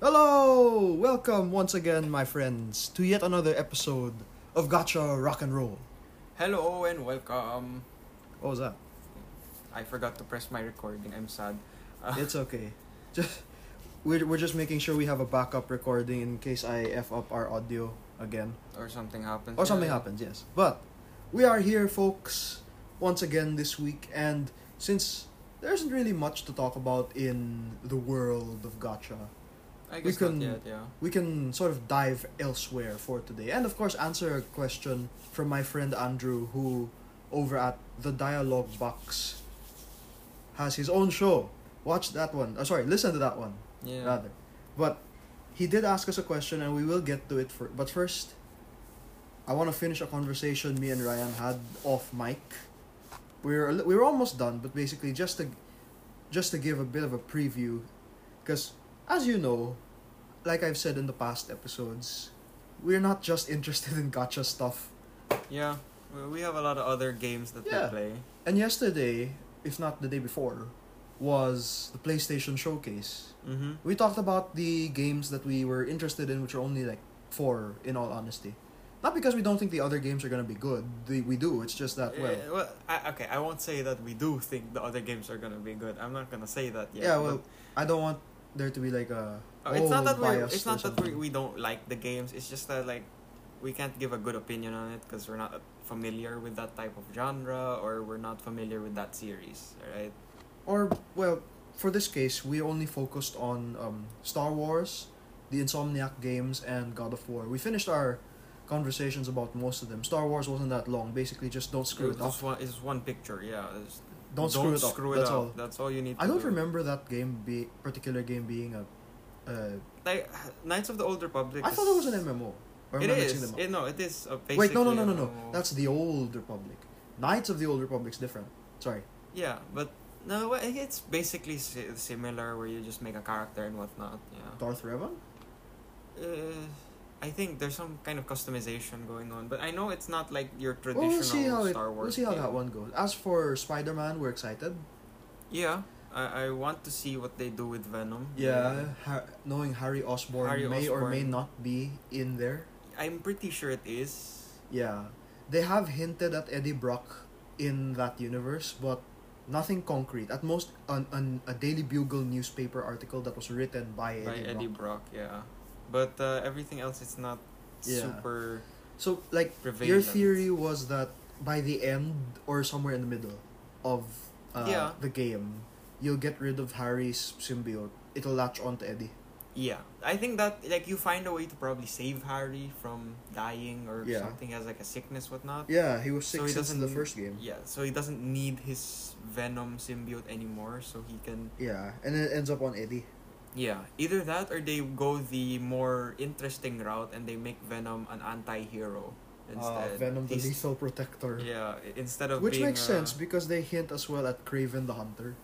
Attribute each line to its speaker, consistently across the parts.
Speaker 1: Hello! Welcome once again, my friends, to yet another episode of Gotcha Rock and Roll.
Speaker 2: Hello and welcome.
Speaker 1: What was that?
Speaker 2: I forgot to press my recording. I'm sad. Uh,
Speaker 1: It's okay. Just we're, we're just making sure we have a backup recording in case I F up our audio again.
Speaker 2: or something happens.
Speaker 1: Or something happens, yes. But we are here, folks, once again this week, and since there isn't really much to talk about in the world of Gotcha,
Speaker 2: I
Speaker 1: We
Speaker 2: guess
Speaker 1: can-
Speaker 2: not yet. Yeah.
Speaker 1: we can sort of dive elsewhere for today and of course answer a question from my friend andrew who over at the dialogue box has his own show watch that one oh, sorry listen to that one
Speaker 2: Yeah.
Speaker 1: rather but he did ask us a question and we will get to it for but first i want to finish a conversation me and ryan had off mic we were, a li- we were almost done but basically just to just to give a bit of a preview because as you know like i've said in the past episodes we're not just interested in gacha stuff
Speaker 2: Yeah. We- We have a lot of other games that
Speaker 1: Yeah.
Speaker 2: we play.
Speaker 1: and yesterday if not the day before was the playstation showcase
Speaker 2: Mm-hmm.
Speaker 1: We talked about the games that we were interested in, which are only like four, in all honesty. Not because we don't think the other games are gonna be good. The, we do. It's just that well.
Speaker 2: Eh, well, I, okay. I won't say that we do think the other games are gonna be good. I'm not gonna say that yet.
Speaker 1: yeah. Well,
Speaker 2: but-
Speaker 1: I don't want there to be like a.
Speaker 2: Oh, it's not
Speaker 1: "Oh,
Speaker 2: that we.
Speaker 1: biased
Speaker 2: It's
Speaker 1: or
Speaker 2: not that we,
Speaker 1: something."
Speaker 2: we don't like the games. It's just that like, we can't give a good opinion on it because we're not familiar with that type of genre or we're not familiar with that series. Right.
Speaker 1: Or well, for this case, we only focused on um, Star Wars, the Insomniac games, and God of War. We finished our conversations about most of them. Star Wars wasn't that long. Basically, just don't screw it up.
Speaker 2: It's one, it's one picture. Yeah. It's-
Speaker 1: Don't screw it up. That's all.
Speaker 2: That's all you need.
Speaker 1: I
Speaker 2: to
Speaker 1: don't
Speaker 2: do.
Speaker 1: remember that game be particular game being a. Uh,
Speaker 2: Like Knights of the Old Republic.
Speaker 1: I
Speaker 2: is-
Speaker 1: thought it was an MMO. Or am
Speaker 2: It
Speaker 1: I mixing
Speaker 2: is.
Speaker 1: them up?
Speaker 2: It, no, it is. A basically uh,
Speaker 1: Wait, no, no, no,
Speaker 2: a
Speaker 1: no, no.
Speaker 2: MMO.
Speaker 1: That's the old Republic. Knights of the Old Republic's different. Sorry.
Speaker 2: yeah, but no, well, it's basically si- similar where you just make a character and whatnot. Yeah.
Speaker 1: Darth Revan?
Speaker 2: Uh, I think there's some kind of customization going on, but I know it's not like your
Speaker 1: Well, we'll
Speaker 2: traditional
Speaker 1: see how it.
Speaker 2: Star Wars.
Speaker 1: We'll see how
Speaker 2: game.
Speaker 1: that one goes. As for Spider-Man, we're excited.
Speaker 2: Yeah, I I want to see what they do with Venom.
Speaker 1: Har- knowing Harry Osborn
Speaker 2: Harry
Speaker 1: may or may
Speaker 2: Osborn.
Speaker 1: not be in there.
Speaker 2: I'm pretty sure it is.
Speaker 1: Yeah. They have hinted at Eddie Brock in that universe, but nothing concrete. At most, an, an, a Daily Bugle newspaper article that was written by,
Speaker 2: by
Speaker 1: Eddie,
Speaker 2: Eddie
Speaker 1: Brock.
Speaker 2: Brock. yeah. But uh, everything else, it's not
Speaker 1: Yeah.
Speaker 2: super
Speaker 1: So, like,
Speaker 2: prevalent.
Speaker 1: Your theory was that by the end or somewhere in the middle of uh,
Speaker 2: Yeah.
Speaker 1: the game, you'll get rid of Harry's symbiote. It'll latch on to Eddie.
Speaker 2: Yeah, I think that like you find a way to probably save Harry from dying or
Speaker 1: Yeah.
Speaker 2: something as like a sickness whatnot.
Speaker 1: Yeah, he was sick
Speaker 2: So he
Speaker 1: since the
Speaker 2: doesn't-
Speaker 1: first game.
Speaker 2: Yeah, so he doesn't need his Venom symbiote anymore, so he can.
Speaker 1: Yeah, and it ends up on Eddie.
Speaker 2: Yeah, either that or they go the more interesting route and they make Venom an anti-hero
Speaker 1: Uh,
Speaker 2: instead.
Speaker 1: Venom the
Speaker 2: He's-
Speaker 1: Lethal Protector.
Speaker 2: Yeah, i- instead of
Speaker 1: Which
Speaker 2: being,
Speaker 1: makes
Speaker 2: uh,
Speaker 1: sense because they hint as well at Craven the Hunter.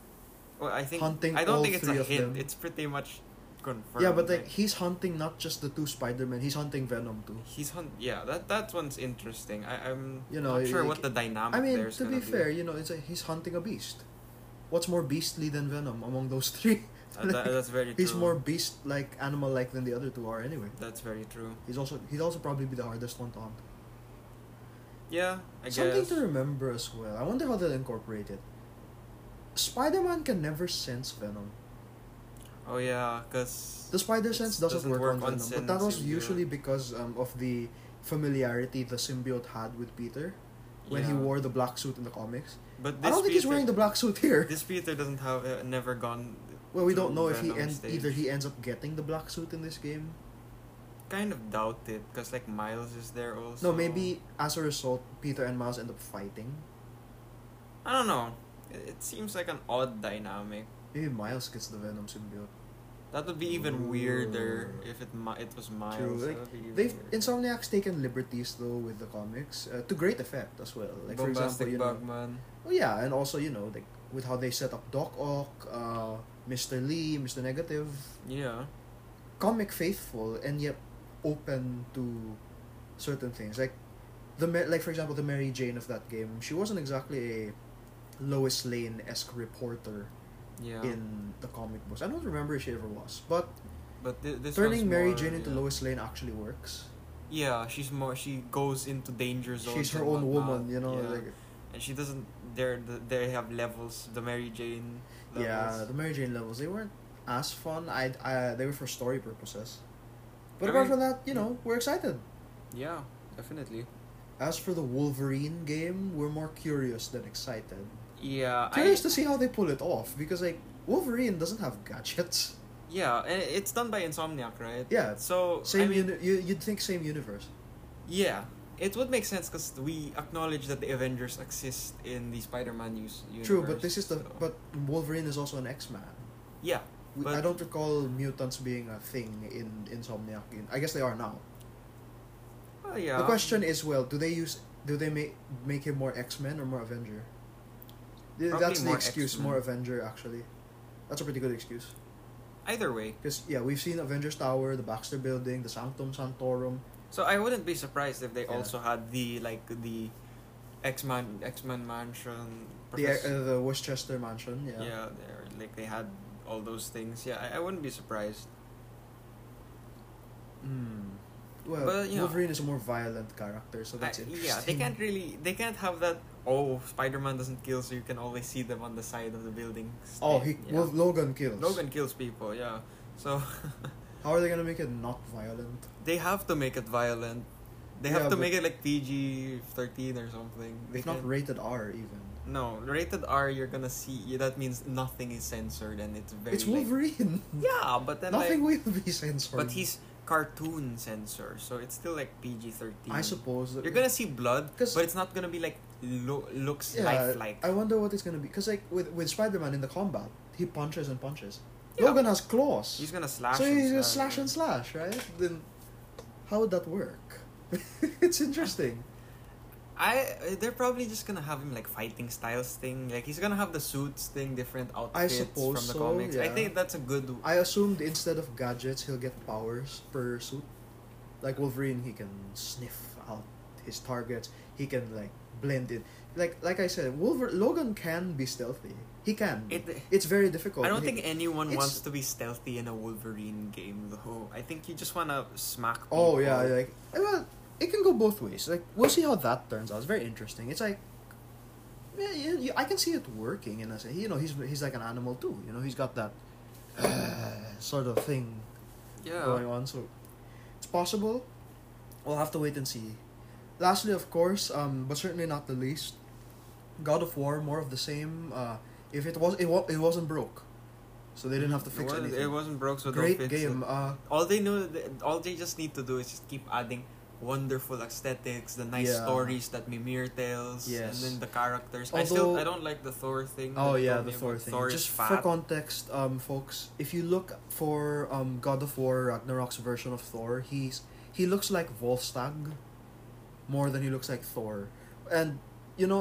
Speaker 2: Well, I think
Speaker 1: hunting
Speaker 2: I don't
Speaker 1: all
Speaker 2: think it's
Speaker 1: three
Speaker 2: a
Speaker 1: of
Speaker 2: hint.
Speaker 1: them.
Speaker 2: It's pretty much confirmed.
Speaker 1: yeah, but
Speaker 2: like,
Speaker 1: like he's hunting not just the two Spider-Men, he's hunting Venom too.
Speaker 2: He's hunt. Yeah, that that one's interesting. I, I'm
Speaker 1: You know,
Speaker 2: not sure
Speaker 1: you
Speaker 2: what the dynamic.
Speaker 1: I mean,
Speaker 2: there's
Speaker 1: to be
Speaker 2: gonna
Speaker 1: fair, you know, it's a, he's hunting a beast. What's more beastly than Venom among those three?
Speaker 2: Uh, that- that's very.
Speaker 1: He's
Speaker 2: true.
Speaker 1: more beast like animal like than the other two are anyway.
Speaker 2: That's very true.
Speaker 1: He's also he'd also probably be the hardest one to hunt.
Speaker 2: Yeah, I
Speaker 1: Something
Speaker 2: guess.
Speaker 1: to remember as well. I wonder how they'll incorporate it. Spider Man can never sense venom.
Speaker 2: oh yeah, cause.
Speaker 1: The spider
Speaker 2: It's-
Speaker 1: sense doesn't, work, on, venom.
Speaker 2: sin
Speaker 1: but that was
Speaker 2: symbiote.
Speaker 1: usually because um, of the familiarity the symbiote had with Peter when he
Speaker 2: yeah.
Speaker 1: wore the black suit in the comics.
Speaker 2: But
Speaker 1: I
Speaker 2: this
Speaker 1: don't think he's
Speaker 2: Peter-
Speaker 1: wearing the black suit here.
Speaker 2: This Peter doesn't have uh, never gone.
Speaker 1: Well, we don't
Speaker 2: through
Speaker 1: know if he
Speaker 2: Venom
Speaker 1: end,
Speaker 2: stage.
Speaker 1: either he ends up getting the black suit in this game.
Speaker 2: Kind of doubt it, cause like Miles is there also.
Speaker 1: No, maybe uh, as a result, Peter and Miles end up fighting.
Speaker 2: I don't know. It, it seems like an odd dynamic.
Speaker 1: Maybe Miles gets the Venom symbiote.
Speaker 2: That would be even
Speaker 1: Ooh.
Speaker 2: weirder if it mi- it was Miles.
Speaker 1: True.
Speaker 2: That
Speaker 1: Like,
Speaker 2: would be even
Speaker 1: They've
Speaker 2: weirder.
Speaker 1: Insomniac's taken liberties though with the comics uh, to great effect as well. Like for
Speaker 2: Bombastic
Speaker 1: example, you know,
Speaker 2: Bugman.
Speaker 1: oh yeah, and also you know like with how they set up Doc Ock, uh, Mister Lee, Mister Negative,
Speaker 2: Yeah.
Speaker 1: comic faithful and yet open to certain things. Like the Ma- like for example the Mary Jane of that game, she wasn't exactly a Lois Lane esque reporter
Speaker 2: Yeah.
Speaker 1: in the comic books. I don't remember if she ever was, but
Speaker 2: But th- this one's
Speaker 1: Turning Mary
Speaker 2: more,
Speaker 1: Jane into
Speaker 2: yeah.
Speaker 1: Lois Lane actually works.
Speaker 2: Yeah, she's more. She goes into danger zones.
Speaker 1: She's her
Speaker 2: and
Speaker 1: own
Speaker 2: whatnot,
Speaker 1: woman, you know.
Speaker 2: yeah.
Speaker 1: Like,
Speaker 2: and she doesn't. There, they have levels. The Mary Jane. Levels.
Speaker 1: yeah, the Mary Jane levels they weren't as fun. I, I they were for story purposes. But
Speaker 2: I
Speaker 1: apart
Speaker 2: mean-
Speaker 1: from that, you know, we're excited.
Speaker 2: Yeah, definitely.
Speaker 1: As for the Wolverine game, we're more curious than excited.
Speaker 2: Yeah, I,
Speaker 1: Curious to see how they pull it off because like Wolverine doesn't have gadgets.
Speaker 2: yeah, and it's done by Insomniac, right?
Speaker 1: Yeah,
Speaker 2: So
Speaker 1: Same
Speaker 2: I mean,
Speaker 1: uni- you you'd think same universe.
Speaker 2: yeah, it would make sense because we acknowledge that the Avengers exist in the Spider-Man use universe.
Speaker 1: True, but this is the
Speaker 2: so-
Speaker 1: but Wolverine is also an X Man.
Speaker 2: yeah, but
Speaker 1: I don't recall mutants being a thing in Insomniac. In- I guess they are now.
Speaker 2: oh, yeah.
Speaker 1: The question is, well, do they use do they make make him more X Men or more Avenger? Th-
Speaker 2: Probably
Speaker 1: That's the
Speaker 2: more
Speaker 1: excuse.
Speaker 2: X-Men.
Speaker 1: More Avenger, actually. That's a pretty good excuse.
Speaker 2: Either way,
Speaker 1: Because yeah, we've seen Avengers Tower, the Baxter Building, the uh, Sanctum Sanctorum.
Speaker 2: so I wouldn't be surprised if they
Speaker 1: Yeah.
Speaker 2: also had the like the X-Man X-Men mansion.
Speaker 1: the
Speaker 2: Professor-
Speaker 1: uh, the Westchester Mansion.
Speaker 2: Yeah, they're like they had all those things. Yeah, I, I wouldn't be surprised.
Speaker 1: Hmm. Well,
Speaker 2: But, you know-
Speaker 1: Wolverine is a more violent character, so that's
Speaker 2: I-
Speaker 1: interesting.
Speaker 2: yeah, they can't really they can't have that oh Spider-Man doesn't kill so you can always see them on the side of the building.
Speaker 1: Oh, he
Speaker 2: yeah.
Speaker 1: well, Logan kills.
Speaker 2: Logan kills people, yeah. So
Speaker 1: How are they gonna make it not violent?
Speaker 2: they have to make it violent. They have
Speaker 1: Yeah,
Speaker 2: to
Speaker 1: but-
Speaker 2: make it like PG 13 or something. They
Speaker 1: If not
Speaker 2: can't-
Speaker 1: rated R, even.
Speaker 2: No, rated R you're going to see yeah, that means nothing is censored and it's very
Speaker 1: it's
Speaker 2: like-
Speaker 1: Wolverine.
Speaker 2: yeah, but then
Speaker 1: Nothing
Speaker 2: like,
Speaker 1: will be censored.
Speaker 2: but he's cartoon censor, so it's still like PG 13.
Speaker 1: I suppose. That
Speaker 2: You're gonna see blood,
Speaker 1: 'Cause-
Speaker 2: but it's not gonna be like lo- looks
Speaker 1: Yeah,
Speaker 2: lifelike.
Speaker 1: I wonder what it's gonna be. Cause like with with Spider Man in the combat, he punches and punches.
Speaker 2: Yeah.
Speaker 1: Logan has claws.
Speaker 2: He's gonna slash.
Speaker 1: so
Speaker 2: and
Speaker 1: he's gonna
Speaker 2: slash,
Speaker 1: slash and slash, right? Then, how would that work? it's interesting.
Speaker 2: I they're probably just gonna have him like fighting styles thing. Like he's gonna have the suits thing, different outfits
Speaker 1: suppose
Speaker 2: from the
Speaker 1: so,
Speaker 2: comics. I
Speaker 1: yeah.
Speaker 2: think that's a good.
Speaker 1: I assumed instead of gadgets, he'll get powers per suit. Like Wolverine, he can sniff out his targets. He can like blend in. Like like I said, Wolver Logan can be stealthy. He can.
Speaker 2: It-
Speaker 1: it's very difficult.
Speaker 2: I don't
Speaker 1: He-
Speaker 2: think anyone
Speaker 1: it's-
Speaker 2: wants to be stealthy in a Wolverine game though. I think you just wanna smack.
Speaker 1: Oh
Speaker 2: people.
Speaker 1: yeah, like eh, well, it can go both ways. Like we'll see how that turns out. It's very interesting. It's like. Yeah, yeah, you- I can see it working, and I say, you know, he's he's like an animal too. You know, he's got that uh, sort of thing
Speaker 2: yeah.
Speaker 1: going on. So it's possible. We'll have to wait and see. Lastly, of course, um, but certainly not the least, God of War, more of the same. Uh, if it was, it, wa- it wasn't broke, so they didn't have to
Speaker 2: It
Speaker 1: fix
Speaker 2: wasn't-
Speaker 1: anything.
Speaker 2: It wasn't broke, so
Speaker 1: Great
Speaker 2: don't fix
Speaker 1: game.
Speaker 2: It.
Speaker 1: Uh,
Speaker 2: All they know, that- all they just need to do is just keep adding wonderful aesthetics, the nice
Speaker 1: Yeah.
Speaker 2: stories that Mimir tells,
Speaker 1: Yes.
Speaker 2: and then the characters. I still
Speaker 1: Although-
Speaker 2: I don't like the Thor thing.
Speaker 1: oh
Speaker 2: that you
Speaker 1: yeah,
Speaker 2: told
Speaker 1: the
Speaker 2: me
Speaker 1: Thor
Speaker 2: about.
Speaker 1: thing.
Speaker 2: Thor
Speaker 1: Just
Speaker 2: is
Speaker 1: for
Speaker 2: fat.
Speaker 1: context, um, folks, if you look for um God of War Ragnarok's version of Thor, he's he looks like Volstagg more than he looks like Thor, and you know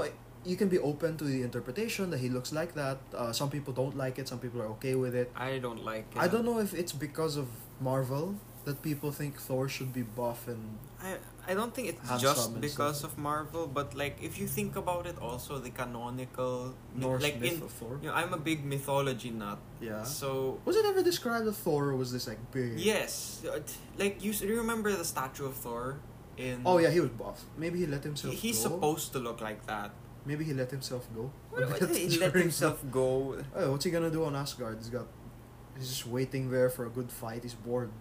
Speaker 1: you can be open to the interpretation that he looks like that. Uh, some people don't like it. Some people are okay with it.
Speaker 2: I don't like. It.
Speaker 1: I don't know if it's because of Marvel that people think Thor should be buff and
Speaker 2: I, I don't think it's
Speaker 1: Handsome
Speaker 2: just
Speaker 1: and
Speaker 2: because
Speaker 1: stuff.
Speaker 2: of Marvel, but like if you think about it, also the canonical
Speaker 1: Norse
Speaker 2: like
Speaker 1: myth
Speaker 2: in
Speaker 1: of Thor.
Speaker 2: you know I'm a big mythology nut,
Speaker 1: Yeah.
Speaker 2: so
Speaker 1: Was it ever described that Thor was this like big?
Speaker 2: yes, uh, t- like you, s- you remember the statue of Thor in
Speaker 1: Oh yeah, he was buff. Maybe he let
Speaker 2: He-
Speaker 1: himself.
Speaker 2: he's
Speaker 1: go.
Speaker 2: supposed to look like that.
Speaker 1: Maybe he let himself go.
Speaker 2: What
Speaker 1: a
Speaker 2: about
Speaker 1: bit
Speaker 2: he let
Speaker 1: during
Speaker 2: himself go?
Speaker 1: the- Oh, what's he gonna do on Asgard? He's got. He's just waiting there for a good fight. He's bored.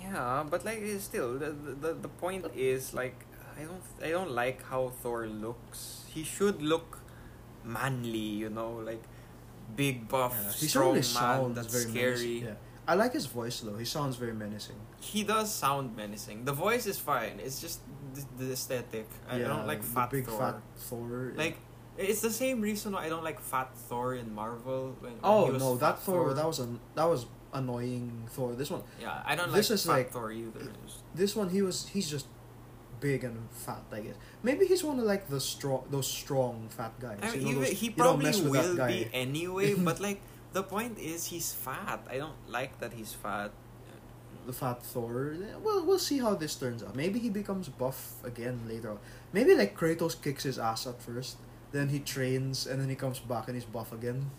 Speaker 2: Yeah, but like it's still the, the the point is like I don't I don't like how Thor looks. He should look manly, you know, like big buff,
Speaker 1: He certainly
Speaker 2: strong man
Speaker 1: sounds
Speaker 2: that's
Speaker 1: very
Speaker 2: scary.
Speaker 1: menacing. Yeah. I like his voice though. He sounds very menacing.
Speaker 2: He does sound menacing. The voice is fine. It's just the, the aesthetic. I
Speaker 1: yeah,
Speaker 2: don't like fat
Speaker 1: the big
Speaker 2: Thor.
Speaker 1: fat Thor. yeah.
Speaker 2: Like it's the same reason why I don't like fat Thor in Marvel. When, when
Speaker 1: oh
Speaker 2: he was
Speaker 1: no, that
Speaker 2: fat
Speaker 1: Thor, that was an that was annoying Thor. This one,
Speaker 2: yeah. I don't
Speaker 1: this
Speaker 2: like
Speaker 1: is
Speaker 2: fat
Speaker 1: like-
Speaker 2: Thor either. It's-
Speaker 1: this one, he was he's just big and fat. I guess maybe he's one of like the strong those strong fat guys.
Speaker 2: I
Speaker 1: you
Speaker 2: mean,
Speaker 1: know,
Speaker 2: he,
Speaker 1: those,
Speaker 2: he
Speaker 1: you don't
Speaker 2: probably
Speaker 1: mess with that
Speaker 2: will
Speaker 1: guy.
Speaker 2: be anyway, but like the point is he's fat. I don't like that he's fat.
Speaker 1: the fat Thor. eh, Well, we'll see how this turns out. Maybe he becomes buff again later on. Maybe like Kratos kicks his ass at first, then he trains, and then he comes back and he's buff again.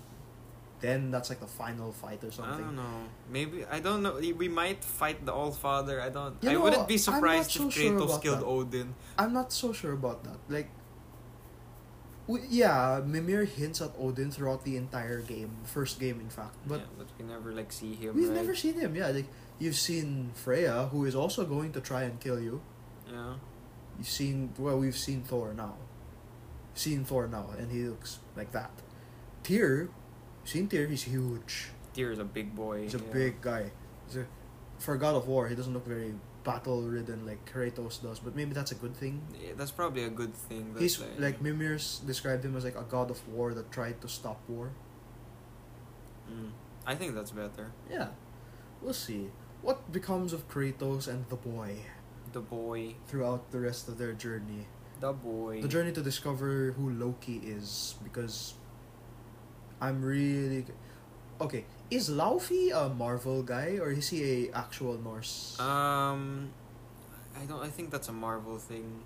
Speaker 1: then that's like the final fight or
Speaker 2: I
Speaker 1: something.
Speaker 2: don't know. Maybe I don't know. We might fight the All Father. I don't.
Speaker 1: You
Speaker 2: I
Speaker 1: know,
Speaker 2: wouldn't be
Speaker 1: I'm not
Speaker 2: surprised
Speaker 1: so
Speaker 2: if
Speaker 1: sure
Speaker 2: Kratos
Speaker 1: about
Speaker 2: killed
Speaker 1: that.
Speaker 2: Odin.
Speaker 1: I'm not so sure about that. Like, we, yeah, Mimir hints at Odin throughout the entire game, first game in fact, but
Speaker 2: yeah, but we never like see him.
Speaker 1: we've
Speaker 2: right?
Speaker 1: never seen him. Yeah, like you've seen Freya, who is also going to try and kill you.
Speaker 2: Yeah.
Speaker 1: You've seen well, we've seen Thor now. Seen Thor now, and he looks like that. Tyr, seen Tyr, he's huge.
Speaker 2: Tyr is a big boy.
Speaker 1: He's a
Speaker 2: yeah.
Speaker 1: big guy. He's a, for God of War, he doesn't look very battle ridden like Kratos does, but maybe that's a good thing.
Speaker 2: Yeah, that's probably a good thing. That,
Speaker 1: He's like Mimir's described him as like a god of war that tried to stop war.
Speaker 2: Mm. I think that's better.
Speaker 1: Yeah, we'll see what becomes of Kratos and the boy
Speaker 2: The boy.
Speaker 1: throughout the rest of their journey.
Speaker 2: The boy.
Speaker 1: The journey to discover who Loki is, because I'm really okay. Is Laufey a Marvel guy or is he a actual Norse?
Speaker 2: Um, I don't. I think that's a Marvel thing.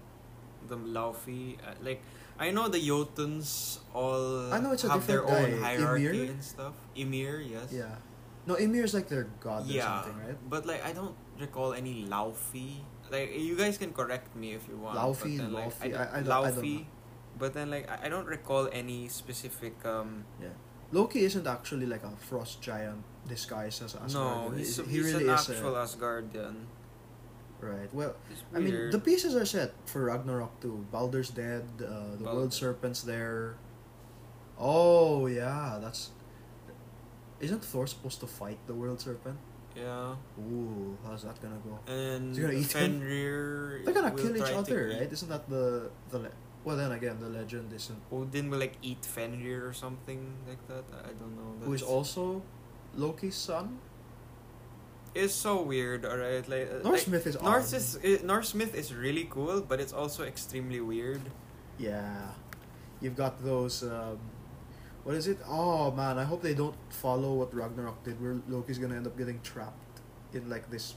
Speaker 2: The Laufey, uh, like I know the Jotuns all
Speaker 1: I know it's a
Speaker 2: have their
Speaker 1: different
Speaker 2: own
Speaker 1: guy.
Speaker 2: hierarchy
Speaker 1: Ymir?
Speaker 2: and stuff. Emir, yes.
Speaker 1: yeah, no, Ymir's like their god
Speaker 2: yeah.
Speaker 1: or something, right?
Speaker 2: But like I don't recall any Laufey. Like you guys can correct me if you want.
Speaker 1: Laufey,
Speaker 2: but then, like,
Speaker 1: Laufey, I- I don't- I
Speaker 2: Laufey.
Speaker 1: don't know.
Speaker 2: But then like I I don't recall any specific. um
Speaker 1: Yeah. Loki isn't actually like a frost giant disguised as Asgardian.
Speaker 2: No, he's,
Speaker 1: Is-
Speaker 2: he's an
Speaker 1: is a-
Speaker 2: actual Asgardian.
Speaker 1: right. Well,
Speaker 2: It's
Speaker 1: I mean,
Speaker 2: weird.
Speaker 1: the pieces are set for Ragnarok too. Baldur's dead. Uh, the
Speaker 2: Bal-
Speaker 1: world serpent's there. Oh yeah, that's. Isn't Thor supposed to fight the world serpent?
Speaker 2: yeah.
Speaker 1: Ooh, how's that gonna go?
Speaker 2: And
Speaker 1: They're gonna eat him?
Speaker 2: Fenrir.
Speaker 1: They're gonna
Speaker 2: will
Speaker 1: kill each
Speaker 2: try to
Speaker 1: other,
Speaker 2: eat-
Speaker 1: right? Isn't that the the? Le- well, then again, the legend isn't.
Speaker 2: Odin will like eat Fenrir or something like that. I I don't know.
Speaker 1: Who is
Speaker 2: That's-
Speaker 1: also Loki's son?
Speaker 2: It's so weird, alright? Like, uh,
Speaker 1: Norse
Speaker 2: like,
Speaker 1: myth is odd.
Speaker 2: Norse is i- Norse myth is really cool, but it's also extremely weird.
Speaker 1: Yeah, you've got those. Um, what is it? Oh man, I hope they don't follow what Ragnarok did, where Loki's gonna end up getting trapped in like this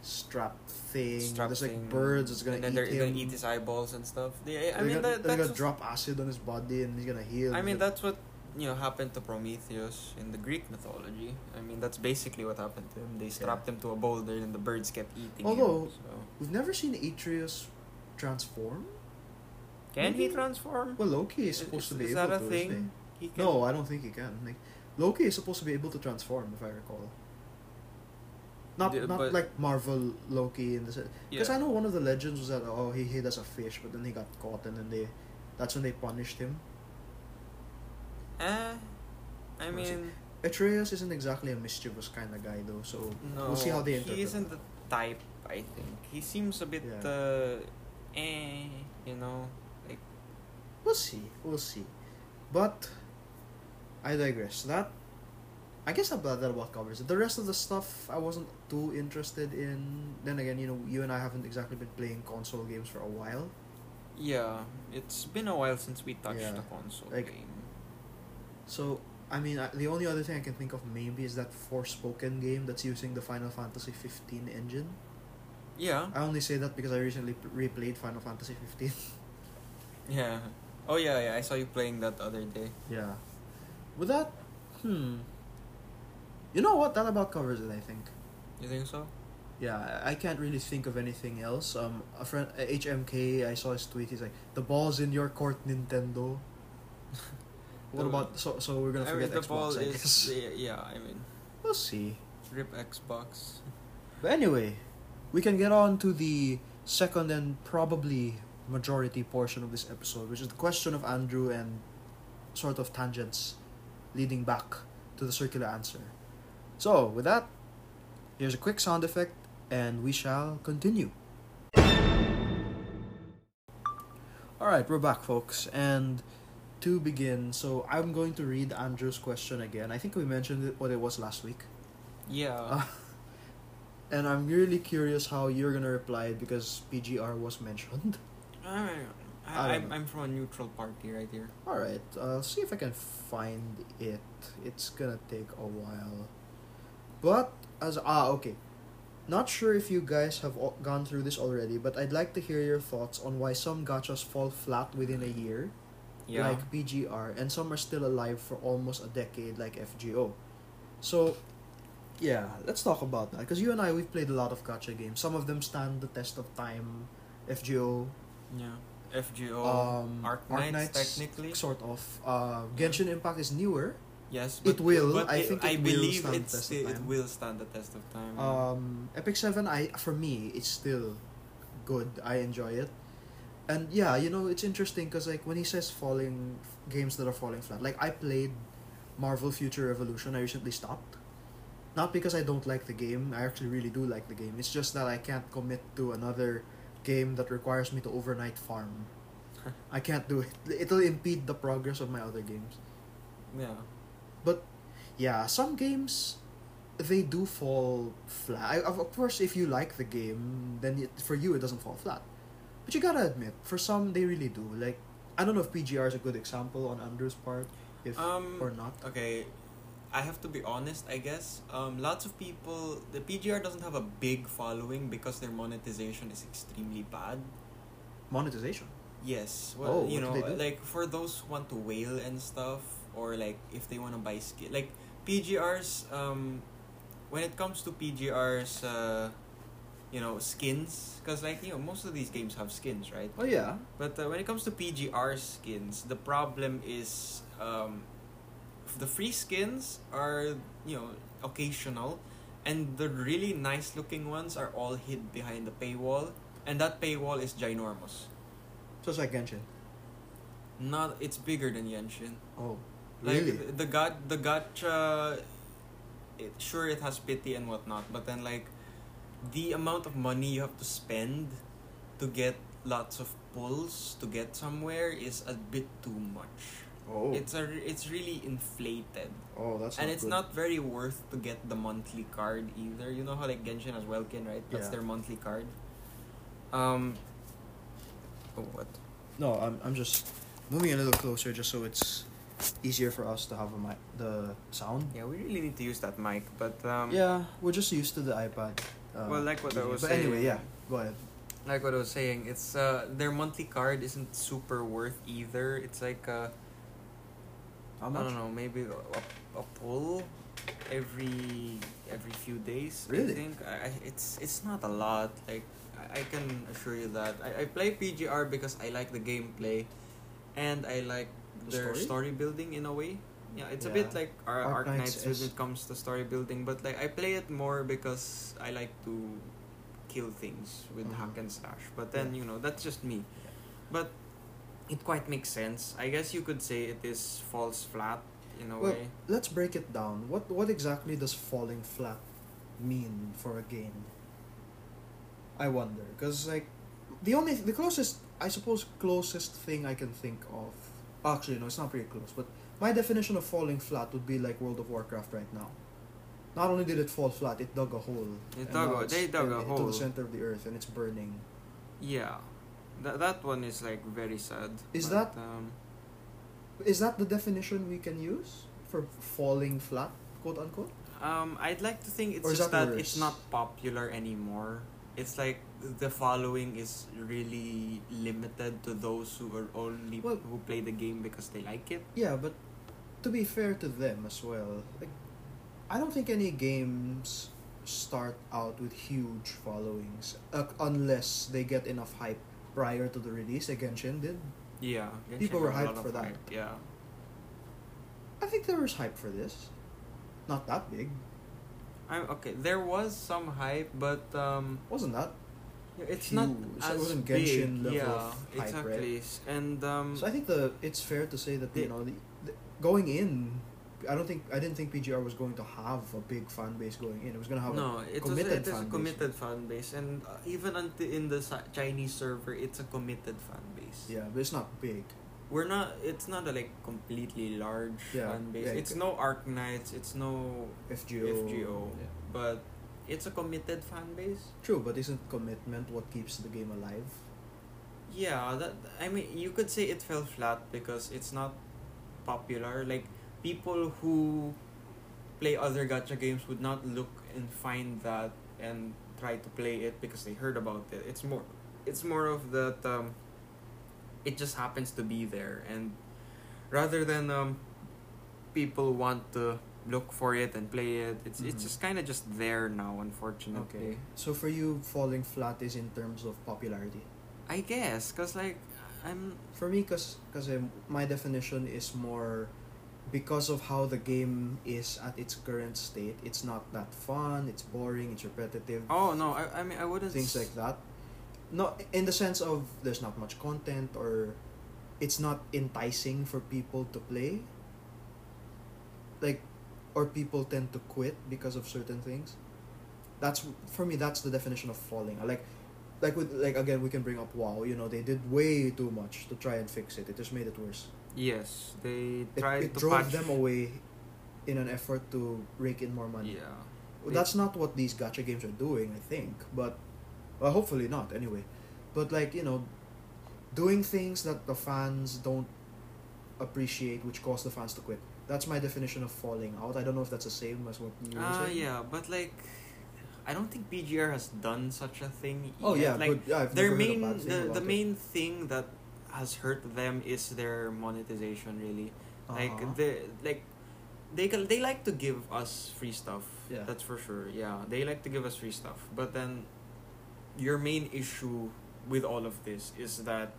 Speaker 1: strap thing.
Speaker 2: Strap
Speaker 1: There's like
Speaker 2: thing.
Speaker 1: birds that's gonna
Speaker 2: and then
Speaker 1: eat
Speaker 2: they're
Speaker 1: him.
Speaker 2: gonna eat his eyeballs and stuff. They, I
Speaker 1: They're
Speaker 2: mean
Speaker 1: gonna,
Speaker 2: that,
Speaker 1: they're
Speaker 2: that's
Speaker 1: gonna drop acid on his body and he's gonna heal.
Speaker 2: I mean
Speaker 1: But-
Speaker 2: that's what you know happened to Prometheus in the Greek mythology. I mean that's basically what happened to him. They strapped him to a boulder and the birds kept eating
Speaker 1: Although-
Speaker 2: him. So.
Speaker 1: We've never seen Atreus transform.
Speaker 2: Can he
Speaker 1: Maybe-
Speaker 2: transform?
Speaker 1: Well, Loki is
Speaker 2: Is-
Speaker 1: supposed to
Speaker 2: is-
Speaker 1: be
Speaker 2: is
Speaker 1: able
Speaker 2: that a
Speaker 1: to.
Speaker 2: thing?
Speaker 1: isn't
Speaker 2: He
Speaker 1: he?
Speaker 2: can-
Speaker 1: No, I don't think he can. Like, Loki is supposed to be able to transform, if I recall. Not
Speaker 2: Yeah,
Speaker 1: not
Speaker 2: but-
Speaker 1: like Marvel Loki in the sense. Because
Speaker 2: Yeah.
Speaker 1: I know one of the legends was that oh he hid as a fish, but then he got caught, and then they, that's when they punished him.
Speaker 2: Eh, I
Speaker 1: We'll see.
Speaker 2: mean,
Speaker 1: Atreus isn't exactly a mischievous kind of guy though, so
Speaker 2: no.
Speaker 1: we'll see how they interpret.
Speaker 2: He isn't the type. I think he seems a bit,
Speaker 1: Yeah.
Speaker 2: uh, eh, you know, like
Speaker 1: We'll see, we'll see. But I digress. That I guess that that about covers it. The rest of the stuff I wasn't too interested in. Then again, you know, you and I haven't exactly been playing console games for a while.
Speaker 2: yeah. It's been a while since we touched
Speaker 1: Yeah.
Speaker 2: a console
Speaker 1: Like-
Speaker 2: game.
Speaker 1: So I mean, I, the only other thing I can think of maybe is that Forspoken game that's using the Final Fantasy fifteen engine.
Speaker 2: Yeah,
Speaker 1: I only say that because I recently p- replayed Final Fantasy fifteen.
Speaker 2: yeah. Oh yeah, yeah. I saw you playing that the other day.
Speaker 1: yeah. With that, hmm. You know what? That about covers it. I think.
Speaker 2: You think so?
Speaker 1: Yeah, I- I can't really think of anything else. Um, a friend, uh, HMK, I saw his tweet. He's like, "The ball's in your court, Nintendo." what
Speaker 2: The-
Speaker 1: about so? So we're gonna
Speaker 2: I mean,
Speaker 1: forget
Speaker 2: the
Speaker 1: Xbox,
Speaker 2: ball
Speaker 1: I guess.
Speaker 2: is. Yeah, yeah, I mean,
Speaker 1: We'll see.
Speaker 2: rip Xbox.
Speaker 1: But anyway, we can get on to the second and probably majority portion of this episode, which is the question of Andrew and sort of tangents leading back to the circular answer. So, with that, here's a quick sound effect, and we shall continue. Alright, we're back, folks, and to begin, so I'm going to read Andrew's question again. I think we mentioned it, what it was last week.
Speaker 2: Yeah.
Speaker 1: Uh, and I'm really curious how you're gonna reply because PGR was mentioned.
Speaker 2: I, mean,
Speaker 1: I
Speaker 2: I,
Speaker 1: don't
Speaker 2: I'm,
Speaker 1: know.
Speaker 2: I'm from a neutral party right here.
Speaker 1: All right, I'll see if I can find it. It's gonna take a while, but as ah okay, not sure if you guys have o- gone through this already, but I'd like to hear your thoughts on why some gachas fall flat within a year
Speaker 2: Yeah.
Speaker 1: like PGR, and some are still alive for almost a decade, like FGO. So, yeah, let's talk about that. Because you and I, we've played a lot of gacha games. Some of them stand the test of time. FGO,
Speaker 2: Yeah. FGO.
Speaker 1: um,
Speaker 2: Oh, Arc
Speaker 1: Arc
Speaker 2: Knights,
Speaker 1: Knights,
Speaker 2: technically.
Speaker 1: sort of. Uh, Genshin Impact is newer.
Speaker 2: Yes,
Speaker 1: It
Speaker 2: but
Speaker 1: will.
Speaker 2: But
Speaker 1: I think
Speaker 2: I
Speaker 1: it will
Speaker 2: believe
Speaker 1: stand the
Speaker 2: it's
Speaker 1: test of
Speaker 2: still, it
Speaker 1: time.
Speaker 2: will stand the test of time.
Speaker 1: Um, Epic Seven, I for me, it's still good. I enjoy it, and yeah, you know, it's interesting because like when he says falling games that are falling flat, like I played Marvel Future Revolution. I recently stopped, not because I don't like the game. I actually really do like the game. It's just that I can't commit to another game that requires me to overnight farm. I can't do it. It'll impede the progress of my other games.
Speaker 2: yeah.
Speaker 1: But yeah, some games they do fall flat. I, of of course, if you like the game, then it, for you it doesn't fall flat. But you gotta admit, for some they really do. Like I don't know if PGR is a good example on Andrew's part, if
Speaker 2: Um,
Speaker 1: or not.
Speaker 2: Okay, I have to be honest, I guess. Um, lots of people, the PGR doesn't have a big following because their monetization is extremely bad.
Speaker 1: Monetization.
Speaker 2: Yes,
Speaker 1: Oh,
Speaker 2: well,
Speaker 1: what
Speaker 2: you know,
Speaker 1: do they do?
Speaker 2: like for those who want to whale and stuff, or like if they want to buy skin, like PGRs. Um, when it comes to PGRs, uh, you know, skins, because like you know, most of these games have skins, right?
Speaker 1: Oh yeah.
Speaker 2: But uh, when it comes to PGR skins, the problem is um, f- the free skins are you know occasional, and the really nice looking ones are all hid behind the paywall, and that paywall is ginormous.
Speaker 1: So it's like Genshin.
Speaker 2: Not it's bigger than Yenshin.
Speaker 1: Oh,
Speaker 2: Like
Speaker 1: really?
Speaker 2: the, the got the gacha, it, sure it has pity and whatnot, but then like the amount of money you have to spend to get lots of pulls to get somewhere is a bit too much.
Speaker 1: oh,
Speaker 2: It's a re- it's really inflated,
Speaker 1: oh, that's
Speaker 2: and it's
Speaker 1: good.
Speaker 2: not very worth to get the monthly card either. You know how like Genshin has Welkin, right? That's
Speaker 1: Yeah.
Speaker 2: their monthly card. Um. Oh, what?
Speaker 1: No, I'm I'm just moving a little closer just so it's easier for us to have a mic, the sound.
Speaker 2: Yeah, we really need to use that mic, but um.
Speaker 1: yeah, we're just used to the iPad. Uh,
Speaker 2: Well, like what I was
Speaker 1: but anyway, yeah,
Speaker 2: saying-
Speaker 1: go ahead.
Speaker 2: like what I was saying, it's uh their monthly card isn't super worth either. It's like uh
Speaker 1: How
Speaker 2: I
Speaker 1: much?
Speaker 2: don't know, maybe a, a pull every every few days.
Speaker 1: Really?
Speaker 2: I think I, I- it's it's not a lot. Like I, I can assure you that I, I play PGR because I like the gameplay, and I like
Speaker 1: The
Speaker 2: their
Speaker 1: story?
Speaker 2: story? building in a way. Yeah, it's a
Speaker 1: Yeah.
Speaker 2: bit like our
Speaker 1: Arc
Speaker 2: Arc
Speaker 1: Knights
Speaker 2: Knights when
Speaker 1: is-
Speaker 2: it comes to story building, but like I play it more because I like to kill things with
Speaker 1: Mhm.
Speaker 2: hack and slash. But then
Speaker 1: Yeah.
Speaker 2: you know that's just me. But it quite makes sense. I guess you could say it is falls flat in a
Speaker 1: Well,
Speaker 2: way.
Speaker 1: Let's break it down. What what exactly does falling flat mean for a game? I wonder, cause like the only the closest I suppose closest thing I can think of. Actually, no, it's not pretty close. But my definition of falling flat would be like World of Warcraft right now. Not only did it fall flat, it dug a hole.
Speaker 2: It
Speaker 1: and
Speaker 2: dug
Speaker 1: now
Speaker 2: a-
Speaker 1: it's
Speaker 2: they dug a
Speaker 1: in- into
Speaker 2: hole.
Speaker 1: the center of the earth, and it's burning.
Speaker 2: Yeah, that that one is like very sad.
Speaker 1: Is
Speaker 2: but, um,
Speaker 1: Is that the definition we can use for falling flat, quote unquote?
Speaker 2: um? I'd like to think it's
Speaker 1: Or is
Speaker 2: just
Speaker 1: that
Speaker 2: that, it's
Speaker 1: worse?
Speaker 2: not popular anymore. It's like the following is really limited to those who are only
Speaker 1: Well-
Speaker 2: who play the game because they like it.
Speaker 1: Yeah, but to be fair to them as well, like I don't think any games start out with huge followings uh, unless they get enough hype prior to the release. Like Genshin did.
Speaker 2: Yeah, Genshin
Speaker 1: People were
Speaker 2: got a
Speaker 1: hyped
Speaker 2: lot of
Speaker 1: for that.
Speaker 2: hype, Yeah,
Speaker 1: I think there was hype for this. Not that big,
Speaker 2: I'm okay. There was some hype, but um.
Speaker 1: wasn't that?
Speaker 2: Yeah, It's
Speaker 1: Huge.
Speaker 2: not
Speaker 1: So it
Speaker 2: as
Speaker 1: wasn't
Speaker 2: big.
Speaker 1: Genshin level
Speaker 2: yeah,
Speaker 1: of hype, right?
Speaker 2: exactly. And um,
Speaker 1: So I think the it's fair to say that you
Speaker 2: The-
Speaker 1: know the, the going in. I don't think I didn't think PGR was going to have a big fan base going in. It was going to have
Speaker 2: no, it was
Speaker 1: committed
Speaker 2: it is
Speaker 1: fan
Speaker 2: a
Speaker 1: base.
Speaker 2: committed fan base, and uh, even until in the si- Chinese server, it's a committed fan base.
Speaker 1: yeah, but it's not big.
Speaker 2: we're not. It's not a like completely large
Speaker 1: Yeah,
Speaker 2: fan base.
Speaker 1: yeah,
Speaker 2: it's no Arc Knights. It's no
Speaker 1: FGO.
Speaker 2: FGO,
Speaker 1: Yeah.
Speaker 2: but it's a committed fan base.
Speaker 1: True, but isn't commitment what keeps the game alive?
Speaker 2: Yeah, that I mean, you could say it fell flat because it's not popular. Like people who play other gacha games would not look and find that and try to play it because they heard about it. It's more, it's more of that. Um, it just happens to be there, and rather than um, people want to look for it and play it. It's it's
Speaker 1: Mhm.
Speaker 2: just kind of just there now, unfortunately.
Speaker 1: So for you, falling flat is in terms of popularity.
Speaker 2: I guess because like I'm
Speaker 1: For me, cause, cause um, my definition is more because of how the game is at its current state. It's not that fun. It's boring. It's repetitive.
Speaker 2: oh no I I mean I wouldn't
Speaker 1: things
Speaker 2: s-
Speaker 1: like that. No, in the sense of there's not much content or it's not enticing for people to play. Like, or people tend to quit because of certain things. That's for me. That's the definition of falling. I Like, like with like again, we can bring up WoW. You know, they did way too much to try and fix it. It just made it worse.
Speaker 2: yes they
Speaker 1: It,
Speaker 2: tried
Speaker 1: it
Speaker 2: to
Speaker 1: drove
Speaker 2: patch
Speaker 1: them away in an effort to rake in more money.
Speaker 2: yeah
Speaker 1: Well, that's not what these gacha games are doing, I think. But well, hopefully not. Anyway, but like you know, doing things that the fans don't appreciate, which cause the fans to quit. That's my definition of falling out. I don't know if that's the same as what you were
Speaker 2: Ah,
Speaker 1: saying.
Speaker 2: yeah, but like, I don't think BGR has done such a thing.
Speaker 1: Oh
Speaker 2: yet.
Speaker 1: yeah,
Speaker 2: like
Speaker 1: good. Yeah, I've
Speaker 2: their
Speaker 1: never heard a
Speaker 2: main
Speaker 1: bad thing
Speaker 2: the,
Speaker 1: about
Speaker 2: the
Speaker 1: it.
Speaker 2: main thing that has hurt them is their monetization. Really,
Speaker 1: Uh-huh.
Speaker 2: like the like they can, they like to give us free stuff.
Speaker 1: Yeah.
Speaker 2: that's for sure. Yeah, they like to give us free stuff. But then, your main issue with all of this is that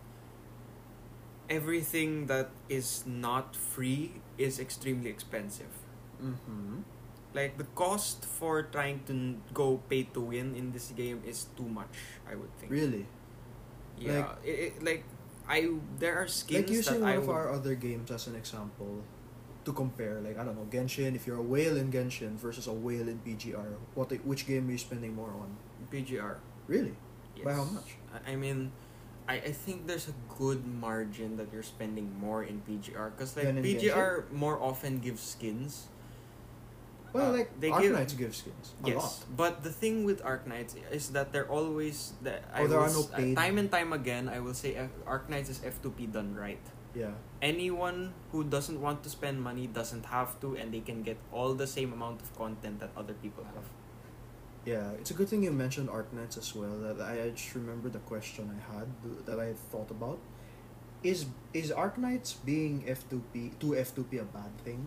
Speaker 2: everything that is not free is extremely expensive
Speaker 1: Mhm.
Speaker 2: like the cost for trying to n- go pay to win in this game is too much i would think
Speaker 1: Really,
Speaker 2: yeah like, it, it, like i there are skins
Speaker 1: like using
Speaker 2: that
Speaker 1: one
Speaker 2: i
Speaker 1: of
Speaker 2: would,
Speaker 1: our other games as an example to compare. Like I don't know, Genshin. If you're a whale in Genshin versus a whale in BGR, what which game are you spending more on?
Speaker 2: bgr
Speaker 1: Really?
Speaker 2: yes.
Speaker 1: By how much?
Speaker 2: I- i mean I, I think there's a good margin that you're spending more in PGR because like
Speaker 1: Than in
Speaker 2: PGR more often gives skins.
Speaker 1: Well,
Speaker 2: Uh,
Speaker 1: like
Speaker 2: they
Speaker 1: Arc
Speaker 2: give-
Speaker 1: Knights give skins a
Speaker 2: yes,
Speaker 1: lot.
Speaker 2: but the thing with Arc Knights is that they're always that I
Speaker 1: Oh, there
Speaker 2: will
Speaker 1: are no
Speaker 2: s- uh,
Speaker 1: paid-
Speaker 2: time and time again I will say F- Arc Knights is F two P done right.
Speaker 1: Yeah,
Speaker 2: anyone who doesn't want to spend money doesn't have to and they can get all the same amount of content that other people have
Speaker 1: yeah. It's a good thing you mentioned Arc Knights as well. That I I just remember the question I had that I thought about. Is is Arc Knights being F two P two F two P a bad thing?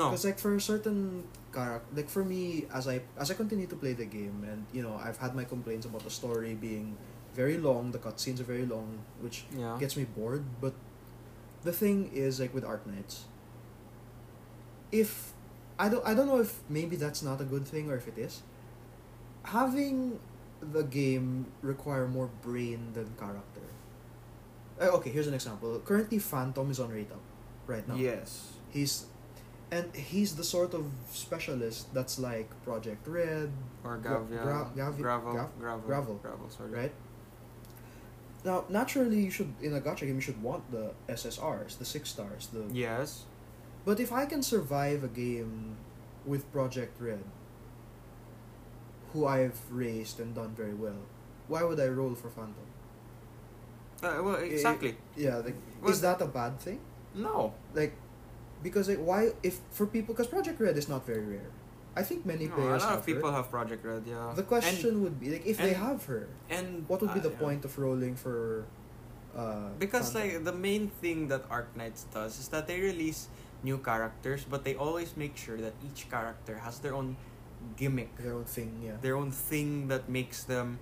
Speaker 2: no
Speaker 1: Because like for a certain character, like for me, as I as I continue to play the game, and you know, I've had my complaints about the story being very long. The cutscenes are very long, which
Speaker 2: yeah
Speaker 1: gets me bored. But the thing is, like with Arc Knights, if I don't, I don't know if maybe that's not a good thing or if it is. Having the game require more brain than character. Uh, okay, here's an example. Currently, Phantom is on rate up, right now.
Speaker 2: yes
Speaker 1: He's, and he's the sort of specialist that's like Project Red,
Speaker 2: or
Speaker 1: Gra-
Speaker 2: gavia
Speaker 1: Gra- Gavi-
Speaker 2: gravel,
Speaker 1: Gav-
Speaker 2: gravel
Speaker 1: Gravel,
Speaker 2: gravel sorry
Speaker 1: right? Now, naturally, you should in a gacha game you should want the SSRs, the six stars, the
Speaker 2: yes
Speaker 1: But if I can survive a game with Project Red, who I've raised and done very well, why would I roll for Phantom?
Speaker 2: uh, well exactly
Speaker 1: Eh, Yeah, like,
Speaker 2: Well-
Speaker 1: is that a bad thing?
Speaker 2: no
Speaker 1: Like, because like, why if for people because Project Red is not very rare. I think many
Speaker 2: no, a
Speaker 1: players
Speaker 2: lot
Speaker 1: have
Speaker 2: of people
Speaker 1: her.
Speaker 2: have project red yeah
Speaker 1: The question would be like if they
Speaker 2: and-
Speaker 1: have her,
Speaker 2: and, and
Speaker 1: what would be
Speaker 2: uh,
Speaker 1: the
Speaker 2: yeah.
Speaker 1: point of rolling for? Uh,
Speaker 2: because
Speaker 1: Phantom?
Speaker 2: like the main thing that Arc Knights does is that they release new characters but they always make sure that each character has their own gimmick
Speaker 1: their own thing, yeah.
Speaker 2: their own thing that makes them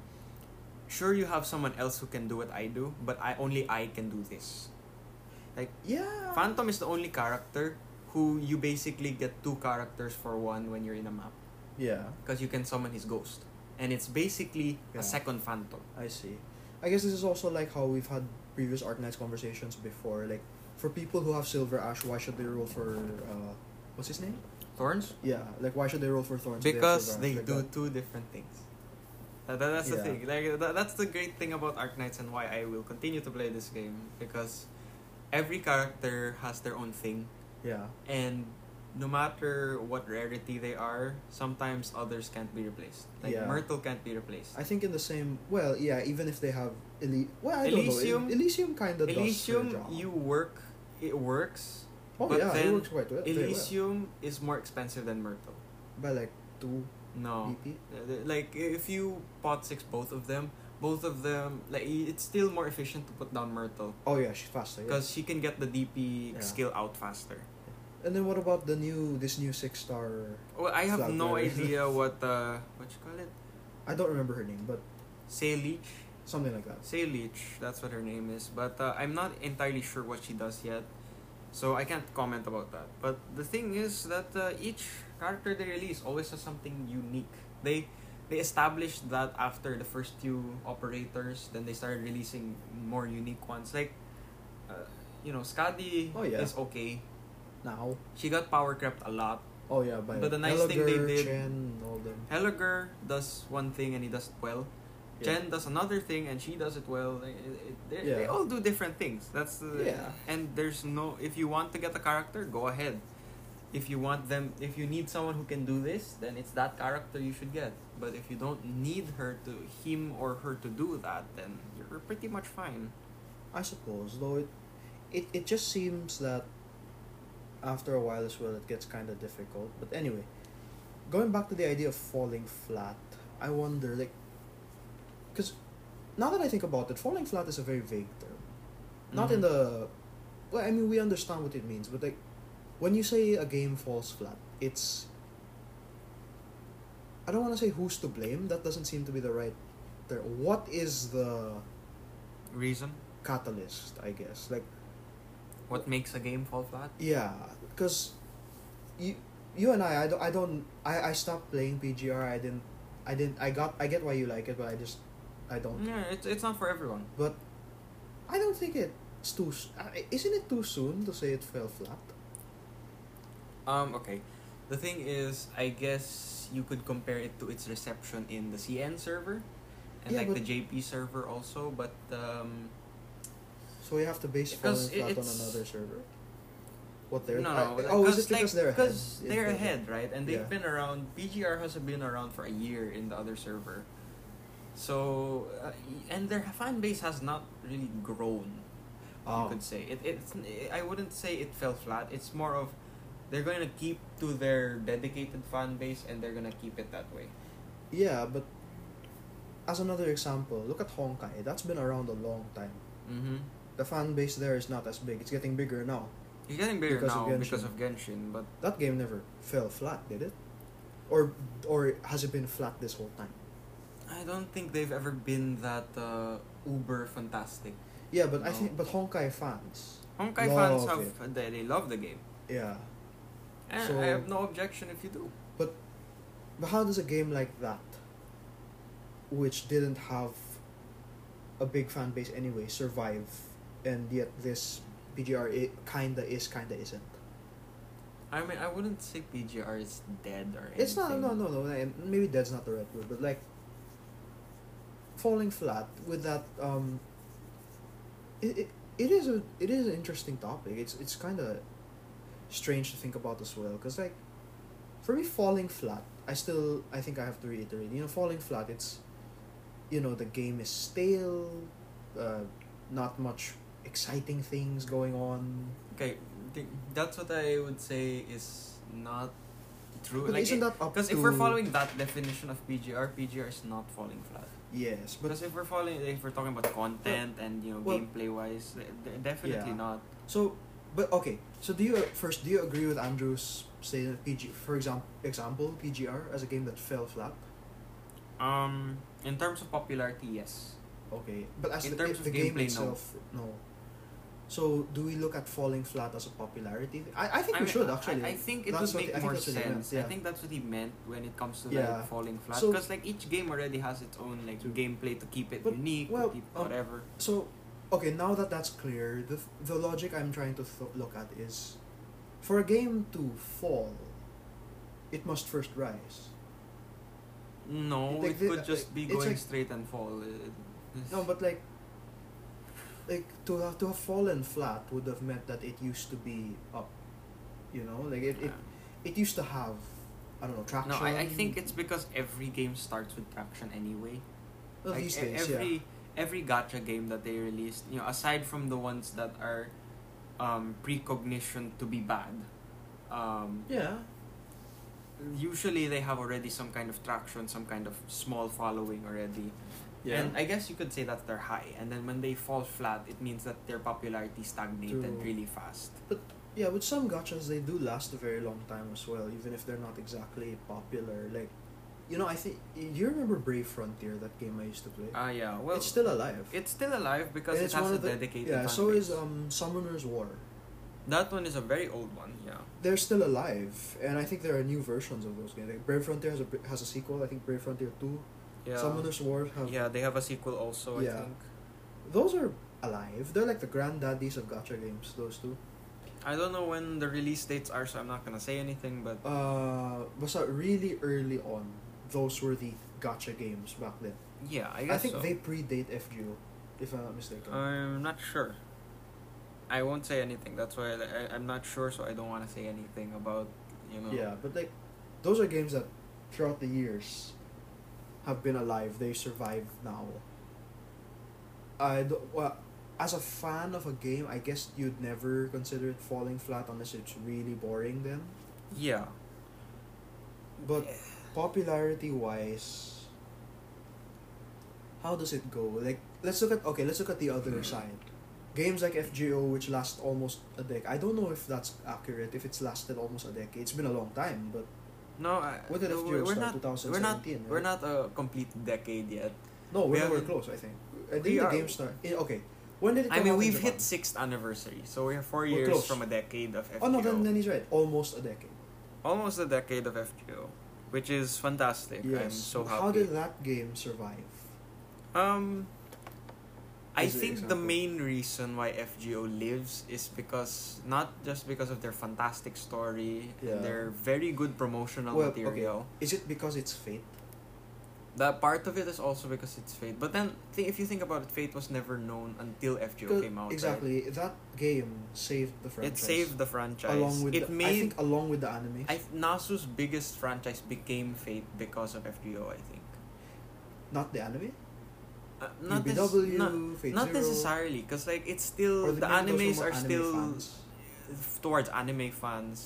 Speaker 2: sure you have someone else who can do what I do, but I only I can do this.
Speaker 1: yeah.
Speaker 2: Phantom is the only character who you basically get two characters for one when you're in a map
Speaker 1: Yeah,
Speaker 2: because you can summon his ghost. And it's basically
Speaker 1: Yeah.
Speaker 2: a second Phantom.
Speaker 1: I see. I guess this is also like how we've had previous Arc Knights conversations before. Like, for people who have Silver Ash, why should they roll for uh, what's his name?
Speaker 2: Thorns?
Speaker 1: Yeah, like why should they roll for Thorns? if have
Speaker 2: Because
Speaker 1: Silver
Speaker 2: they
Speaker 1: Ash? Like
Speaker 2: do
Speaker 1: that.
Speaker 2: two different things. That, that- that's the
Speaker 1: Yeah.
Speaker 2: thing. Like that, that's the great thing about Arc Knights and why I will continue to play this game because every character has their own thing.
Speaker 1: Yeah,
Speaker 2: and no matter what rarity they are, sometimes others can't be replaced. Like
Speaker 1: Yeah.
Speaker 2: Myrtle can't be replaced.
Speaker 1: I think in the same. Well, yeah, even if they have Eli- Well, I
Speaker 2: Elysium-
Speaker 1: don't know. Elysium kind of
Speaker 2: Elysium,
Speaker 1: does her
Speaker 2: you
Speaker 1: job.
Speaker 2: work, it works.
Speaker 1: Oh
Speaker 2: but
Speaker 1: yeah, it
Speaker 2: then
Speaker 1: works quite well. very well.
Speaker 2: Elysium is more expensive than Myrtle.
Speaker 1: by like two
Speaker 2: No,
Speaker 1: BP.
Speaker 2: Uh, like if you pot six both of them, both of them like i- it's still more efficient to put down Myrtle
Speaker 1: Oh yeah, she's faster. Yeah.
Speaker 2: because she can get the DP
Speaker 1: Yeah.
Speaker 2: skill out faster.
Speaker 1: And then what about the new this new six star?
Speaker 2: Well, I have
Speaker 1: Flag
Speaker 2: no
Speaker 1: bearer.
Speaker 2: idea what uh what you call it.
Speaker 1: I don't remember her name, but
Speaker 2: Say Leech.
Speaker 1: something like that.
Speaker 2: Say Leech. That's what her name is. But uh, I'm not entirely sure what she does yet, so I can't comment about that. But the thing is that uh, each character they release always has something unique. They they established that after the first few operators, then they started releasing more unique ones. Like, uh, you know, Skadi
Speaker 1: Oh, yeah.
Speaker 2: is okay.
Speaker 1: Now,
Speaker 2: She got power crept a lot.
Speaker 1: oh yeah, by
Speaker 2: But the nice thing they
Speaker 1: Gallagher,
Speaker 2: did-
Speaker 1: Chen, all them.
Speaker 2: Helliger does one thing and he does it well.
Speaker 1: Yeah.
Speaker 2: Jen does another thing and she does it well. It- it- they, they
Speaker 1: Yeah.
Speaker 2: all do different things. That's the,
Speaker 1: Yeah.
Speaker 2: And there's no. If you want to get a character, go ahead. If you want them, if you need someone who can do this, then it's that character you should get. But if you don't need her to, him or her to do that, then you're pretty much fine.
Speaker 1: I suppose though it, it it just seems that after a while as well it gets kind of difficult. But anyway, going back to the idea of falling flat, I wonder like, because now that I think about it, falling flat is a very vague term. Not in
Speaker 2: Mhm.
Speaker 1: the, well, I mean we understand what it means, but like, when you say a game falls flat, it's. I don't want to say who's to blame. That doesn't seem to be the right term. What is the
Speaker 2: reason.
Speaker 1: catalyst, I guess. Like,
Speaker 2: What makes a game fall flat?
Speaker 1: yeah, because you, you and I, I don't, I don't, I, I stopped playing PGR. I didn't, I didn't, I got, I get why you like it, but I just, I don't.
Speaker 2: Yeah, it's it's not for everyone.
Speaker 1: But I don't think it's too. s- uh, Isn't it too soon to say it fell flat?
Speaker 2: Um, okay. The thing is, I guess you could compare it to its reception in the CN server and
Speaker 1: Yeah,
Speaker 2: like
Speaker 1: but-
Speaker 2: the JP server also, but um
Speaker 1: So you have to base falling
Speaker 2: Because i-
Speaker 1: flat on
Speaker 2: it's-
Speaker 1: another server. What they're
Speaker 2: no, no.
Speaker 1: I- oh, is it
Speaker 2: like,
Speaker 1: because they're ahead?
Speaker 2: 'cause
Speaker 1: in
Speaker 2: they're
Speaker 1: the-
Speaker 2: ahead, right? And they've
Speaker 1: Yeah.
Speaker 2: been around. BGR has been around for a year in the other server, so uh, and their fan base has not really grown.
Speaker 1: Oh.
Speaker 2: You could say it. It's. I wouldn't say it fell flat. It's more of they're gonna keep to their dedicated fan base and they're gonna keep it that way.
Speaker 1: Yeah, but as another example, look at Honkai. That's been around a long time.
Speaker 2: Mm-hmm.
Speaker 1: The fan base there is not as big. It's getting bigger now.
Speaker 2: He's getting bigger
Speaker 1: Because of
Speaker 2: now
Speaker 1: Genshin.
Speaker 2: because of Genshin, but
Speaker 1: That game never fell flat, did it? Or or has it been flat this whole time?
Speaker 2: I don't think they've ever been that uh, uber fantastic.
Speaker 1: Yeah, but I
Speaker 2: No.
Speaker 1: think but Honkai fans.
Speaker 2: Honkai
Speaker 1: Love
Speaker 2: fans have they, they love the game.
Speaker 1: Yeah.
Speaker 2: And
Speaker 1: So-
Speaker 2: I have no objection if you do.
Speaker 1: But but how does a game like that which didn't have a big fan base anyway survive and yet this PGR i kinda is kinda isn't?
Speaker 2: I mean, I wouldn't say PGR is dead or anything.
Speaker 1: It's not no no no eh, maybe that's not the right word, but like falling flat with that um it, it, it is a it is an interesting topic. It's it's kind of strange to think about as well cuz like for me falling flat, I still I think I have to reiterate. You know, falling flat it's you know, the game is stale, uh not much exciting things going on.
Speaker 2: Okay, th- that's what I would say is not true.
Speaker 1: But
Speaker 2: like,
Speaker 1: isn't
Speaker 2: it-
Speaker 1: that up
Speaker 2: Because
Speaker 1: to
Speaker 2: if we're following that definition of PGR, PGR is not falling flat.
Speaker 1: Yes, but
Speaker 2: Because if we're following, if we're talking about content and you know
Speaker 1: Well-
Speaker 2: gameplay wise, definitely
Speaker 1: Yeah.
Speaker 2: not.
Speaker 1: So, but okay. So do you first do you agree with Andrew's statement? PG for example example PGR as a game that fell flat.
Speaker 2: Um, in terms of popularity, yes.
Speaker 1: Okay, but as
Speaker 2: In
Speaker 1: the,
Speaker 2: terms
Speaker 1: if
Speaker 2: of
Speaker 1: the game
Speaker 2: gameplay, no.
Speaker 1: itself, no. So do we look at falling flat as a popularity? thing? I I think we
Speaker 2: mean,
Speaker 1: should
Speaker 2: I-
Speaker 1: actually.
Speaker 2: I, think it
Speaker 1: That's
Speaker 2: would
Speaker 1: what- I
Speaker 2: make
Speaker 1: think
Speaker 2: more
Speaker 1: that's what he meant,
Speaker 2: sense.
Speaker 1: yeah.
Speaker 2: I think that's what he meant when it comes to
Speaker 1: Yeah.
Speaker 2: like falling flat.
Speaker 1: So-
Speaker 2: Because like each game already has its own like
Speaker 1: True.
Speaker 2: gameplay to keep it
Speaker 1: But-
Speaker 2: unique,
Speaker 1: well,
Speaker 2: to keep
Speaker 1: um,
Speaker 2: whatever.
Speaker 1: So, okay, now that that's clear, the the logic I'm trying to th- look at is, for a game to fall, it must first rise.
Speaker 2: No,
Speaker 1: like
Speaker 2: it
Speaker 1: the- uh,
Speaker 2: could just be
Speaker 1: it's
Speaker 2: going
Speaker 1: like-
Speaker 2: straight and fall. It- it's-
Speaker 1: No, but like, like to have, to have fallen flat would have meant that it used to be up, you know, like it it,
Speaker 2: Yeah.
Speaker 1: it used to have, I don't know, traction.
Speaker 2: no, I, I think it's because every game starts with traction anyway.
Speaker 1: well,
Speaker 2: Like,
Speaker 1: these
Speaker 2: e-
Speaker 1: days,
Speaker 2: every
Speaker 1: yeah.
Speaker 2: every gacha game that they released, you know, aside from the ones that are um, precognition to be bad, um,
Speaker 1: Yeah,
Speaker 2: usually they have already some kind of traction, some kind of small following already.
Speaker 3: Yeah.
Speaker 2: And I guess you could say that they're high. And then when they fall flat, it means that their popularity stagnated
Speaker 1: True.
Speaker 2: really fast.
Speaker 1: Yeah, with some gachas, they do last a very long time as well, even if they're not exactly popular. Like, you know, I think. You remember Brave Frontier, that game I used to play?
Speaker 2: Ah, yeah. Well,
Speaker 1: it's still alive.
Speaker 2: it's still alive because
Speaker 1: And
Speaker 2: it
Speaker 1: it's
Speaker 2: has
Speaker 1: one
Speaker 2: a
Speaker 1: of the-
Speaker 2: dedicated
Speaker 1: Yeah,
Speaker 2: fan
Speaker 1: so is
Speaker 2: base.
Speaker 1: um, Summoner's War.
Speaker 2: That one is a very old one, yeah.
Speaker 1: They're still alive, and I think there are new versions of those games. Like Brave Frontier has a, br- has a sequel, I think Brave Frontier 2.
Speaker 2: Yeah.
Speaker 1: Summoner's War have.
Speaker 2: Yeah, they have a sequel also, I
Speaker 1: Yeah.
Speaker 2: think.
Speaker 1: Those are alive. They're like the granddaddies of gacha games, those two.
Speaker 2: I don't know when the release dates are, so I'm not gonna say anything, but
Speaker 1: Uh, basta really early on, those were the gacha games back then.
Speaker 2: yeah, I
Speaker 1: I,
Speaker 2: guess
Speaker 1: think
Speaker 2: so.
Speaker 1: they predate FGO, if I'm not mistaken.
Speaker 2: I'm not sure. I won't say anything. That's why I, I, I'm not sure, so I don't want to say anything about, you know.
Speaker 1: Yeah, but like, those are games that throughout the years have been alive. They survive now. I do well, as a fan of a game, I guess you'd never consider it falling flat unless it's really boring. Then,
Speaker 2: Yeah.
Speaker 1: but popularity wise, how does it go? Like, let's look at okay, let's look at the other side. Games like FGO, which last almost a decade. I don't know if that's accurate. If it's lasted almost a decade, it's been a long time, but.
Speaker 2: No, I,
Speaker 1: What did
Speaker 2: no,
Speaker 1: FGO
Speaker 2: we're, we're
Speaker 1: start?
Speaker 2: not, We're not,
Speaker 1: 2017, right?
Speaker 2: we're not a complete decade yet.
Speaker 1: No, we're
Speaker 2: We
Speaker 1: nowhere
Speaker 2: haven't-
Speaker 1: close. I think. I think
Speaker 2: We
Speaker 1: the
Speaker 2: are-
Speaker 1: game start. eh, okay, when did it? Come
Speaker 2: I mean,
Speaker 1: out in
Speaker 2: we've
Speaker 1: Japan?
Speaker 2: hit sixth anniversary, so we have 4
Speaker 1: We're
Speaker 2: years
Speaker 1: close.
Speaker 2: from a decade of FGO.
Speaker 1: Oh no, then, then he's right. Almost a decade.
Speaker 2: Almost a decade of FGO, which is fantastic. I'm so happy.
Speaker 1: How did that game survive?
Speaker 2: Um, I
Speaker 1: Is it
Speaker 2: think the
Speaker 1: example?
Speaker 2: main reason why FGO lives is because not just because of their fantastic story,
Speaker 1: Yeah.
Speaker 2: and their very good promotional
Speaker 1: Well, okay.
Speaker 2: material.
Speaker 1: Is it because it's fate?
Speaker 2: That part of it is also because it's Fate. But then, th- if you think about it, Fate was never known until FGO
Speaker 1: Because-
Speaker 2: came out. right?
Speaker 1: Exactly. That game saved the
Speaker 2: It
Speaker 1: franchise.
Speaker 2: saved the franchise.
Speaker 1: along with
Speaker 2: it
Speaker 1: the, I
Speaker 2: made
Speaker 1: think along with the anime.
Speaker 2: I Nasu's biggest franchise became Fate because of FGO. I think.
Speaker 1: not the anime.
Speaker 2: Uh, not this-
Speaker 1: UBW,
Speaker 2: not-
Speaker 1: Fate
Speaker 2: not
Speaker 1: Zero,
Speaker 2: necessarily because like it's still
Speaker 1: or maybe
Speaker 2: the
Speaker 1: those
Speaker 2: animes
Speaker 1: more
Speaker 2: are
Speaker 1: anime
Speaker 2: still
Speaker 1: fans.
Speaker 2: f- towards anime fans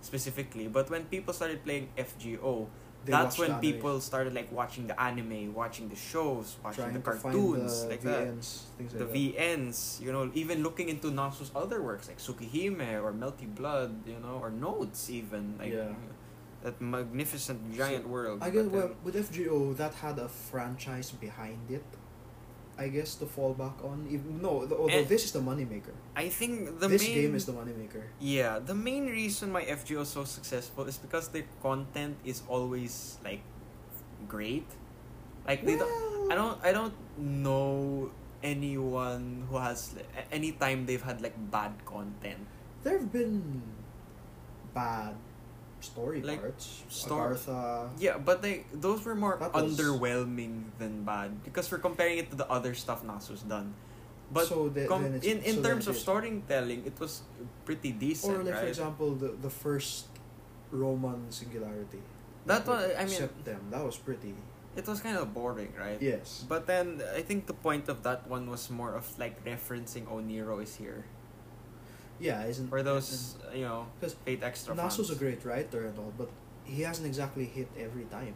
Speaker 2: specifically but when people started playing fgo
Speaker 1: They
Speaker 2: that's
Speaker 1: watch
Speaker 2: when
Speaker 1: the anime,
Speaker 2: people started like watching the anime watching the shows watching
Speaker 1: trying
Speaker 2: the
Speaker 1: to find
Speaker 2: cartoons
Speaker 1: the
Speaker 2: like that
Speaker 1: VNs, things
Speaker 2: the
Speaker 1: like that.
Speaker 2: vns you know even looking into nasu's other works like tsukihime or melty blood you know or notes even like
Speaker 1: Yeah.
Speaker 2: that magnificent giant world
Speaker 1: I
Speaker 2: but
Speaker 1: guess
Speaker 2: then-
Speaker 1: well, with FGO that had a franchise behind it. I guess to fall back on. Even, no, the, although
Speaker 2: And-
Speaker 1: this is the moneymaker.
Speaker 2: um, i think the
Speaker 1: this
Speaker 2: main
Speaker 1: game is the moneymaker.
Speaker 2: Yeah, the main reason why FGO is so successful is because their content is always like great. Like they don't, I don't I don't know anyone who has like, a- any time they've had like bad content.
Speaker 1: There have been bad story
Speaker 2: Like,
Speaker 1: parts.
Speaker 2: story-
Speaker 1: Agartha.
Speaker 2: Yeah, but they those were more
Speaker 1: That was-
Speaker 2: underwhelming than bad because we're comparing it to the other stuff Nasu's done. But
Speaker 1: so the,
Speaker 2: com-
Speaker 1: then it's,
Speaker 2: in in
Speaker 1: so then
Speaker 2: terms
Speaker 1: it
Speaker 2: of
Speaker 1: is.
Speaker 2: storytelling, it was pretty decent,
Speaker 1: Or like for
Speaker 2: right?
Speaker 1: example, the the first Roman singularity.
Speaker 2: that one, I mean,
Speaker 1: Except them. That was pretty.
Speaker 2: it was kind of boring, right?
Speaker 1: Yes.
Speaker 2: But then I think the point of that one was more of like referencing Oniro is here
Speaker 1: Yeah, isn't
Speaker 2: for those
Speaker 1: Mm-hmm.
Speaker 2: you know
Speaker 1: 'Cause
Speaker 2: paid extra.
Speaker 1: Nasu's
Speaker 2: funds.
Speaker 1: a great writer and all, but he hasn't exactly hit every time.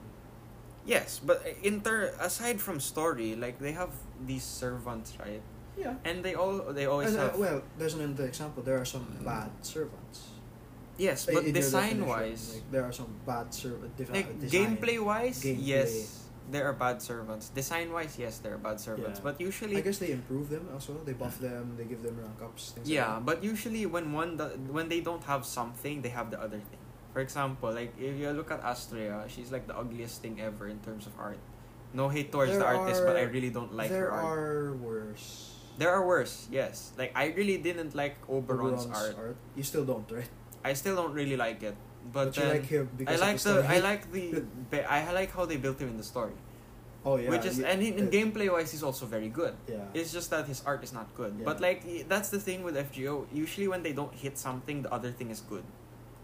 Speaker 2: Yes, but inter aside from story, like they have these servants, right?
Speaker 1: Yeah.
Speaker 2: And they all they always
Speaker 1: And, uh,
Speaker 2: have
Speaker 1: well, there's another example. There are some bad servants.
Speaker 2: yes,
Speaker 1: In-
Speaker 2: but
Speaker 1: in your
Speaker 2: design
Speaker 1: definition,
Speaker 2: wise,
Speaker 1: like, there are some bad servant. Defi- uh,
Speaker 2: like,
Speaker 1: design.
Speaker 2: gameplay wise,
Speaker 1: gameplay.
Speaker 2: yes, there are bad servants. Design wise, yes, there are bad servants.
Speaker 1: Yeah.
Speaker 2: But usually,
Speaker 1: I guess they improve them as well. They buff them. They give them rank ups. Things
Speaker 2: Yeah,
Speaker 1: Like
Speaker 2: but usually when one do- when they don't have something, they have the other thing. For example, like if you look at Astrea, she's like the ugliest thing ever in terms of art. No hate towards
Speaker 1: There
Speaker 2: the artist, but I
Speaker 1: are-
Speaker 2: really don't
Speaker 1: that.
Speaker 2: like
Speaker 1: there
Speaker 2: her art.
Speaker 1: are worse.
Speaker 2: There are worse, yes. Like I really didn't like Oberon's, art.
Speaker 1: You still don't, right?
Speaker 2: I still don't really like it, but,
Speaker 1: you
Speaker 2: then
Speaker 1: like him
Speaker 2: I
Speaker 1: because
Speaker 2: like
Speaker 1: of the,
Speaker 2: the,
Speaker 1: story.
Speaker 2: I like the be- I like how they built him in the story,
Speaker 1: Oh yeah.
Speaker 2: which is
Speaker 1: you-
Speaker 2: and in, in
Speaker 1: uh,
Speaker 2: gameplay wise, he's also very good.
Speaker 1: Yeah.
Speaker 2: It's just that his art is not good.
Speaker 1: Yeah.
Speaker 2: But like y- that's the thing with FGO. Usually when they don't hit something, the other thing is good.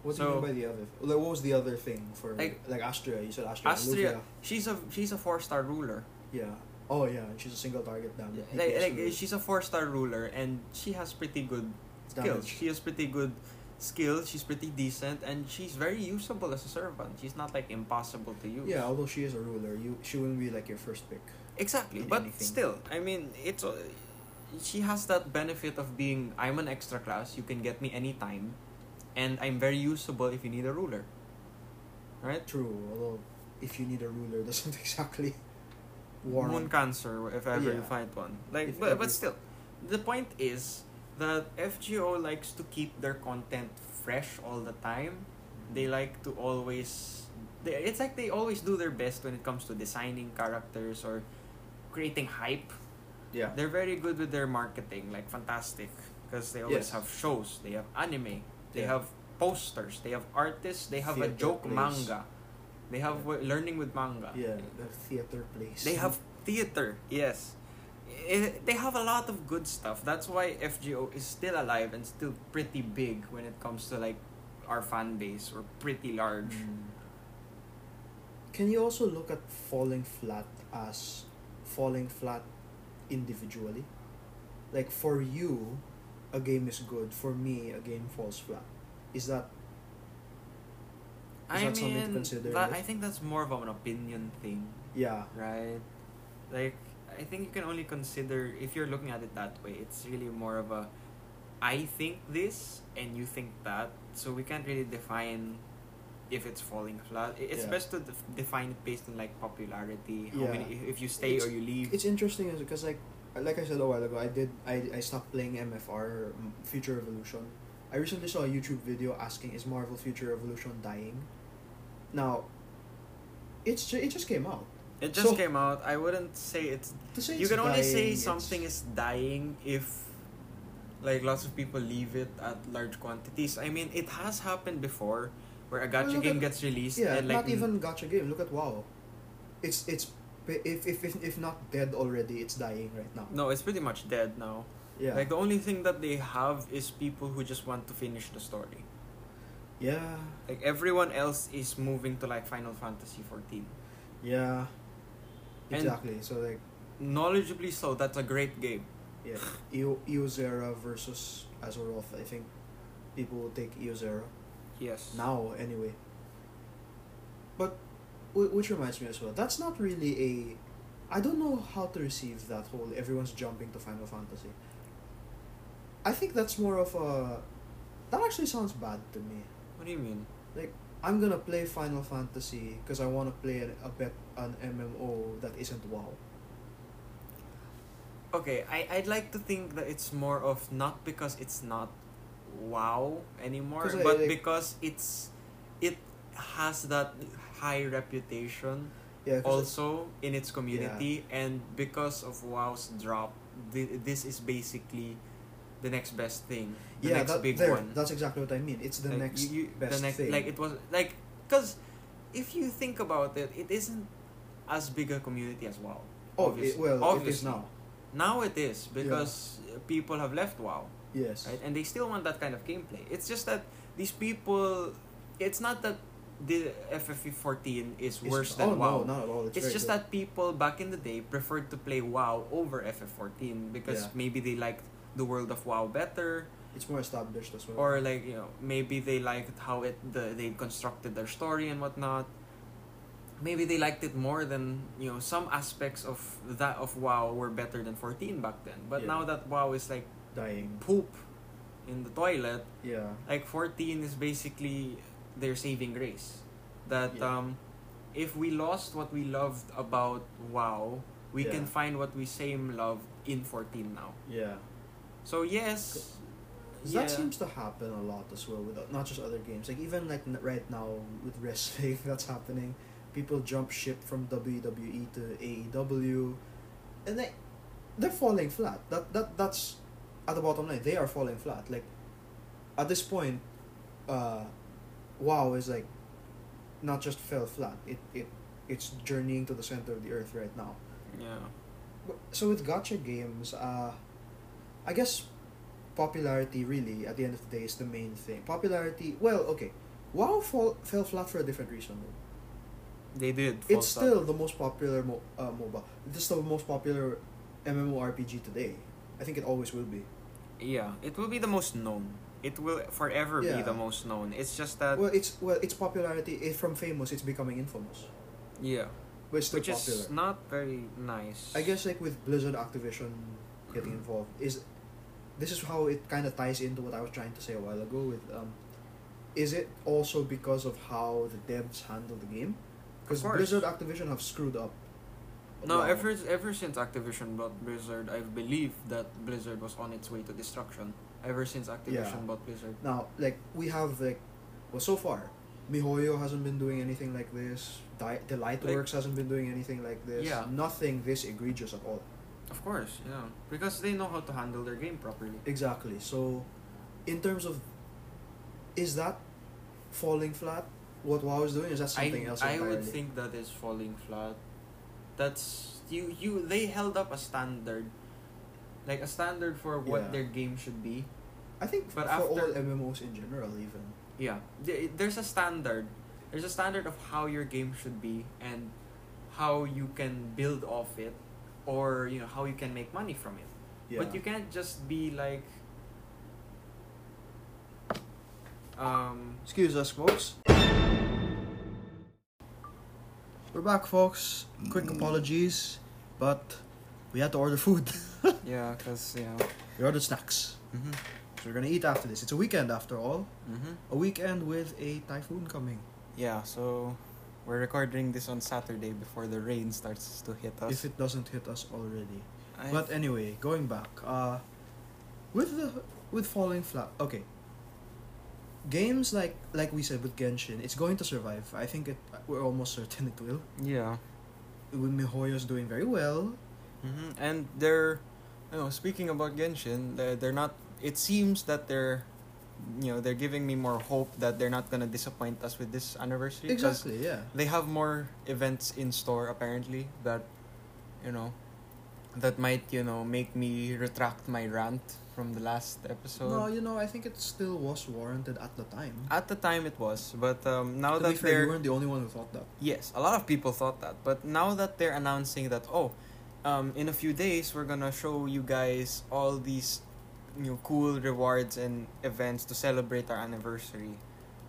Speaker 1: What do
Speaker 2: so-
Speaker 1: you mean by the other? Like, what was the other thing for like,
Speaker 2: Like-
Speaker 1: Astrea? You said Astrea.
Speaker 2: Astria,
Speaker 1: Luvia.
Speaker 2: she's a she's a four star ruler.
Speaker 1: Yeah. Oh yeah. She's a single target damage.
Speaker 2: Like,
Speaker 1: DPS
Speaker 2: like
Speaker 1: ruler.
Speaker 2: she's a four star ruler, and she has pretty good skills.
Speaker 1: damage.
Speaker 2: She has pretty good skills. She's pretty decent, and she's very usable as a servant. She's not like impossible to use.
Speaker 1: Yeah, although she is a ruler, you she wouldn't be like your first pick.
Speaker 2: Exactly,
Speaker 1: in
Speaker 2: but
Speaker 1: anything.
Speaker 2: still, I mean, it's uh, she has that benefit of being I'm an extra class. You can get me anytime, and I'm very usable if you need a ruler. Right?
Speaker 1: True, although if you need a ruler, doesn't exactly warrant.
Speaker 2: Moon cancer if ever you
Speaker 1: Yeah.
Speaker 2: find one. Like,
Speaker 1: If
Speaker 2: but
Speaker 1: ever.
Speaker 2: but still, the point is that FGO likes to keep their content fresh all the time. They like to always. They, it's like they always do their best when it comes to designing characters or creating hype
Speaker 1: Yeah.
Speaker 2: They're very good with their marketing, like fantastic, because they always
Speaker 1: Yes.
Speaker 2: have shows, they have anime, they
Speaker 1: Yeah.
Speaker 2: have posters, they have artists, they have a
Speaker 1: Theater
Speaker 2: joke
Speaker 1: plays.
Speaker 2: manga, they have
Speaker 1: Yeah.
Speaker 2: w- learning with manga.
Speaker 1: Yeah, the theater place. Mm.
Speaker 2: They have theater, yes. I- they have a lot of good stuff. That's why FGO is still alive and still pretty big when it comes to like our fan base or pretty large.
Speaker 1: Mm. Can you also look at falling flat as falling flat individually? Like for you, a game is good. For me, a game falls flat. Is that
Speaker 2: I
Speaker 1: that something to
Speaker 2: mean,
Speaker 1: consider
Speaker 2: that-
Speaker 1: with?
Speaker 2: I think that's more of an opinion thing.
Speaker 1: yeah?
Speaker 2: Right. Like I think you can only consider if you're looking at it that way, it's really more of a I think this and you think that. So we can't really define if it's falling flat. I- It's
Speaker 1: Yeah.
Speaker 2: best to def- define it based on like popularity, how
Speaker 1: Yeah.
Speaker 2: many if- if you stay or you leave.
Speaker 1: It's interesting because like like I said a while ago, I did I, I stopped playing MFR m- mm, Future Revolution. I recently saw a YouTube video asking is Marvel Future Revolution dying? Now, it's ju- it just came out.
Speaker 2: it just
Speaker 1: so-
Speaker 2: came out. I wouldn't say it's
Speaker 1: To say
Speaker 2: you
Speaker 1: it's
Speaker 2: can only
Speaker 1: dying,
Speaker 2: say
Speaker 1: it's-
Speaker 2: something is dying if like lots of people leave it at large quantities. I mean, it has happened before where a gacha
Speaker 1: Well, look
Speaker 2: game
Speaker 1: at-
Speaker 2: gets released
Speaker 1: Yeah,
Speaker 2: and like mm.
Speaker 1: not even gacha game. Look at WoW. It's it's if if if, if not dead already, it's dying right now.
Speaker 2: No, it's pretty much dead now.
Speaker 1: Yeah.
Speaker 2: Like the only thing that they have is people who just want to finish the story.
Speaker 1: yeah.
Speaker 2: Like everyone else is moving to like Final Fantasy 14.
Speaker 1: Yeah.
Speaker 2: And-
Speaker 1: Exactly. so like
Speaker 2: Knowledgeably so, that's a great game.
Speaker 1: yeah, E Eo- Eozera versus Azeroth. I think people will take Eozera.
Speaker 2: Yes.
Speaker 1: now eh, anyway but whi- which reminds me as well that's not really a i don't know how to receive that whole everyone's jumping to final fantasy i think that's more of a that actually sounds bad to me
Speaker 2: What do you mean?
Speaker 1: like i'm gonna play final fantasy because i want to play an, a bet an mmo that isn't wow
Speaker 2: Okay, I I'd like to think that it's more of not because it's not wow anymore,
Speaker 1: 'Cause I-
Speaker 2: but
Speaker 1: like-
Speaker 2: because it's it has that high reputation
Speaker 1: yeah 'cause it's-
Speaker 2: also in its community and because of WoW's drop th- this is basically the next best thing the
Speaker 1: yeah
Speaker 2: next
Speaker 1: that,
Speaker 2: big
Speaker 1: there,
Speaker 2: one
Speaker 1: that's exactly what i mean it's the
Speaker 2: Like,
Speaker 1: next
Speaker 2: you- you-
Speaker 1: best
Speaker 2: the next,
Speaker 1: thing
Speaker 2: like it was like because if you think about it it isn't as big a community as WoW
Speaker 1: oh
Speaker 2: obviously-
Speaker 1: it, well it is
Speaker 2: obviously.
Speaker 1: now
Speaker 2: now it is because uh, people have left WoW
Speaker 1: yes
Speaker 2: right and they still want that kind of gameplay it's just that these people it's not that the FFE14 is
Speaker 1: It's-
Speaker 2: worse
Speaker 1: oh,
Speaker 2: than WoW
Speaker 1: no, not at all. It's,
Speaker 2: it's
Speaker 1: very
Speaker 2: just
Speaker 1: good.
Speaker 2: that people back in the day preferred to play WoW over FF14 because
Speaker 1: Yeah.
Speaker 2: maybe they liked the world of WoW better,
Speaker 1: it's more established as well.
Speaker 2: or like you know maybe they liked how it the, they constructed their story and whatnot. Maybe they liked it more than you know some aspects of that of WoW were better than 14 back then. But
Speaker 1: Yeah.
Speaker 2: now that WoW is like
Speaker 1: dying.
Speaker 2: poop in the toilet,
Speaker 1: Yeah.
Speaker 2: like 14 is basically their saving grace that
Speaker 1: Yeah.
Speaker 2: um if we lost what we loved about wow we
Speaker 1: Yeah.
Speaker 2: can find what we same love in 14 now
Speaker 1: Yeah.
Speaker 2: so yes yeah.
Speaker 1: That seems to happen a lot as well with not just other games. Like even like n- right now with wrestling that's happening. People jump ship from WWE to AEW and they they're falling flat. That that that's at the bottom line. They are falling flat. Like at this point uh WoW is like not just fell flat. It it it's journeying to the center of the earth right now.
Speaker 2: yeah
Speaker 1: So with gotcha games, uh, I guess popularity really at the end of the day is the main thing. Popularity, well, okay, WoW fall, fell flat for a different reason. though.
Speaker 2: they did
Speaker 1: It's still the most popular mo- uh, MOBA. It's the most popular MMORPG today. I think it always will be.
Speaker 2: yeah it will be the most known
Speaker 4: It will forever be
Speaker 1: Yeah.
Speaker 4: the most known. It's just that
Speaker 1: well, it's well, its popularity it, from famous, it's becoming infamous,
Speaker 4: yeah,
Speaker 1: but it's still
Speaker 4: which
Speaker 1: popular.
Speaker 4: is not very nice.
Speaker 1: I guess like with Blizzard Activision getting
Speaker 4: Mm-hmm.
Speaker 1: involved is this is how it kind of ties into what I was trying to say a while ago with um is it also because of how the devs handle the game because
Speaker 4: course.
Speaker 1: Blizzard Activision have screwed up a
Speaker 4: No,
Speaker 1: lot.
Speaker 4: ever ever since Activision bought Blizzard, I've believed that Blizzard was on its way to destruction. Ever since Activision
Speaker 1: Yeah.
Speaker 4: bought Blizzard,
Speaker 1: now like we have like well so far MiHoYo hasn't been doing anything like this Di- Delightworks hasn't been doing anything like this
Speaker 4: Yeah.
Speaker 1: nothing this egregious at all
Speaker 4: of course, yeah, because they know how to handle their game properly.
Speaker 1: Exactly. So, in terms of, is that falling flat? What WoW is doing is that something
Speaker 4: I,
Speaker 1: else
Speaker 4: I
Speaker 1: entirely?
Speaker 4: would think that is falling flat. That's you you they held up a standard, like a standard for what
Speaker 1: Yeah.
Speaker 4: their game should be.
Speaker 1: I think
Speaker 4: but
Speaker 1: for
Speaker 4: after-
Speaker 1: all MMOs in general, even
Speaker 4: Yeah, There- there's a standard. There's a standard of how your game should be and how you can build off it, or you know how you can make money from it.
Speaker 1: yeah.
Speaker 4: But you can't just be like. Um.
Speaker 1: Excuse us, folks. We're back, folks. Quick apologies, but we had to order food.
Speaker 4: Yeah, cause yeah.
Speaker 1: we ordered snacks,
Speaker 2: mm-hmm,
Speaker 4: Mhm.
Speaker 1: so we're gonna eat after this. It's a weekend after all.
Speaker 4: Mhm.
Speaker 1: A weekend with a typhoon coming.
Speaker 2: Yeah, so we're recording this on Saturday before the rain starts to hit us.
Speaker 1: If it doesn't hit us already.
Speaker 2: I-
Speaker 1: But anyway, going back, uh, with the with falling flat. Okay. Games like like we said with Genshin, it's going to survive. I think it. We're almost certain it will.
Speaker 2: yeah.
Speaker 1: With MiHoYo's doing very well.
Speaker 2: hmm And they're, you know, speaking about Genshin, they're, they're not. It seems that they're, you know, they're giving me more hope that they're not gonna disappoint us with this anniversary. 'cause
Speaker 1: Exactly. Yeah.
Speaker 2: They have more events in store apparently that, you know, that might you know make me retract my rant from the last episode.
Speaker 1: no, you know, I think it still was warranted at the time.
Speaker 2: At the time it was, but um, now
Speaker 1: to
Speaker 2: that
Speaker 1: be fair,
Speaker 2: they're
Speaker 1: you weren't the only one who thought that.
Speaker 2: Yes, a lot of people thought that, but now that they're announcing that, oh, um, in a few days we're gonna show you guys all these, you know, cool rewards and events to celebrate our anniversary,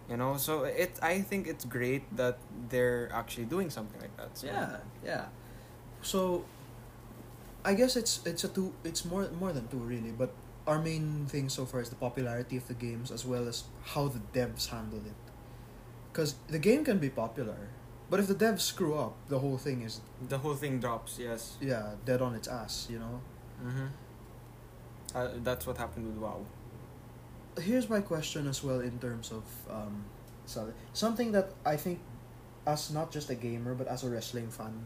Speaker 2: you know. So it, I think it's great that they're actually doing something like that. So.
Speaker 1: Yeah. Yeah. So. I guess it's it's a two. It's more more than two really, but. Our main thing so far is the popularity of the games as well as how the devs handle it. Because the game can be popular, but if the devs screw up, the whole thing is,
Speaker 2: The whole thing drops. Yes.
Speaker 1: yeah, dead on its ass, you know?
Speaker 2: Mm-hmm. Uh, that's what happened with WoW.
Speaker 1: Here's my question as well in terms of um, so- something that I think, as not just a gamer, but as a wrestling fan,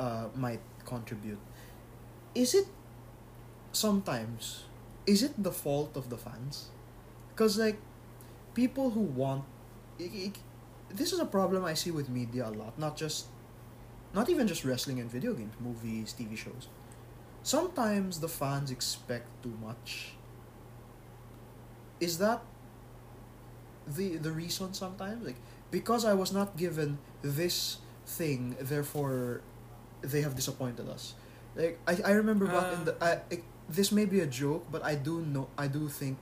Speaker 1: uh, might contribute. Is it sometimes, is it the fault of the fans? Because, like, people who want. i i this is a problem I see with media a lot, not just. Not even just wrestling and video games, movies, TV shows. Sometimes the fans expect too much. Is that the the reason sometimes? Like because I was not given this thing, therefore they have disappointed us. Like I, I remember back in the I, I this may be a joke, but I do know I do think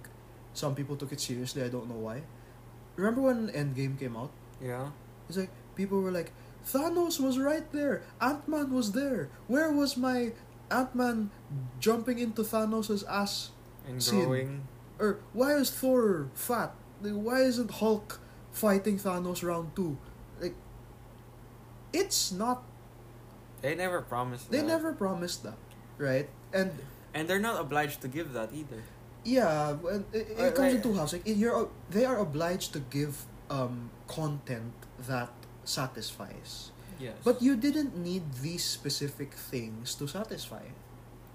Speaker 1: some people took it seriously. I don't know why. Remember when Endgame came out?
Speaker 2: Yeah.
Speaker 1: It's like people were like, Thanos was right there. Ant Man was there. Where was my Ant Man jumping into Thanos' ass?
Speaker 2: And
Speaker 1: Scene.
Speaker 2: growing.
Speaker 1: Or why is Thor fat? Like, why isn't Hulk fighting Thanos round two? Like, it's not.
Speaker 2: They never promised.
Speaker 1: They
Speaker 2: that.
Speaker 1: never promised that, right? And
Speaker 2: And they're not obliged to give that either.
Speaker 1: yeah, and it, it
Speaker 2: Right,
Speaker 1: comes in
Speaker 2: right.
Speaker 1: two halves. Like, you're ob- they are obliged to give um content that satisfies.
Speaker 2: Yes.
Speaker 1: But you didn't need these specific things to satisfy.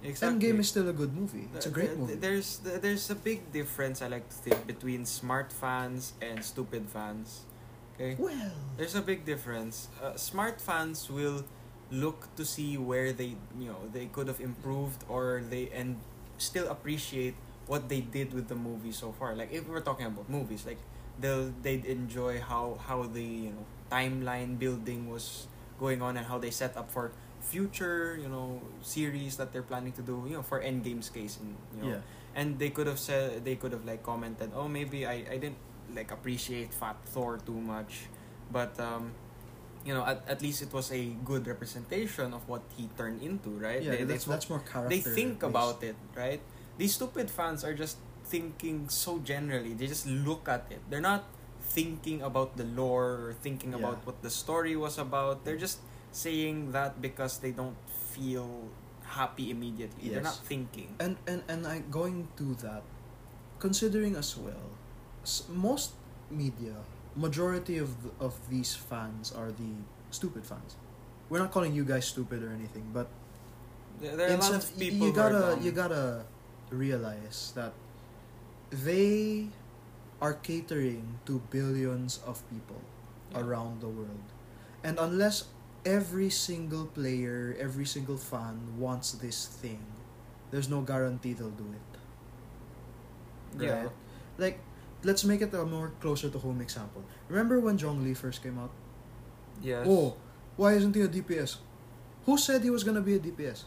Speaker 2: exactly.
Speaker 1: Endgame is still a good movie. It's a
Speaker 2: Th-
Speaker 1: great
Speaker 2: th-
Speaker 1: movie.
Speaker 2: There's th- there's a big difference I like to think between smart fans and stupid fans. Okay,
Speaker 1: well,
Speaker 2: there's a big difference. Uh, smart fans will look to see where they you know they could have improved or they and still appreciate what they did with the movie so far. Like if we're talking about movies, like they'll they'd enjoy how how the you know timeline building was going on and how they set up for future you know series that they're planning to do you know for Endgame's case and you know
Speaker 1: yeah.
Speaker 2: and they could have said they could have like commented oh maybe i i didn't like appreciate fat thor too much but um you know at, at least it was a good representation of what he turned into right
Speaker 1: yeah,
Speaker 2: They- they
Speaker 1: that's
Speaker 2: took-
Speaker 1: that's more character.
Speaker 2: they think
Speaker 1: based.
Speaker 2: about it, right? These stupid fans are just thinking so generally. They just look at it. They're not thinking about the lore or thinking
Speaker 1: Yeah.
Speaker 2: about what the story was about. They're just saying that because they don't feel happy immediately. They're
Speaker 1: Yes.
Speaker 2: not thinking.
Speaker 1: And and and I going to that, considering as well, s- most media, majority of the, of these fans are the stupid fans. We're not calling you guys stupid or anything, but
Speaker 2: There, there are
Speaker 1: in
Speaker 2: a lot
Speaker 1: some-
Speaker 2: of
Speaker 1: y-
Speaker 2: people
Speaker 1: you
Speaker 2: who are
Speaker 1: gotta
Speaker 2: dumb.
Speaker 1: you gotta realize that they are catering to billions of people
Speaker 2: Yeah.
Speaker 1: around the world and unless every single player every single fan wants this thing there's no guarantee they'll do it
Speaker 2: Yeah.
Speaker 1: right? like let's make it a more closer to home example remember when Zhong Li first came out
Speaker 2: Yes.
Speaker 1: oh why isn't he a DPS who said he was gonna be a DPS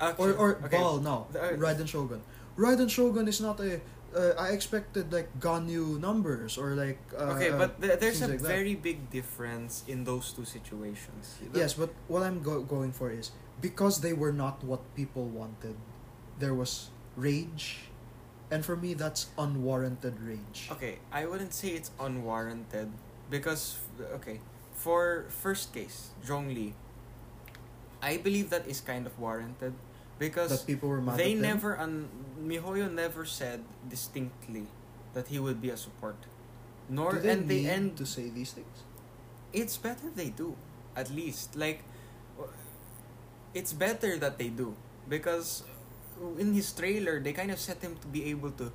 Speaker 2: Actually-
Speaker 1: or or
Speaker 2: okay.
Speaker 1: Ball now.
Speaker 2: The- uh,
Speaker 1: Raiden Shogun. Raiden Shogun is not a. Uh, I expected like Ganyu numbers or like. Uh,
Speaker 2: okay, but th- there's a
Speaker 1: things like that.
Speaker 2: very big difference in those two situations.
Speaker 1: yes, but what I'm go- going for is because they were not what people wanted, there was rage, and for me that's unwarranted rage.
Speaker 2: Okay, I wouldn't say it's unwarranted because okay, for first case, Zhongli, I believe that is kind of warranted
Speaker 1: That
Speaker 2: because
Speaker 1: people were mad
Speaker 2: they
Speaker 1: at them.
Speaker 2: never un Mihoyo never said distinctly that he would be a support. Nor
Speaker 1: Do they
Speaker 2: and they
Speaker 1: need
Speaker 2: end
Speaker 1: to say these things.
Speaker 2: it's better they do at least like w- it's better that they do because in his trailer they kind of set him to be able to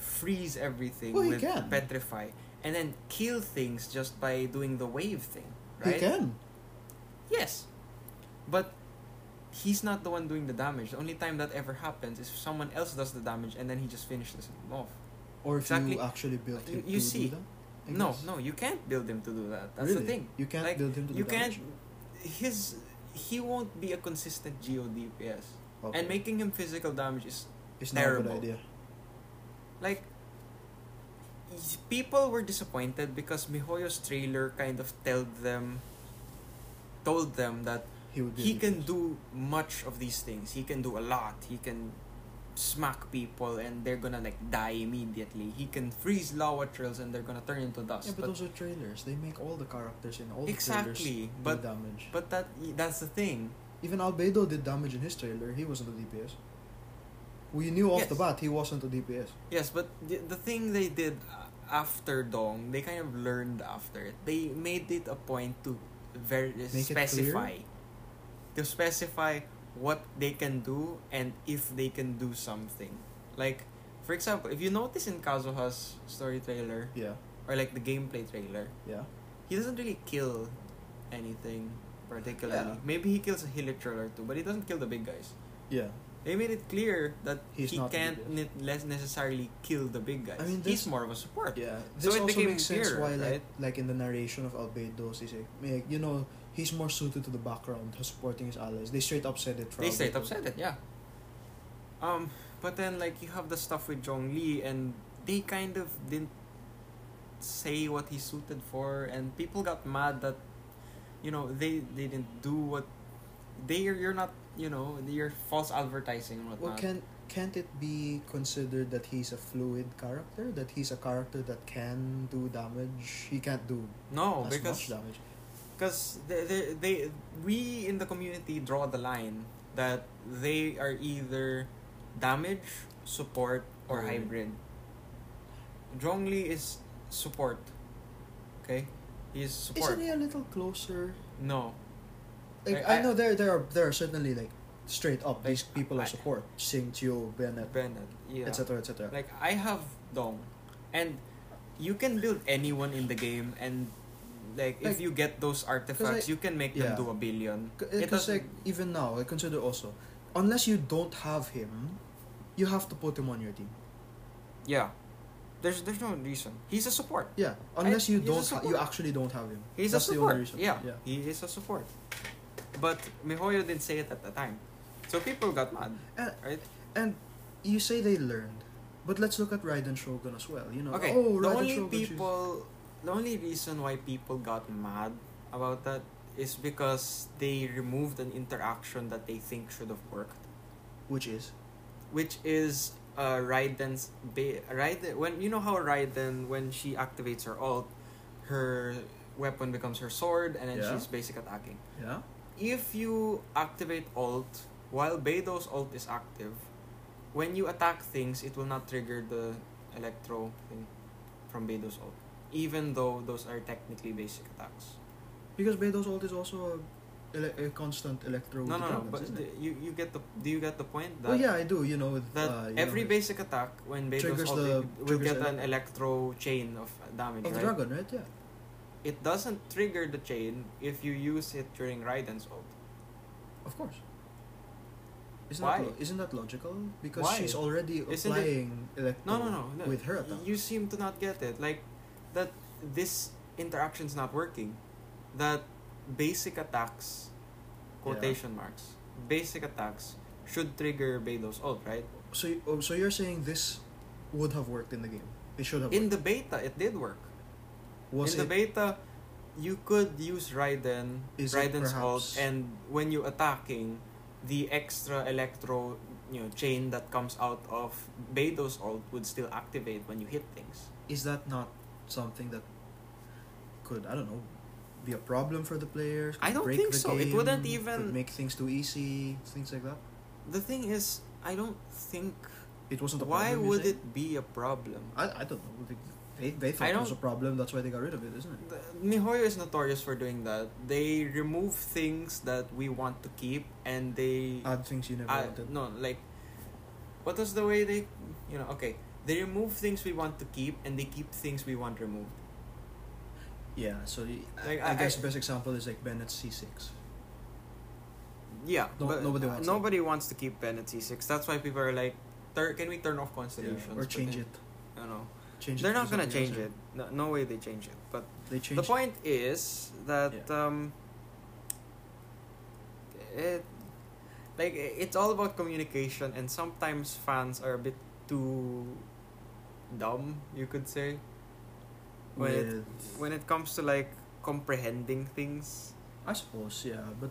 Speaker 2: freeze everything
Speaker 1: Well, he
Speaker 2: with
Speaker 1: can.
Speaker 2: petrify and then kill things just by doing the wave thing
Speaker 1: They
Speaker 2: right
Speaker 1: can.
Speaker 2: yes but he's not the one doing the damage the only time that ever happens is if someone else does the damage and then he just finishes him off
Speaker 1: Or if
Speaker 2: Exactly.
Speaker 1: you actually built him
Speaker 2: You- you
Speaker 1: to
Speaker 2: see.
Speaker 1: do that. I
Speaker 2: no
Speaker 1: guess.
Speaker 2: no you can't build him to do that that's the
Speaker 1: Really?
Speaker 2: thing
Speaker 1: You can't
Speaker 2: Like,
Speaker 1: build him to
Speaker 2: you
Speaker 1: do
Speaker 2: can't
Speaker 1: damage.
Speaker 2: his he won't be a consistent GO DPS.
Speaker 1: Okay.
Speaker 2: And making him physical damage is
Speaker 1: it's not a good
Speaker 2: terrible.
Speaker 1: idea.
Speaker 2: like y- people were disappointed because Mihoyo's trailer kind of told them told them that
Speaker 1: He would. Be
Speaker 2: he
Speaker 1: a
Speaker 2: can
Speaker 1: DPS.
Speaker 2: do much of these things. He can do a lot. He can smack people and they're gonna like die immediately. He can freeze lava trails and they're gonna turn into dust.
Speaker 1: Yeah, but
Speaker 2: But-
Speaker 1: those are trailers. They make all the characters in all the trailers
Speaker 2: Exactly,
Speaker 1: do
Speaker 2: but-
Speaker 1: damage.
Speaker 2: but that that's the thing.
Speaker 1: Even Albedo did damage in his trailer. He wasn't a DPS. We knew off the
Speaker 2: Yes.
Speaker 1: bat he wasn't a DPS.
Speaker 2: Yes, but the, the thing they did uh, after Dong, they kind of learned after it. They made it a point to very
Speaker 1: it
Speaker 2: specify, to specify what they can do and if they can do something. Like, for example, if you notice in Kazuha's story trailer
Speaker 1: Yeah,
Speaker 2: or like the gameplay trailer,
Speaker 1: yeah.
Speaker 2: he doesn't really kill anything particularly.
Speaker 1: Yeah.
Speaker 2: Maybe he kills a Hilichurl or two, but he doesn't kill the big guys.
Speaker 1: Yeah.
Speaker 2: They made it clear that
Speaker 1: He's
Speaker 2: he
Speaker 1: not the
Speaker 2: can't
Speaker 1: leader.
Speaker 2: ne- less necessarily kill the big guys.
Speaker 1: I mean,
Speaker 2: he's
Speaker 1: this-
Speaker 2: more of a support.
Speaker 1: Yeah.
Speaker 2: So
Speaker 1: This
Speaker 2: it
Speaker 1: also
Speaker 2: became
Speaker 1: makes sense
Speaker 2: clearer,
Speaker 1: why like
Speaker 2: right?
Speaker 1: like in the narration of Albedo, they say like, you know, he's more suited to the background, to supporting his allies. They straight up said it for
Speaker 2: They
Speaker 1: Albedo.
Speaker 2: straight up said it, yeah. Um, but then like you have the stuff with Zhong Li, and they kind of didn't say what he's suited for, and people got mad that you know they they didn't do what they are. You're not you know you're false advertising and whatnot.
Speaker 1: Well can can't it be considered that he's a fluid character? That he's a character that can do damage. He can't do
Speaker 2: no,
Speaker 1: as
Speaker 2: because
Speaker 1: much damage.
Speaker 2: because they, they, they we in the community draw the line that they are either damage support or
Speaker 1: Or-
Speaker 2: hybrid Zhongli is support okay he is support
Speaker 1: Isn't he a little closer?
Speaker 2: no
Speaker 1: Like
Speaker 2: Like,
Speaker 1: I,
Speaker 2: I-
Speaker 1: know there there are there are certainly like straight up these
Speaker 2: Like,
Speaker 1: people
Speaker 2: I-
Speaker 1: of support, Sing Tio, Bennett,
Speaker 2: Bennett yeah
Speaker 1: etc. etc.
Speaker 2: like I have Dong and you can build anyone in the game and like,
Speaker 1: Like-
Speaker 2: if you get those artifacts you can make
Speaker 1: yeah.
Speaker 2: them do a billion it
Speaker 1: Because
Speaker 2: doesn't-
Speaker 1: like even now, I consider also, unless you don't have him, you have to put him on your team.
Speaker 2: yeah there's there's no reason he's a support
Speaker 1: Yeah, unless you
Speaker 2: he's a
Speaker 1: don't, ha- you
Speaker 2: support.
Speaker 1: actually don't have him.
Speaker 2: He's
Speaker 1: That's
Speaker 2: a
Speaker 1: the only
Speaker 2: support.
Speaker 1: reason.
Speaker 2: Yeah,
Speaker 1: yeah.
Speaker 2: he is a support. But Mihoyo didn't say it at the time. So people got mad.
Speaker 1: And,
Speaker 2: Right?
Speaker 1: and you say they learned, but let's look at Raiden Shogun as well. You know,
Speaker 2: Okay,
Speaker 1: oh,
Speaker 2: the
Speaker 1: Raiden
Speaker 2: only
Speaker 1: Shogun she's-
Speaker 2: people, the only reason why people got mad about that is because they removed an interaction that they think should have worked,
Speaker 1: which is
Speaker 2: which is uh, Raiden's ba- Raiden when you know how Raiden when she activates her ult, her weapon becomes her sword and then
Speaker 1: Yeah.
Speaker 2: she's basic attacking.
Speaker 1: yeah,
Speaker 2: If you activate ult while Beidou's ult is active, when you attack things, it will not trigger the electro thing from Beidou's ult, even though those are technically basic attacks.
Speaker 1: because Beido's ult is also a, ele- a constant electro.
Speaker 2: no, no, no.
Speaker 1: defense,
Speaker 2: But
Speaker 1: isn't
Speaker 2: the,
Speaker 1: it?
Speaker 2: you you get the do you get the point that
Speaker 1: well, yeah, I do. You know, with
Speaker 2: that
Speaker 1: uh, you
Speaker 2: every
Speaker 1: know,
Speaker 2: basic attack when Beidou's
Speaker 1: triggers
Speaker 2: ult
Speaker 1: the-
Speaker 2: it will
Speaker 1: triggers
Speaker 2: get
Speaker 1: the-
Speaker 2: an electro chain of damage,
Speaker 1: of the
Speaker 2: right?
Speaker 1: dragon, right? Yeah.
Speaker 2: It doesn't trigger the chain if you use it during Raiden's ult.
Speaker 1: Of course. Isn't
Speaker 2: Why?
Speaker 1: That lo- isn't that logical? Because
Speaker 2: Why?
Speaker 1: she's already
Speaker 2: Isn't it-
Speaker 1: applying electro
Speaker 2: No, no, no, no.
Speaker 1: with her attack.
Speaker 2: You seem to not get it. Like that this interaction's not working. That basic attacks quotation marks. Basic attacks should trigger Beido's ult, right?
Speaker 1: so, you- oh, so you're saying this would have worked in the game? It should have.
Speaker 2: In
Speaker 1: worked.
Speaker 2: the beta it did work.
Speaker 1: Was
Speaker 2: in the
Speaker 1: it-
Speaker 2: beta you could use Raiden,
Speaker 1: Is it
Speaker 2: Raiden's ult
Speaker 1: perhaps-
Speaker 2: and when you attacking the extra electro you know chain that comes out of Beido's ult would still activate when you hit things.
Speaker 1: is that not something that could I don't know be a problem for the players? Could
Speaker 2: I don't
Speaker 1: break
Speaker 2: think
Speaker 1: the
Speaker 2: so. It
Speaker 1: game,
Speaker 2: wouldn't
Speaker 1: could
Speaker 2: even-
Speaker 1: make things too easy, things like that.
Speaker 2: The thing is, I don't think.
Speaker 1: It wasn't a
Speaker 2: Why
Speaker 1: problem. you
Speaker 2: would
Speaker 1: say?
Speaker 2: it be a problem?
Speaker 1: I, I don't know. They, they thought
Speaker 2: I
Speaker 1: it was a
Speaker 2: don't-
Speaker 1: problem. That's why they got rid of it, isn't it?
Speaker 2: The, Mihoyo is notorious for doing that. They remove things that we want to keep, and they
Speaker 1: Add things you never
Speaker 2: add-
Speaker 1: wanted.
Speaker 2: no like. What was the way they, you know? Okay, they remove things we want to keep, and they keep things we want removed.
Speaker 1: Yeah. So y-
Speaker 2: Like,
Speaker 1: I,
Speaker 2: I-
Speaker 1: guess
Speaker 2: I-
Speaker 1: the best example is like Bennett's C six.
Speaker 2: Yeah,
Speaker 1: No-
Speaker 2: but
Speaker 1: nobody wants that.
Speaker 2: nobody wants to keep Ben at C six. That's why people are like, Tur- can we turn off constellations
Speaker 1: or change it.
Speaker 2: I don't know.
Speaker 1: Change it.
Speaker 2: They're
Speaker 1: to
Speaker 2: not gonna
Speaker 1: something else,
Speaker 2: change
Speaker 1: yeah.
Speaker 2: it. No, no way they change it. But
Speaker 1: They change.
Speaker 2: The point is that um, it like i- it's all about communication, and sometimes fans are a bit too dumb, you could say, when it,
Speaker 1: with,
Speaker 2: when it comes to like comprehending things.
Speaker 1: I suppose, yeah, but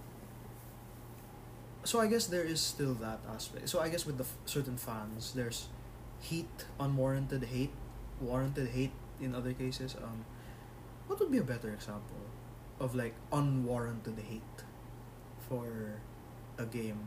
Speaker 1: so I guess there is still that aspect. So I guess with the f- certain fans, there's heat, unwarranted hate, warranted hate in other cases. Um, what would be a better example of like unwarranted hate for a game?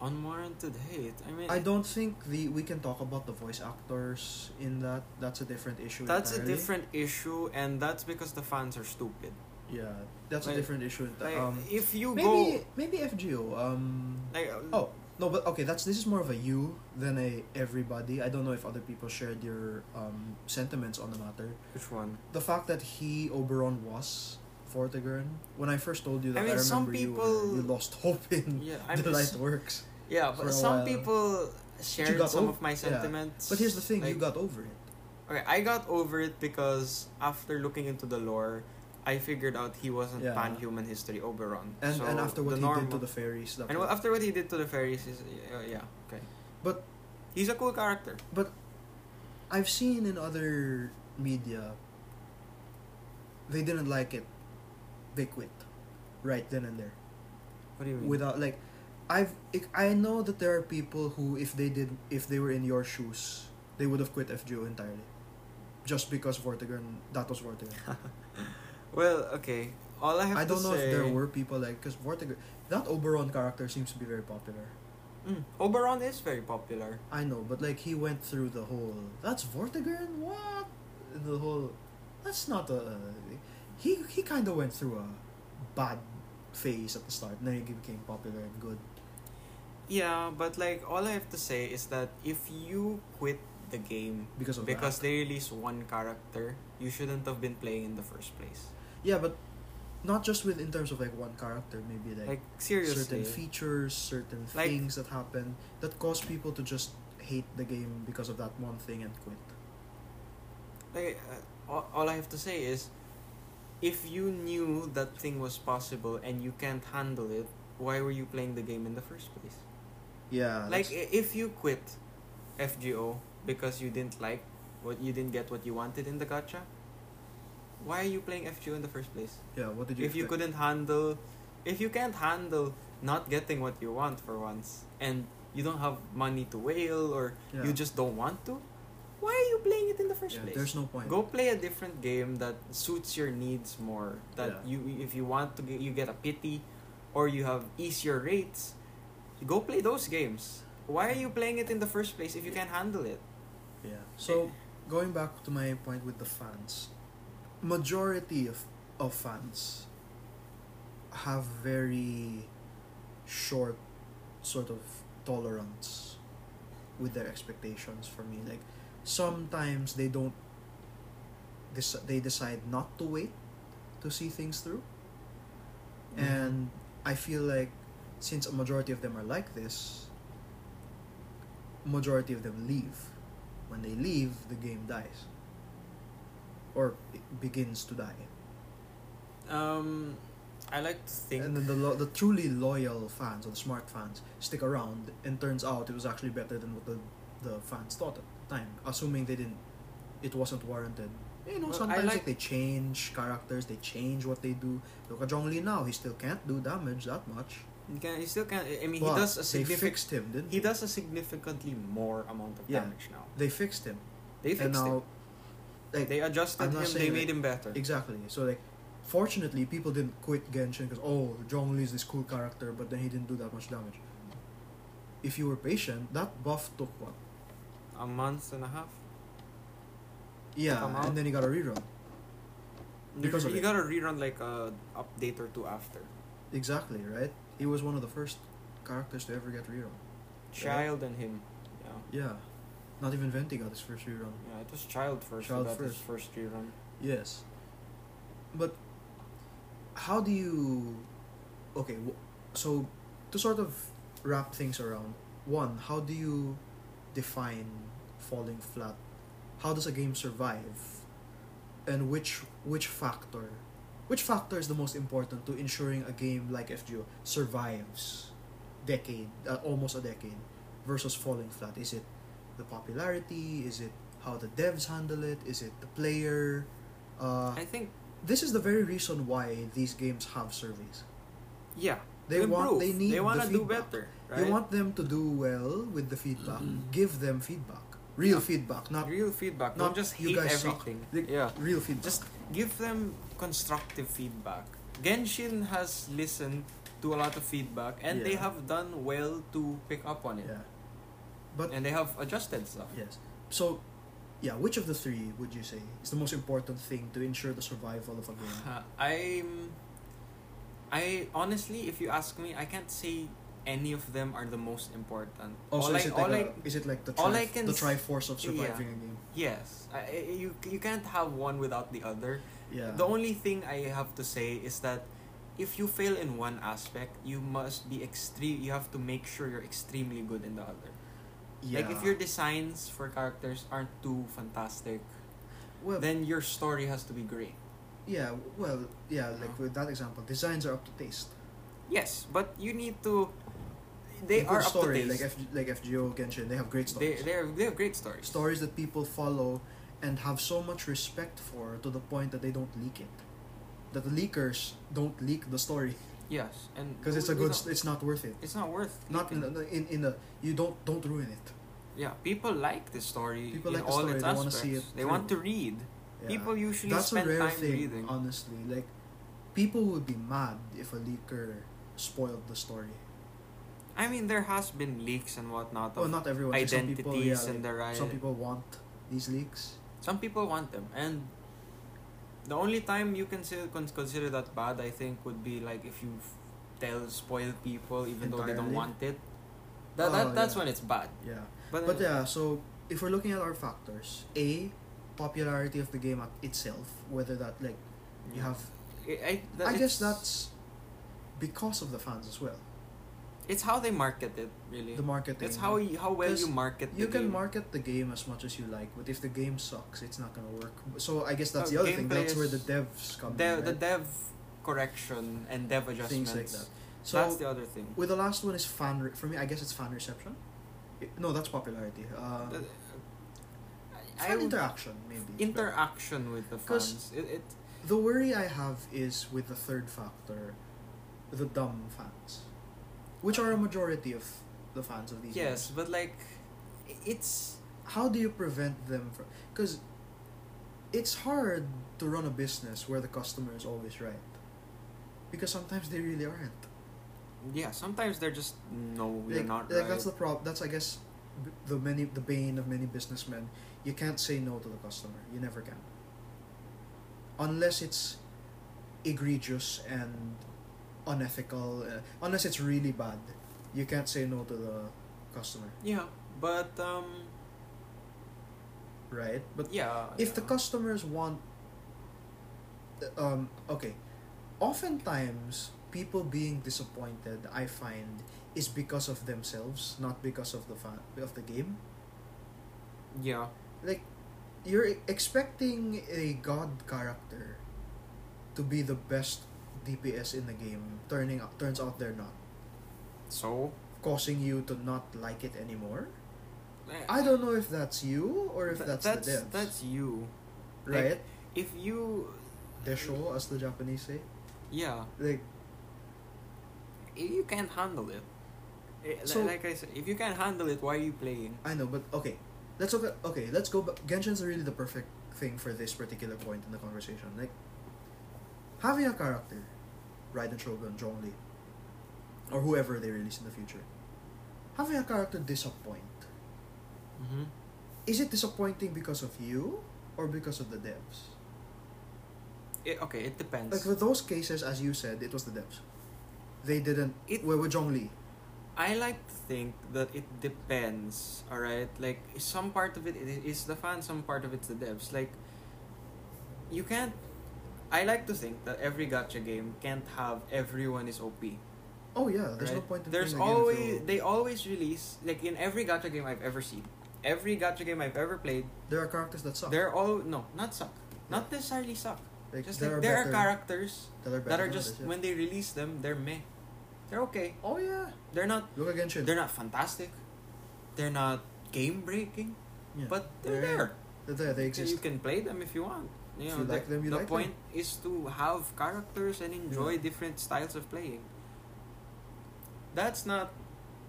Speaker 2: Unwarranted hate. I mean,
Speaker 1: I don't think the we can talk about the voice actors in that. That's a different issue.
Speaker 2: That's a
Speaker 1: entirely.
Speaker 2: different issue, and that's because the fans are stupid.
Speaker 1: Yeah, that's a
Speaker 2: Like-
Speaker 1: different issue.
Speaker 2: Like,
Speaker 1: um,
Speaker 2: if you
Speaker 1: maybe
Speaker 2: go,
Speaker 1: maybe FGO. Um,
Speaker 2: like, uh,
Speaker 1: Oh no, but okay. That's this is more of a you than a everybody. I don't know if other people shared your um, sentiments on the matter.
Speaker 2: which one?
Speaker 1: The fact that he Oberon was Fortigern. When I first told you that,
Speaker 2: I
Speaker 1: I,
Speaker 2: mean,
Speaker 1: remember
Speaker 2: some
Speaker 1: you, were-
Speaker 2: people-
Speaker 1: you lost hope in
Speaker 2: Yeah,
Speaker 1: the
Speaker 2: I'm
Speaker 1: light works.
Speaker 2: Yeah,
Speaker 1: for
Speaker 2: but
Speaker 1: a
Speaker 2: some
Speaker 1: while.
Speaker 2: people shared
Speaker 1: got
Speaker 2: some
Speaker 1: ov-
Speaker 2: of my
Speaker 1: yeah.
Speaker 2: sentiments.
Speaker 1: But here's the thing: you
Speaker 2: like-
Speaker 1: got over it.
Speaker 2: Okay, I got over it because after looking into the lore, I figured out he wasn't
Speaker 1: Yeah.
Speaker 2: pan-human history Oberon.
Speaker 1: And
Speaker 2: so
Speaker 1: and after what
Speaker 2: the
Speaker 1: he
Speaker 2: norm,
Speaker 1: did to the fairies, that
Speaker 2: and well, after what he did to the fairies is uh, yeah okay.
Speaker 1: But-
Speaker 2: he's a cool character.
Speaker 1: But I've seen in other media they didn't like it. They quit right then and there.
Speaker 2: What do you mean?
Speaker 1: without like I've ik- I know that there are people who if they did if they were in your shoes they would have quit FGO entirely just because Vortigern that was Vortigern
Speaker 2: well, okay. All I have
Speaker 1: I
Speaker 2: to
Speaker 1: don't know if there
Speaker 2: say-
Speaker 1: were people like because Vortigern that Oberon character seems to be very popular
Speaker 2: Mm, Oberon is very popular.
Speaker 1: I know but like he went through the whole that's Vortigern what the whole that's not a he he kind of went through a bad phase at the start and then he became popular and good
Speaker 2: Yeah, but like all I have to say is that if you quit the game
Speaker 1: because of that.
Speaker 2: because they release one character, you shouldn't have been playing in the first place.
Speaker 1: Yeah, but not just with in terms of like one character, maybe like,
Speaker 2: Like seriously.
Speaker 1: certain features, certain
Speaker 2: Like-
Speaker 1: things that happen that cause people to just hate the game because of that one thing and quit.
Speaker 2: Like, uh, all, all I have to say is, if you knew that thing was possible and you can't handle it, why were you playing the game in the first place?
Speaker 1: Yeah.
Speaker 2: like
Speaker 1: Uh, that's-
Speaker 2: i- if you quit FGO because you didn't like what you didn't get what you wanted in the gacha, why are you playing FGO in the first place?
Speaker 1: yeah. What did you?
Speaker 2: If you
Speaker 1: expect?
Speaker 2: couldn't handle, if you can't handle not getting what you want for once, and you don't have money to wail or
Speaker 1: Yeah.
Speaker 2: you just don't want to, why are you playing it in the first
Speaker 1: Yeah,
Speaker 2: place?
Speaker 1: there's no point.
Speaker 2: Go play a different game that suits your needs more. That
Speaker 1: Yeah.
Speaker 2: you, if you want to, get, you get a pity, or you have easier rates. Go play those games. Why are you playing it in the first place if you can't handle it?
Speaker 1: Yeah. So going back to my point with the fans, majority of of fans have very short sort of tolerance with their expectations for me. Like sometimes they don't dec- they decide not to wait to see things through. And I feel like since a majority of them are like this, majority of them leave. When they leave, the game dies. Or it begins to die.
Speaker 2: Um, I like to think.
Speaker 1: And then the, lo- the truly loyal fans or the smart fans stick around, and turns out it was actually better than what the, the fans thought at the time, assuming they didn't. It wasn't warranted. You know,
Speaker 2: Well, I
Speaker 1: sometimes like,
Speaker 2: like-
Speaker 1: they change characters, they change what they do. Look at Zhongli now; he still can't do damage that much.
Speaker 2: You can, you still can. I mean,
Speaker 1: But
Speaker 2: he does a
Speaker 1: they
Speaker 2: significant.
Speaker 1: fixed him, didn't
Speaker 2: He
Speaker 1: they?
Speaker 2: does a significantly more amount of
Speaker 1: Yeah.
Speaker 2: damage now.
Speaker 1: They fixed him,
Speaker 2: They fixed
Speaker 1: and now,
Speaker 2: him.
Speaker 1: like,
Speaker 2: They adjusted
Speaker 1: I'm not
Speaker 2: him. They
Speaker 1: saying
Speaker 2: made
Speaker 1: that-
Speaker 2: him better.
Speaker 1: Exactly. So like, fortunately, people didn't quit Genshin because oh, Zhongli is this cool character, but then he didn't do that much damage. If you were patient, that buff took what?
Speaker 2: a month and a half.
Speaker 1: Yeah,
Speaker 2: Come out.
Speaker 1: and then he got a rerun. Because of
Speaker 2: you
Speaker 1: it.
Speaker 2: gotta rerun like a update or two after.
Speaker 1: Exactly right. He was one of the first characters to ever get rerun.
Speaker 2: Child and him. Yeah.
Speaker 1: Yeah, not even Venti got his first rerun.
Speaker 2: Yeah, it was Child first.
Speaker 1: Child
Speaker 2: Child that
Speaker 1: first.
Speaker 2: his first rerun.
Speaker 1: Yes. But how do you okay, w- so to sort of wrap things around, one, how do you define falling flat? How does a game survive? And which which factor which factor is the most important to ensuring a game like FGO survives decade uh, almost a decade versus falling flat? Is it the popularity? Is it how the devs handle it? Is it the player? Uh,
Speaker 2: I think
Speaker 1: this is the very reason why these games have surveys.
Speaker 2: yeah.
Speaker 1: They
Speaker 2: improve.
Speaker 1: want, they need,
Speaker 2: They
Speaker 1: want
Speaker 2: wanna
Speaker 1: to
Speaker 2: do better. Right? Mm-hmm.
Speaker 1: You want them to do well with the feedback. Give them feedback, real
Speaker 2: Yeah.
Speaker 1: feedback, not
Speaker 2: real feedback.
Speaker 1: not
Speaker 2: Not just hate
Speaker 1: you guys suck.
Speaker 2: everything.
Speaker 1: Like,
Speaker 2: Yeah.
Speaker 1: real feedback.
Speaker 2: Just give them constructive feedback. Genshin has listened to a lot of feedback and they
Speaker 1: Yeah.
Speaker 2: have done well to pick up on it.
Speaker 1: yeah, but
Speaker 2: And they have adjusted stuff.
Speaker 1: yes. So, yeah, which of the three would you say is the most important thing to ensure the survival of a game?
Speaker 2: Uh, I'm. I honestly, if you ask me, I can't say any of them are the most important.
Speaker 1: Also,
Speaker 2: all
Speaker 1: is
Speaker 2: I,
Speaker 1: it
Speaker 2: all
Speaker 1: like,
Speaker 2: I,
Speaker 1: a, is it like the
Speaker 2: all
Speaker 1: tri-
Speaker 2: I can
Speaker 1: the
Speaker 2: s-
Speaker 1: triforce of surviving
Speaker 2: yeah.
Speaker 1: a game?
Speaker 2: yes, I, I- you you can't have one without the other.
Speaker 1: Yeah.
Speaker 2: The only thing I have to say is that if you fail in one aspect, you must be extreme. You have to make sure you're extremely good in the other.
Speaker 1: yeah.
Speaker 2: Like if your designs for characters aren't too fantastic,
Speaker 1: well,
Speaker 2: then your story has to be great.
Speaker 1: Yeah, well, yeah, like with that example, designs are up to taste.
Speaker 2: Yes, but you need to. They
Speaker 1: A good
Speaker 2: are up
Speaker 1: story,
Speaker 2: to taste.
Speaker 1: Like, F- like FGO, Genshin, they have great
Speaker 2: They,
Speaker 1: stories.
Speaker 2: they're, they have great stories.
Speaker 1: stories that people follow and have so much respect for to the point that they don't leak it. That the leakers don't leak the story
Speaker 2: Yes, and
Speaker 1: because it's a
Speaker 2: we
Speaker 1: good,
Speaker 2: don't-
Speaker 1: st- it's not worth it.
Speaker 2: it's not worth.
Speaker 1: Not in,
Speaker 2: leaking.
Speaker 1: the- in, in the, you don't, don't ruin it.
Speaker 2: yeah, people like the story.
Speaker 1: People
Speaker 2: in
Speaker 1: like the
Speaker 2: all
Speaker 1: story,
Speaker 2: its
Speaker 1: they wanna
Speaker 2: aspects.
Speaker 1: see it
Speaker 2: They want to
Speaker 1: through.
Speaker 2: read.
Speaker 1: Yeah.
Speaker 2: People usually
Speaker 1: That's a
Speaker 2: spend
Speaker 1: rare
Speaker 2: time
Speaker 1: thing,
Speaker 2: reading.
Speaker 1: honestly. Like, people would be mad if a leaker spoiled the story.
Speaker 2: I mean, there has been leaks and whatnot.
Speaker 1: Well,
Speaker 2: Of,
Speaker 1: not everyone. like, Some people, yeah,
Speaker 2: identities and
Speaker 1: like,
Speaker 2: the riot.
Speaker 1: some people want these leaks.
Speaker 2: Some people want them, and the only time you can say, con- consider that bad, I think, would be like if you f- tell spoil people even though they don't
Speaker 1: Entirely.
Speaker 2: want it. That,
Speaker 1: Oh,
Speaker 2: that that's
Speaker 1: yeah.
Speaker 2: when it's bad.
Speaker 1: Yeah.
Speaker 2: But,
Speaker 1: But yeah, so if we're looking at our factors, A, popularity of the game at itself, whether that like you have
Speaker 2: I, I, that
Speaker 1: I guess
Speaker 2: it's-
Speaker 1: that's because of the fans as well.
Speaker 2: it's how they market it really.
Speaker 1: The marketing.
Speaker 2: It's how you, how well you
Speaker 1: Because
Speaker 2: market. The
Speaker 1: you can
Speaker 2: game.
Speaker 1: market the game as much as you like, but if the game sucks, it's not gonna work. So I guess that's
Speaker 2: No,
Speaker 1: the other thing.
Speaker 2: Oh, gameplay
Speaker 1: That's where
Speaker 2: is-
Speaker 1: the devs come
Speaker 2: the
Speaker 1: in.
Speaker 2: the
Speaker 1: right?
Speaker 2: dev correction and dev adjustments.
Speaker 1: Things like that. So
Speaker 5: That's the other thing.
Speaker 1: with the last one is fan re- for me. I guess it's fan reception. I- No, that's popularity. Uh,
Speaker 5: The- I
Speaker 1: fan
Speaker 5: would-
Speaker 1: interaction maybe. is better.
Speaker 2: interaction with the
Speaker 1: 'Cause-
Speaker 2: fans. It, it
Speaker 1: The worry I have is with the third factor, the dumb fans, which are a majority of the fans of these.
Speaker 2: yes,
Speaker 1: games.
Speaker 2: but like it's
Speaker 1: How do you prevent them from? Because it's hard to run a business where the customer is always right, because sometimes they really aren't.
Speaker 2: yeah. Sometimes they're just no,
Speaker 1: like,
Speaker 2: you're not
Speaker 1: like
Speaker 2: right.
Speaker 1: that's the problem. That's I guess b- the many the bane of many businessmen. You can't say no to the customer. You never can. Unless it's egregious and unethical. Uh, unless it's really bad, you can't say no to the customer,
Speaker 2: yeah, but um,
Speaker 1: right? But
Speaker 2: yeah.
Speaker 1: if the
Speaker 2: yeah.
Speaker 1: customers want um okay oftentimes people being disappointed i find is because of themselves not because of the fan of the game
Speaker 2: yeah,
Speaker 1: like you're expecting a god character to be the best dps in the game turning out turns out they're not
Speaker 2: so
Speaker 1: causing you to not like it anymore
Speaker 2: eh,
Speaker 1: i don't know if that's you or if
Speaker 5: Th-
Speaker 1: that's,
Speaker 5: that's
Speaker 1: the devs
Speaker 5: that's you. like-
Speaker 1: right
Speaker 5: If you
Speaker 1: desho as the japanese say
Speaker 2: yeah,
Speaker 1: like
Speaker 2: if you can't handle it. eh, li-
Speaker 1: So-
Speaker 2: like I said, if you can't handle it, why are you playing?
Speaker 1: I know, but okay. Let's look at okay. Let's go. But Genshin's really the perfect thing for this particular point in the conversation. Like having a character, Raiden Shogun, Zhongli, or whoever they release in the future, having a character disappoint.
Speaker 2: Mm-hmm.
Speaker 1: Is it disappointing because of you or because of the devs?
Speaker 2: It, okay, it depends.
Speaker 1: Like with those cases, as you said, it was the devs. They didn't.
Speaker 2: It-
Speaker 1: well, with Zhongli,
Speaker 2: I like to think that it depends, alright? Like, some part of it i- is the fans, some part of it's the devs. Like, you can't. I like to think that every gacha game can't have everyone is OP.
Speaker 1: oh yeah, there's no
Speaker 2: right?
Speaker 1: point in
Speaker 2: There's
Speaker 1: playing the game if
Speaker 2: always.
Speaker 1: you-
Speaker 2: They always release. Like, in every gacha game I've ever seen, every gacha game I've ever played,
Speaker 1: there are characters that suck.
Speaker 2: they're all. No, not suck. Not necessarily suck.
Speaker 1: like,
Speaker 2: Just like, there are
Speaker 1: better-
Speaker 2: characters
Speaker 1: that are, better
Speaker 2: that are
Speaker 1: than
Speaker 2: just.
Speaker 1: others, yeah.
Speaker 2: When they release them, they're meh. They're okay.
Speaker 1: Oh yeah,
Speaker 2: They're not
Speaker 1: look at Genshin.
Speaker 2: They're not fantastic. They're not game breaking,
Speaker 1: Yeah.
Speaker 2: but they're
Speaker 1: They're-
Speaker 2: there.
Speaker 1: They're there, they
Speaker 2: So You
Speaker 1: exist.
Speaker 2: can play them if you want. You
Speaker 1: If
Speaker 2: know,
Speaker 1: you
Speaker 2: the,
Speaker 1: like them, you
Speaker 2: the
Speaker 1: like them.
Speaker 2: point is to have characters and enjoy
Speaker 1: Yeah.
Speaker 2: different styles of playing. That's not.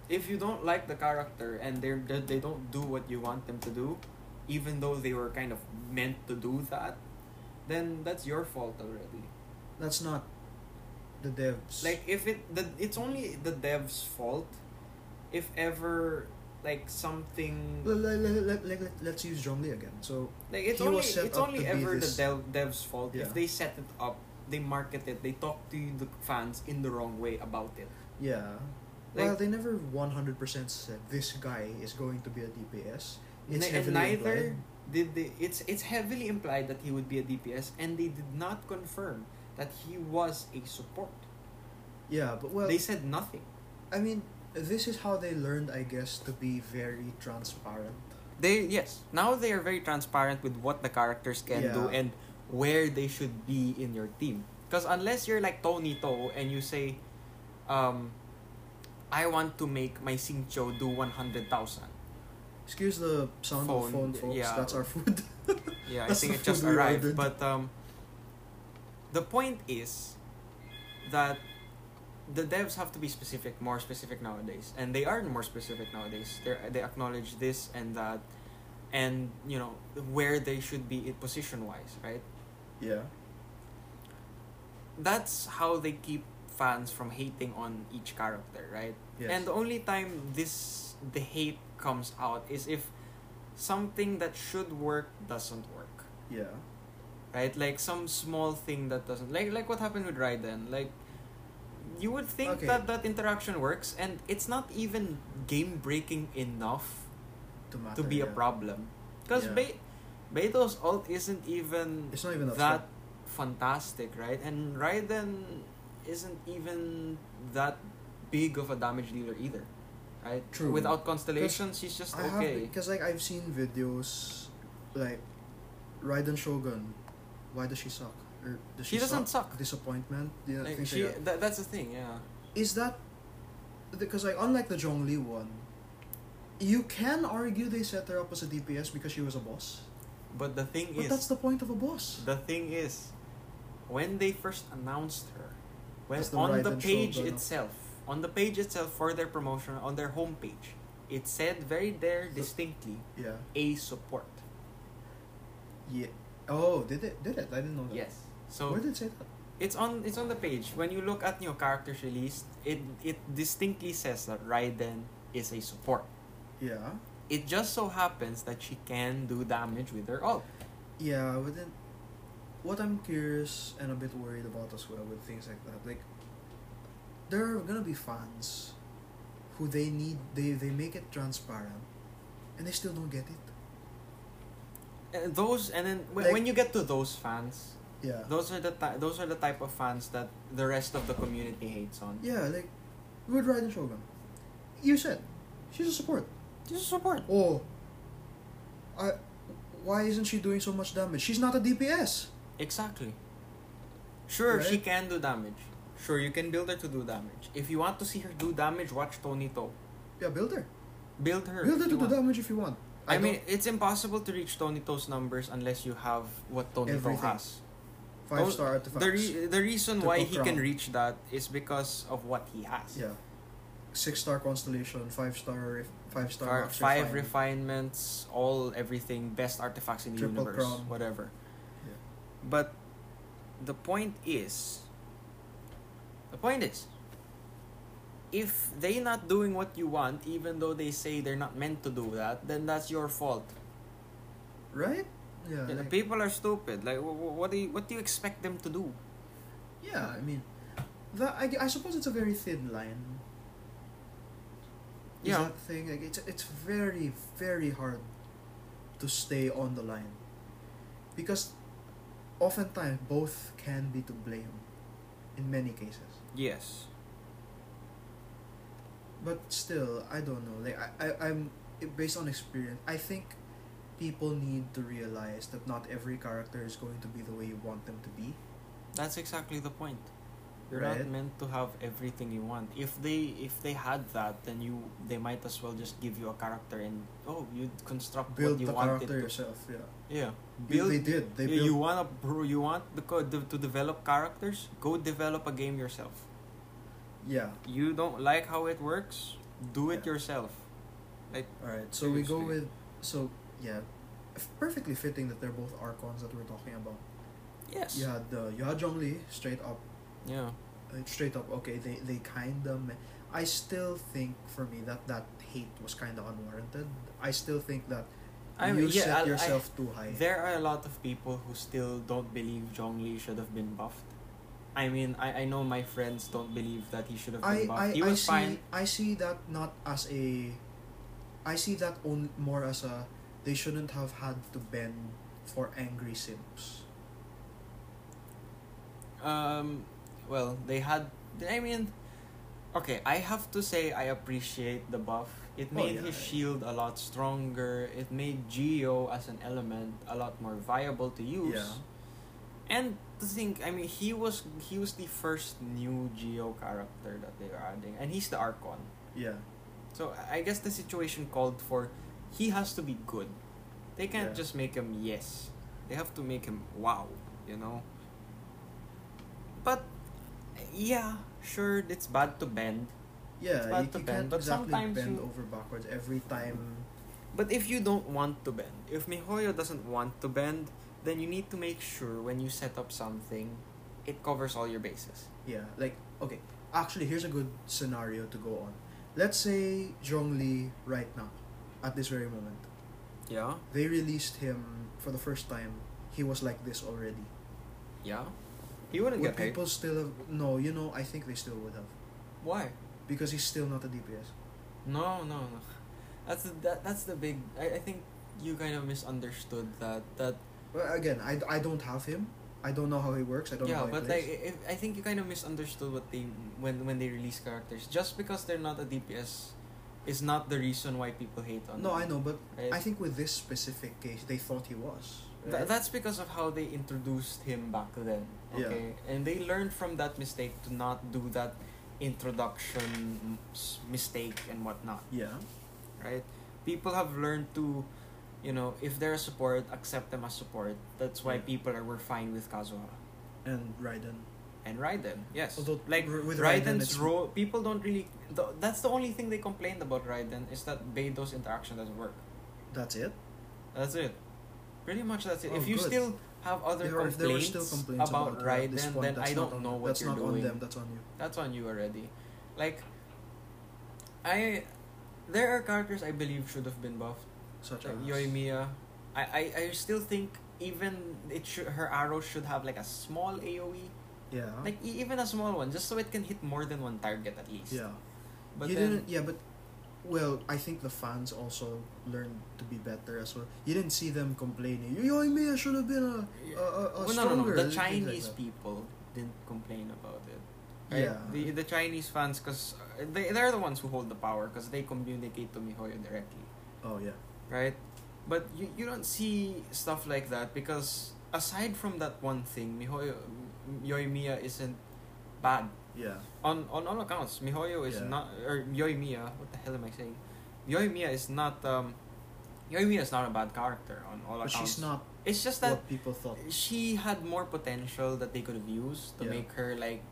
Speaker 2: If you don't like the character and they're, they they don't do what you want them to do, even though they were kind of meant to do that, then that's your fault already.
Speaker 1: That's not the devs.
Speaker 2: Like if it the it's only the dev's fault if ever like something
Speaker 1: let, let, let, let, let, let's use Zhongli again. So
Speaker 2: like it's
Speaker 1: he
Speaker 2: only
Speaker 1: was set
Speaker 2: it's
Speaker 1: up to
Speaker 2: only
Speaker 1: be
Speaker 2: ever
Speaker 1: this-
Speaker 2: the dev, dev's fault
Speaker 1: Yeah.
Speaker 2: if they set it up, they market it, they talk to you, the fans in the wrong way about it.
Speaker 1: yeah,
Speaker 2: Like-
Speaker 1: well they never one hundred percent said this guy is going to be a DPS. It's
Speaker 2: Ni-
Speaker 1: heavily
Speaker 2: and neither
Speaker 1: implied.
Speaker 2: did they it's it's heavily implied that he would be a DPS and they did not confirm that he was a support.
Speaker 1: Yeah, but well,
Speaker 2: they said nothing.
Speaker 1: I mean, this is how they learned, I guess, to be very transparent.
Speaker 2: They yes, now they are very transparent with what the characters can do
Speaker 1: Yeah.
Speaker 2: and where they should be in your team. Because unless you're like Tony To and you say, um, I want to make my Sincho do one hundred thousand.
Speaker 1: Excuse the sound of
Speaker 2: Phone,
Speaker 1: phone, folks.
Speaker 2: yeah.
Speaker 1: That's our food.
Speaker 2: Yeah, I
Speaker 1: That's
Speaker 2: think
Speaker 1: the
Speaker 2: it just
Speaker 1: food we
Speaker 2: arrived.
Speaker 1: ordered.
Speaker 2: But um, the point is that the devs have to be specific, more specific nowadays, and they are more specific nowadays. They they acknowledge this and that, and you know where they should be in position wise, right?
Speaker 1: yeah.
Speaker 2: That's how they keep fans from hating on each character, right?
Speaker 1: Yes.
Speaker 2: And the only time this the hate comes out is if something that should work doesn't work.
Speaker 1: yeah.
Speaker 2: right? Like some small thing that doesn't like like what happened with Raiden. Like you would think
Speaker 1: Okay.
Speaker 2: that that interaction works, and it's not even game breaking enough
Speaker 1: To, matter,
Speaker 2: to be a
Speaker 1: yeah.
Speaker 2: problem. Because
Speaker 1: Yeah.
Speaker 2: Be- Beto's ult isn't even
Speaker 1: It's not even
Speaker 2: that fantastic, right? And Raiden isn't even that big of a damage dealer either, right?
Speaker 1: True.
Speaker 2: Without constellations, she's just
Speaker 1: I have
Speaker 2: okay.
Speaker 1: because like I've seen videos, like Raiden Shogun, why does she suck? Or does she,
Speaker 2: She doesn't suck.
Speaker 1: Disappointment. Yeah,
Speaker 2: Like,
Speaker 1: things
Speaker 2: she,
Speaker 1: like that.
Speaker 2: tha- that's the thing, yeah.
Speaker 1: is that because like unlike the Zhong Li one, you can argue they set her up as a DPS because she was a boss.
Speaker 2: But the thing
Speaker 1: But
Speaker 2: is,
Speaker 1: that's the point of a boss.
Speaker 2: the thing is, when they first announced her, when
Speaker 1: That's the
Speaker 2: on
Speaker 1: right
Speaker 2: the
Speaker 1: and
Speaker 2: page
Speaker 1: shoulder, no?
Speaker 2: itself, on the page itself for their promotion on their homepage, it said very there distinctly
Speaker 1: Yeah.
Speaker 2: a support.
Speaker 1: Yeah. Oh, did it? Did it? I didn't know that.
Speaker 2: Yes. So
Speaker 1: Where did it say that?
Speaker 2: It's on it's on the page. When you look at new characters released, it it distinctly says that Raiden is a support.
Speaker 1: Yeah.
Speaker 2: It just so happens that she can do damage with her ult.
Speaker 1: Yeah, but then what I'm curious and a bit worried about as well with things like that, like there are gonna be fans who they need they they make it transparent and they still don't get it.
Speaker 2: Uh, those and then when,
Speaker 1: Like-
Speaker 2: when you get to those fans,
Speaker 1: Yeah.
Speaker 2: those are the ti- those are the type of fans that the rest of the community hates on.
Speaker 1: Yeah, like with Raiden Shogun. You said she's a support.
Speaker 2: Just support.
Speaker 1: Oh I why isn't she doing so much damage? She's not a DPS.
Speaker 2: Exactly. Sure, she
Speaker 1: Right?
Speaker 2: can do damage. Sure, you can build her to do damage. If you want to see her do damage, watch Tony To.
Speaker 1: Yeah, build her.
Speaker 2: Build her.
Speaker 1: Build
Speaker 2: if
Speaker 1: her to do
Speaker 2: you want.
Speaker 1: damage if you want.
Speaker 2: I,
Speaker 1: don't-
Speaker 2: mean, it's impossible to reach Tony To's numbers unless you have what Tony To
Speaker 1: Everything.
Speaker 2: has.
Speaker 1: five
Speaker 2: Those-
Speaker 1: star artifacts.
Speaker 2: The, re- the reason why
Speaker 1: Triple
Speaker 2: he
Speaker 1: crown.
Speaker 2: can reach that is because of what he has.
Speaker 1: Yeah. Six star constellation, five star, five star,
Speaker 2: Or
Speaker 1: max
Speaker 2: five
Speaker 1: refinement.
Speaker 2: refinements, all everything, best artifacts in the
Speaker 1: Triple
Speaker 2: universe,
Speaker 1: crown.
Speaker 2: whatever.
Speaker 1: Yeah.
Speaker 6: But the point is,
Speaker 2: The point is, if they not doing what you want, even though they say they're not meant to do that, then that's your fault.
Speaker 1: right? Yeah.
Speaker 6: the
Speaker 1: like-
Speaker 6: people are stupid. Like, wh- wh- what do you what do you expect them to do?
Speaker 1: yeah, I mean, that I, I suppose it's a very thin line. Is
Speaker 2: Yeah.
Speaker 1: that thing like it's it's very very hard to stay on the line because oftentimes both can be to blame in many cases.
Speaker 6: Yes.
Speaker 1: But still, I don't know. Like I, I I'm based on experience. I think people need to realize that not every character is going to be the way you want them to be.
Speaker 2: That's exactly the point. You're
Speaker 1: Right.
Speaker 2: not meant to have everything you want. If they if they had that, then you they might as well just give you a character and oh you construct
Speaker 1: Build
Speaker 2: what you
Speaker 1: the
Speaker 2: wanted.
Speaker 1: character
Speaker 2: to-
Speaker 1: yourself. Yeah.
Speaker 2: Yeah,
Speaker 1: Build,
Speaker 2: build.
Speaker 1: they did. They
Speaker 2: you
Speaker 1: built.
Speaker 2: wanna bro, you want the co- de- to develop characters? Go develop a game yourself.
Speaker 1: Yeah.
Speaker 6: You don't like how it works?
Speaker 2: Do it
Speaker 1: Yeah.
Speaker 2: yourself.
Speaker 1: All right. So we go
Speaker 6: Seriously.
Speaker 1: with so yeah, F- perfectly fitting that they're both archons that we're talking about.
Speaker 2: Yes.
Speaker 1: You had uh, you had Zhongli straight up,
Speaker 2: Yeah.
Speaker 1: uh, straight up. Okay, they they kind of. Me- I still think for me that that hate was kind of unwarranted. I still think that
Speaker 2: I
Speaker 1: you
Speaker 2: mean, yeah,
Speaker 1: set
Speaker 2: I'll- I-
Speaker 1: yourself too high.
Speaker 2: There are a lot of people who still don't believe Zhongli should have been buffed. I mean, I, I know my friends don't believe that he should have
Speaker 1: I
Speaker 2: been buffed.
Speaker 1: I,
Speaker 2: he
Speaker 1: I
Speaker 2: was
Speaker 1: see
Speaker 2: fine.
Speaker 1: I see that not as a I see that on more as a they shouldn't have had to bend for angry simps.
Speaker 2: Um, well, they had. I mean, okay. I have to say I appreciate the buff. It
Speaker 1: Oh,
Speaker 2: made
Speaker 1: yeah.
Speaker 2: his shield a lot stronger. It made Geo as an element a lot more viable to use.
Speaker 1: Yeah.
Speaker 2: And to think, I mean, he was he was the first new Geo character that they are adding, and he's the Archon.
Speaker 1: Yeah.
Speaker 2: So I- I guess the situation called for he has to be good. They can't
Speaker 1: Yeah.
Speaker 2: just make him yes. They have to make him wow, you know. But yeah, sure it's bad to bend.
Speaker 1: Yeah,
Speaker 2: It's
Speaker 1: you,
Speaker 2: bad
Speaker 1: you
Speaker 2: to
Speaker 1: can't
Speaker 2: bend, but
Speaker 1: exactly
Speaker 2: sometimes
Speaker 1: bend
Speaker 2: you-
Speaker 1: over backwards every time.
Speaker 2: But if you don't want to bend, if Mihoyo doesn't want to bend, then you need to make sure when you set up something, it covers all your bases.
Speaker 1: Yeah, like okay. Actually, here's a good scenario to go on. Let's say Zhongli right now, at this very moment,
Speaker 2: Yeah,
Speaker 1: they released him for the first time. He was like this already.
Speaker 2: yeah. He wouldn't
Speaker 1: Would
Speaker 2: get
Speaker 1: people still have? No, you know, I think they still would have
Speaker 2: paid. Why?
Speaker 1: because he's still not a DPS.
Speaker 2: No, no, no. That's the, that, that's the big. I, I think you kind of misunderstood that. That
Speaker 1: Well, again, I, I don't have him. I don't know how he works. I don't know
Speaker 2: yeah,
Speaker 1: how
Speaker 2: but
Speaker 1: he
Speaker 2: like
Speaker 1: plays.
Speaker 2: if, I think you kind of misunderstood what they when when they release characters. Just because they're not a DPS, is not the reason why people hate on.
Speaker 1: no,
Speaker 2: them,
Speaker 1: I know, but
Speaker 2: Right?
Speaker 1: I think with this specific case, they thought he was.
Speaker 2: Th-
Speaker 1: right?
Speaker 2: that's because of how they introduced him back then.
Speaker 1: Yeah.
Speaker 2: Okay, and they learned from that mistake to not do that introduction s- mistake and whatnot,
Speaker 1: Yeah.
Speaker 2: right? People have learned to, you know, if they're a support, accept them as support. That's why
Speaker 1: Yeah.
Speaker 2: people are, were fine with Kazuha
Speaker 1: And Raiden.
Speaker 2: and Raiden. Yes,
Speaker 1: Although
Speaker 2: like
Speaker 1: r- with Raiden,
Speaker 2: Raiden's
Speaker 1: it's-
Speaker 2: role, people don't really. Th- that's the only thing they complained about Raiden is that Beido's interaction doesn't work.
Speaker 1: That's it.
Speaker 2: That's it. Pretty much that's it.
Speaker 1: Oh,
Speaker 2: if you
Speaker 1: good.
Speaker 2: still have other
Speaker 1: There were- if
Speaker 2: complaints,
Speaker 1: there were still complaints
Speaker 2: about,
Speaker 1: about that at this
Speaker 2: Raiden,
Speaker 1: point,
Speaker 2: then
Speaker 1: that's
Speaker 2: I
Speaker 1: not
Speaker 2: don't
Speaker 1: on-
Speaker 2: know what
Speaker 1: That's
Speaker 2: you're
Speaker 1: not
Speaker 2: doing.
Speaker 1: on them. That's on you.
Speaker 2: That's on you already. Like, I, there are characters I believe should have been buffed.
Speaker 1: Such
Speaker 2: Like
Speaker 1: as
Speaker 2: Yoimiya. I, I, I still think even it should her arrow should have like a small AOE,
Speaker 1: Yeah.
Speaker 2: like e- even a small one, just so it can hit more than one target at least.
Speaker 1: yeah.
Speaker 2: But
Speaker 1: you
Speaker 2: then,
Speaker 1: didn't. Yeah, but well, I think the fans also learned to be better as well. You didn't see them complaining. Yoimiya should have been a a, a, a
Speaker 2: well, no,
Speaker 1: stronger.
Speaker 2: no, no. The
Speaker 1: and things like
Speaker 2: Chinese
Speaker 1: that.
Speaker 2: people didn't complain about it.
Speaker 1: Yeah.
Speaker 2: The the Chinese fans, cause uh, they they're the ones who hold the power, cause they communicate to MiHoYo directly,
Speaker 1: oh yeah.
Speaker 2: right? But you you don't see stuff like that because aside from that one thing, MiHoYo Yoimiya isn't bad
Speaker 1: Yeah.
Speaker 2: on on all accounts. MiHoYo is
Speaker 1: Yeah.
Speaker 2: not or Yoimiya. What the hell am I saying? Yoimiya is not um, Yoimiya is not a bad character on all
Speaker 1: But
Speaker 2: accounts.
Speaker 1: she's not
Speaker 2: It's just that
Speaker 1: what people thought.
Speaker 2: she had more potential that they could have used to
Speaker 1: Yeah.
Speaker 2: make her like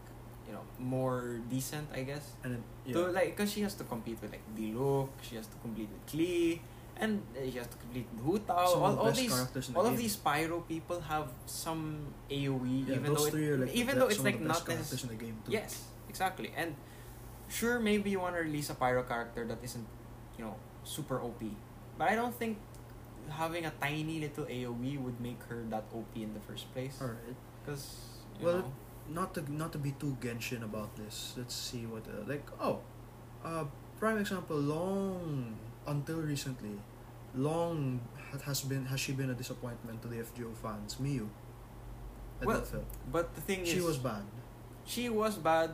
Speaker 2: you know more decent i guess
Speaker 1: And it, yeah.
Speaker 2: to like because she has to compete with like Diluc, she has to compete with Klee, and uh, she has to compete with Hu Tao.
Speaker 1: Some of
Speaker 2: All,
Speaker 1: the
Speaker 2: all
Speaker 1: best
Speaker 2: these,
Speaker 1: characters in the
Speaker 2: all of
Speaker 1: game.
Speaker 2: these Pyro people have some AOE,
Speaker 1: Yeah,
Speaker 2: even
Speaker 1: those
Speaker 2: though
Speaker 1: three are
Speaker 2: it,
Speaker 1: like the
Speaker 2: even
Speaker 1: best-
Speaker 2: though it's
Speaker 1: some of
Speaker 2: like
Speaker 1: the best
Speaker 2: not
Speaker 1: characters
Speaker 2: necessarily.
Speaker 1: in the game too.
Speaker 2: Yes, exactly. And sure, maybe you want to release a Pyro character that isn't, you know, super OP, but I don't think having a tiny little AOE would make her that OP in the first place.
Speaker 1: All right.
Speaker 2: Because you
Speaker 1: Well,
Speaker 2: know,
Speaker 1: not to not to be too Genshin about this. Let's see what uh, like oh, uh, prime example. Long until recently, Long ha- has been has she been a disappointment to the FGO fans? Miyu. And
Speaker 2: Well,
Speaker 1: that felt-
Speaker 2: but the thing
Speaker 1: she
Speaker 2: is,
Speaker 1: was banned.
Speaker 2: she was bad.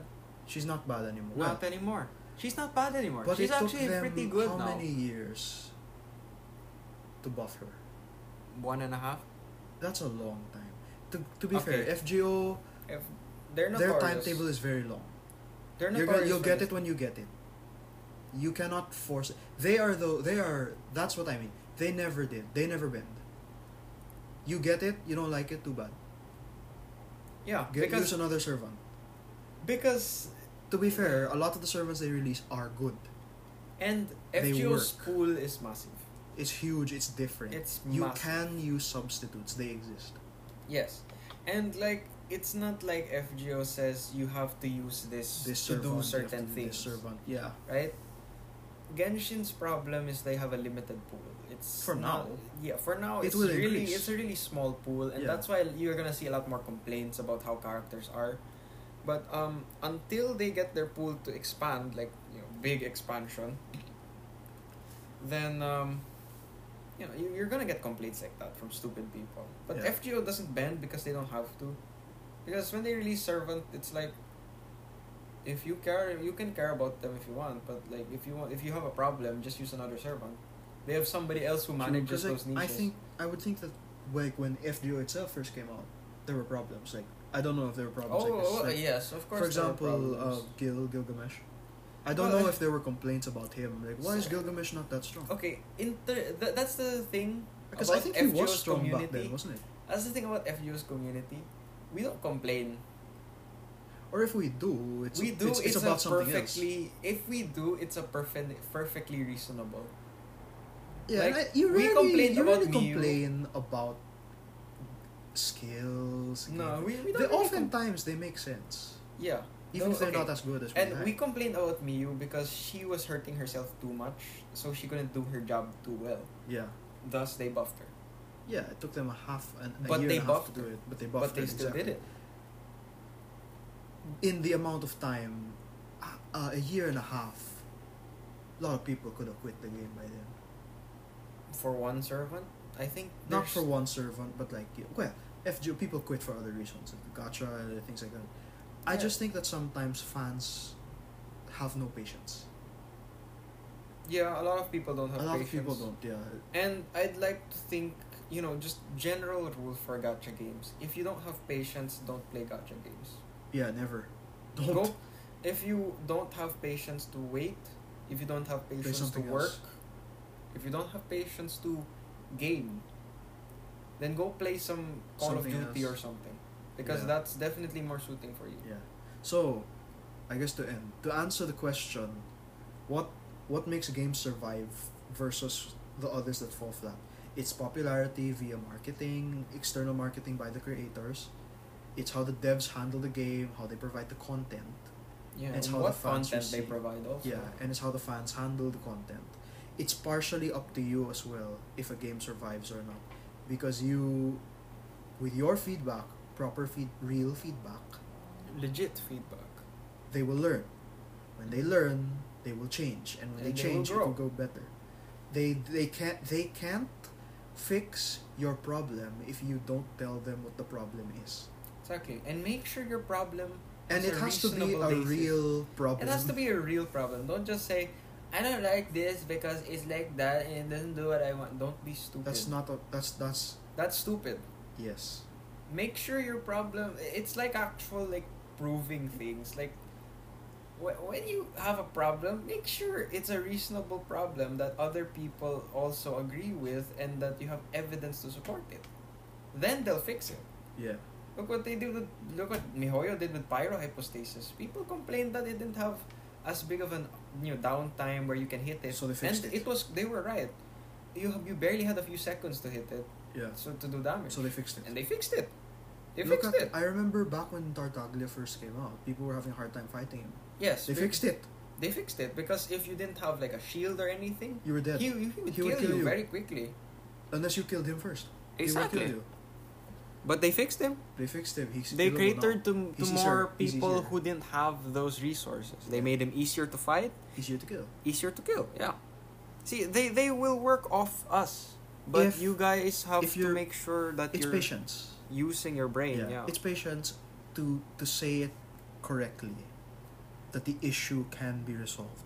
Speaker 1: She's not bad anymore.
Speaker 2: Not anymore. She's not bad anymore.
Speaker 1: well, but
Speaker 2: She's
Speaker 1: it took
Speaker 2: actually
Speaker 1: them
Speaker 2: pretty good
Speaker 1: how
Speaker 2: now.
Speaker 1: many years to buff her?
Speaker 2: One and a half.
Speaker 1: That's a long time. To, to be
Speaker 2: Okay.
Speaker 1: fair, FGO
Speaker 2: If they're
Speaker 1: their timetable is very long.
Speaker 2: They're
Speaker 1: You're gonna, you'll get it when you get it. You cannot force it. They are though. They are. That's what I mean. They never did. They never bend. You get it. You don't like it. Too bad.
Speaker 2: Yeah,
Speaker 1: Get, use
Speaker 2: because
Speaker 1: another servant.
Speaker 2: because
Speaker 1: To be fair, a lot of the servants they release are good.
Speaker 2: and
Speaker 1: They
Speaker 2: FGO's
Speaker 1: work.
Speaker 2: pool is massive.
Speaker 1: It's huge. It's different.
Speaker 2: It's
Speaker 1: you
Speaker 2: massive.
Speaker 1: can use substitutes. They exist.
Speaker 2: Yes, and like it's not like FGO says you have to use this,
Speaker 1: This
Speaker 2: to
Speaker 1: servant you
Speaker 2: do
Speaker 1: have
Speaker 2: certain
Speaker 1: to do
Speaker 2: things,
Speaker 1: This servant. Yeah.
Speaker 2: right? Genshin's problem is they have a limited pool. It's
Speaker 1: For
Speaker 2: not-
Speaker 1: now.
Speaker 2: Yeah, for now
Speaker 1: It
Speaker 2: it's
Speaker 1: will
Speaker 2: really
Speaker 1: increase.
Speaker 2: it's a really small pool, and
Speaker 1: Yeah.
Speaker 2: that's why you're gonna see a lot more complaints about how characters are. But um, until they get their pool to expand, like you know, big expansion, then um, you know you- you're gonna get complaints like that from stupid people. But
Speaker 1: Yeah.
Speaker 2: FGO doesn't bend because they don't have to, because when they release Servant, it's like if you care you can care about them if you want but like if you want if you have a problem just use another servant they have somebody else who
Speaker 1: Because,
Speaker 2: manages
Speaker 1: like,
Speaker 2: those niches
Speaker 1: I think I would think that like when FGO itself first came out, there were problems. Like I don't know if there were
Speaker 2: oh,
Speaker 1: problems. like this.
Speaker 2: oh,
Speaker 1: Like,
Speaker 2: yes of course
Speaker 1: For
Speaker 2: there are
Speaker 1: example, uh,
Speaker 2: problems.
Speaker 1: Gil Gilgamesh. I don't
Speaker 2: Well,
Speaker 1: know
Speaker 2: I-
Speaker 1: if there were complaints about him. Like, why is
Speaker 2: So-
Speaker 1: Gilgamesh not that strong?
Speaker 2: okay inter th- that's the thing
Speaker 1: Because I
Speaker 2: about
Speaker 1: think he was
Speaker 2: FGO's
Speaker 1: strong
Speaker 2: community
Speaker 1: back then, wasn't it?
Speaker 2: that's the thing about FGO's community we don't complain
Speaker 1: Or if we do, it's
Speaker 2: we do
Speaker 1: It's, it's, about
Speaker 2: a
Speaker 1: something else.
Speaker 2: perfectly if we do it's a perfect perfectly reasonable
Speaker 1: Yeah,
Speaker 2: like,
Speaker 1: and I- you
Speaker 2: we
Speaker 1: really,
Speaker 2: complained
Speaker 1: you
Speaker 2: about
Speaker 1: really
Speaker 2: Miyu.
Speaker 1: complain about skills.
Speaker 2: no
Speaker 1: game-
Speaker 2: we, we don't
Speaker 1: they
Speaker 2: really com-
Speaker 1: oftentimes they make sense,
Speaker 2: yeah
Speaker 1: even
Speaker 2: No,
Speaker 1: if they're
Speaker 2: okay.
Speaker 1: not as good as we
Speaker 2: And
Speaker 1: had.
Speaker 2: we complained about Miyu because she was hurting herself too much, so she couldn't do her job too well.
Speaker 1: yeah,
Speaker 2: Thus, they buffed her.
Speaker 1: yeah, it took them a half an, a
Speaker 2: But
Speaker 1: year
Speaker 2: they
Speaker 1: and a half to
Speaker 2: buffed
Speaker 1: do it, but they buffed
Speaker 2: but they
Speaker 1: it,
Speaker 2: still
Speaker 1: exactly.
Speaker 2: did it.
Speaker 1: in the amount of time, uh, uh, a year and a half, a lot of people could have quit the game by then.
Speaker 2: For one servant, I think.
Speaker 1: Not
Speaker 2: there's-
Speaker 1: for one servant, but like, yeah, well, FGO, people quit for other reasons, like gotcha and other things like that. I
Speaker 2: Yeah.
Speaker 1: just think that sometimes fans have no patience.
Speaker 2: Yeah, a lot of people don't have
Speaker 1: a lot
Speaker 2: patience.
Speaker 1: of people don't, yeah.
Speaker 2: And I'd like to think, you know, just general rule for gacha games. If you don't have patience, don't play gacha games.
Speaker 1: Yeah, never. Don't.
Speaker 2: Go,
Speaker 3: if you don't have patience to wait, if you don't have patience to
Speaker 1: something
Speaker 3: work,
Speaker 1: else.
Speaker 3: if you don't have patience to game, then go play some Call
Speaker 1: Something
Speaker 3: of Duty
Speaker 1: else.
Speaker 3: or something. Because
Speaker 1: Yeah.
Speaker 3: that's definitely more suiting for you.
Speaker 1: Yeah. So, I guess to end to answer the question, what what makes a game survive versus the others that fall flat? Its popularity via marketing, external marketing by the creators. It's how the devs handle the game, how they provide the content.
Speaker 3: Yeah.
Speaker 1: It's
Speaker 3: and
Speaker 1: how the
Speaker 3: what
Speaker 1: fans
Speaker 3: content they
Speaker 1: receive-
Speaker 3: provide also.
Speaker 1: Yeah, and it's how the fans handle the content. It's partially up to you as well if a game survives or not. Because you, with your feedback, proper feed, real feedback,
Speaker 3: legit feedback.
Speaker 1: they will learn. When they learn, they will change, and
Speaker 3: And
Speaker 1: when
Speaker 3: they
Speaker 1: they,
Speaker 3: will
Speaker 1: change, it will
Speaker 3: grow.
Speaker 1: go better. They they can't they can't fix your problem if you don't tell them what the problem is.
Speaker 3: Exactly. And make sure your problem
Speaker 1: And
Speaker 3: That's
Speaker 1: it
Speaker 3: a
Speaker 1: has to be
Speaker 3: reasonable
Speaker 1: a
Speaker 3: basis.
Speaker 1: real problem.
Speaker 3: It has to be a real problem. Don't just say, I don't like this because it's like that and it doesn't do what I want. Don't be stupid.
Speaker 1: That's not a, that's that's
Speaker 3: That's stupid.
Speaker 1: yes.
Speaker 3: Make sure your problem. It's like actual like proving things. Like wh- when you have a problem, make sure it's a reasonable problem that other people also agree with and that you have evidence to support it. Then they'll fix it.
Speaker 1: Yeah.
Speaker 3: Look what they did with look what Mihoyo did with pyrohypostasis. People complained that it didn't have as big of an you know downtime where you can hit it.
Speaker 1: So they fixed
Speaker 3: and
Speaker 1: it.
Speaker 3: it was they were right. You have, you barely had a few seconds to hit it,
Speaker 1: Yeah.
Speaker 3: so to do damage.
Speaker 1: So they fixed it.
Speaker 3: and they fixed it. They
Speaker 1: Look
Speaker 3: fixed
Speaker 1: at-
Speaker 3: it.
Speaker 1: I remember back when Tartaglia first came out, people were having a hard time fighting him.
Speaker 3: yes,
Speaker 1: They
Speaker 3: be-
Speaker 1: fixed it.
Speaker 3: They fixed it because if you didn't have like a shield or anything,
Speaker 1: You were dead.
Speaker 3: he, he, would,
Speaker 1: He
Speaker 3: kill
Speaker 1: would kill
Speaker 3: you,
Speaker 1: you.
Speaker 3: very quickly.
Speaker 1: Unless you killed him first. He would kill
Speaker 2: Exactly.
Speaker 1: you.
Speaker 2: But they fixed him.
Speaker 1: They fixed him. He's
Speaker 2: They
Speaker 1: killable now.
Speaker 2: catered to, to
Speaker 1: He's
Speaker 2: more
Speaker 1: easier. He's
Speaker 2: people
Speaker 1: easier.
Speaker 2: who didn't have those resources. They
Speaker 1: Yeah.
Speaker 2: made him easier to fight,
Speaker 1: easier to kill.
Speaker 2: easier to kill. Yeah. See, they they will work off us, but
Speaker 1: If-
Speaker 2: you guys have
Speaker 1: if
Speaker 2: to
Speaker 1: you're-
Speaker 2: make sure that
Speaker 1: It's
Speaker 2: you're
Speaker 1: patience.
Speaker 2: using your brain. Yeah.
Speaker 1: It's patience to to say it correctly, that the issue can be resolved,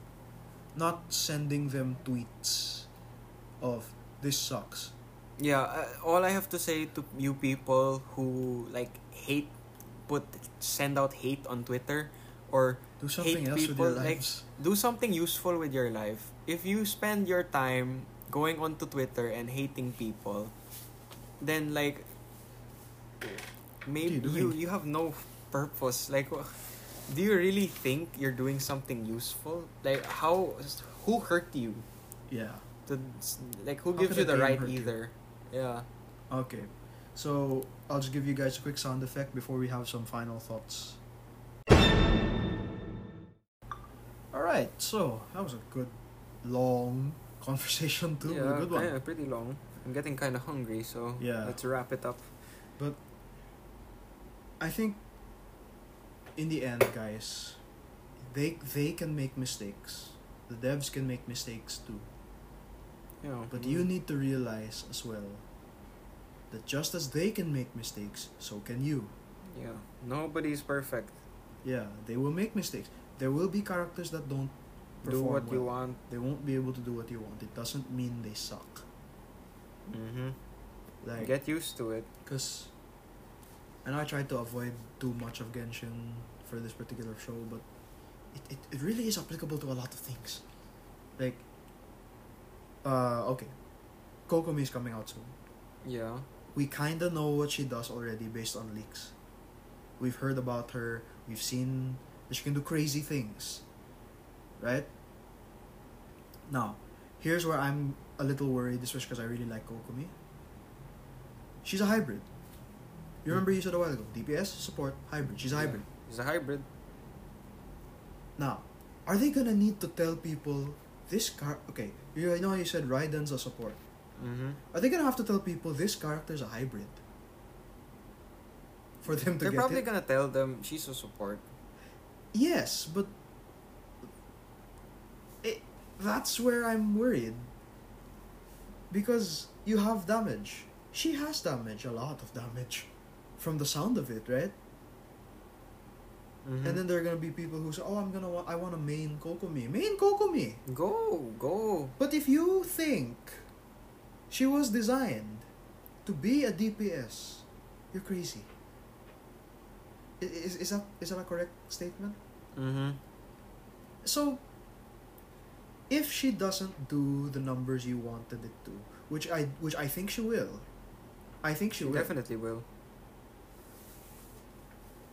Speaker 1: not sending them tweets of this sucks.
Speaker 2: Yeah, uh, all I have to say to you people who like hate, put send out hate on Twitter, or
Speaker 1: Do something
Speaker 2: Hate
Speaker 1: else with your
Speaker 2: people, like-
Speaker 1: lives.
Speaker 2: do something useful with your life. If you spend your time going onto Twitter and hating people, then like, maybe
Speaker 1: What are you
Speaker 2: you
Speaker 1: doing?
Speaker 2: you have no purpose. Like, wha- do you really think you're doing something useful? Like, how who hurt you?
Speaker 1: yeah.
Speaker 2: The, like, who
Speaker 1: How
Speaker 2: gives
Speaker 1: could
Speaker 2: you
Speaker 1: a
Speaker 2: the
Speaker 1: game
Speaker 2: right
Speaker 1: hurt you?
Speaker 2: either? Yeah.
Speaker 1: Okay. So I'll just give you guys a quick sound effect before we have some final thoughts. Alright, so that was a good long conversation too. but a good one.
Speaker 2: kinda pretty long. I'm getting kind of hungry, so
Speaker 1: Yeah.
Speaker 2: let's wrap it up.
Speaker 1: I think in the end, guys, they they can make mistakes. The devs can make mistakes too.
Speaker 2: You know,
Speaker 1: But you need to realize as well that just as they can make mistakes, so can you.
Speaker 2: yeah, nobody's perfect.
Speaker 1: Yeah, they will make mistakes. There will be characters that don't
Speaker 2: Do
Speaker 1: perform
Speaker 2: what you
Speaker 1: well.
Speaker 2: want.
Speaker 1: They won't be able to do what you want. It doesn't mean they suck.
Speaker 2: Mm-hmm.
Speaker 1: Like
Speaker 2: Get used to it.
Speaker 1: Because I know I tried to avoid too much of Genshin for this particular show, but it, it, it really is applicable to a lot of things. Like, uh, okay. Kokomi is coming out soon.
Speaker 2: Yeah.
Speaker 1: We kind of know what she does already based on leaks. We've heard about her, we've seen that she can do crazy things. Right? Now, here's where I'm a little worried, especially because I really like Kokomi. She's a hybrid. You remember you said a while ago DPS, support, hybrid. She's a
Speaker 2: Yeah.
Speaker 1: hybrid.
Speaker 2: It's a hybrid.
Speaker 1: Now, are they gonna need to tell people this car? Okay, you I know you said Raiden's a support.
Speaker 2: Mm-hmm.
Speaker 1: Are they gonna have to tell people this character's a hybrid? For them to
Speaker 2: They're
Speaker 1: get
Speaker 2: probably
Speaker 1: it?
Speaker 2: gonna tell them she's a support.
Speaker 1: Yes, but it, that's where I'm worried. Because you have damage. She has damage, a lot of damage. From the sound of it, right?
Speaker 2: Mm-hmm.
Speaker 1: And then there are gonna be people who say, "Oh, I'm gonna, wa- I want to main Kokomi, main Kokomi."
Speaker 2: go, go.
Speaker 1: But if you think she was designed to be a DPS, you're crazy. I- Is, is that is that a correct statement?
Speaker 2: Mm-hmm.
Speaker 1: so if she doesn't do the numbers you wanted it to, which I which I think she will, I think she will.
Speaker 2: Definitely will.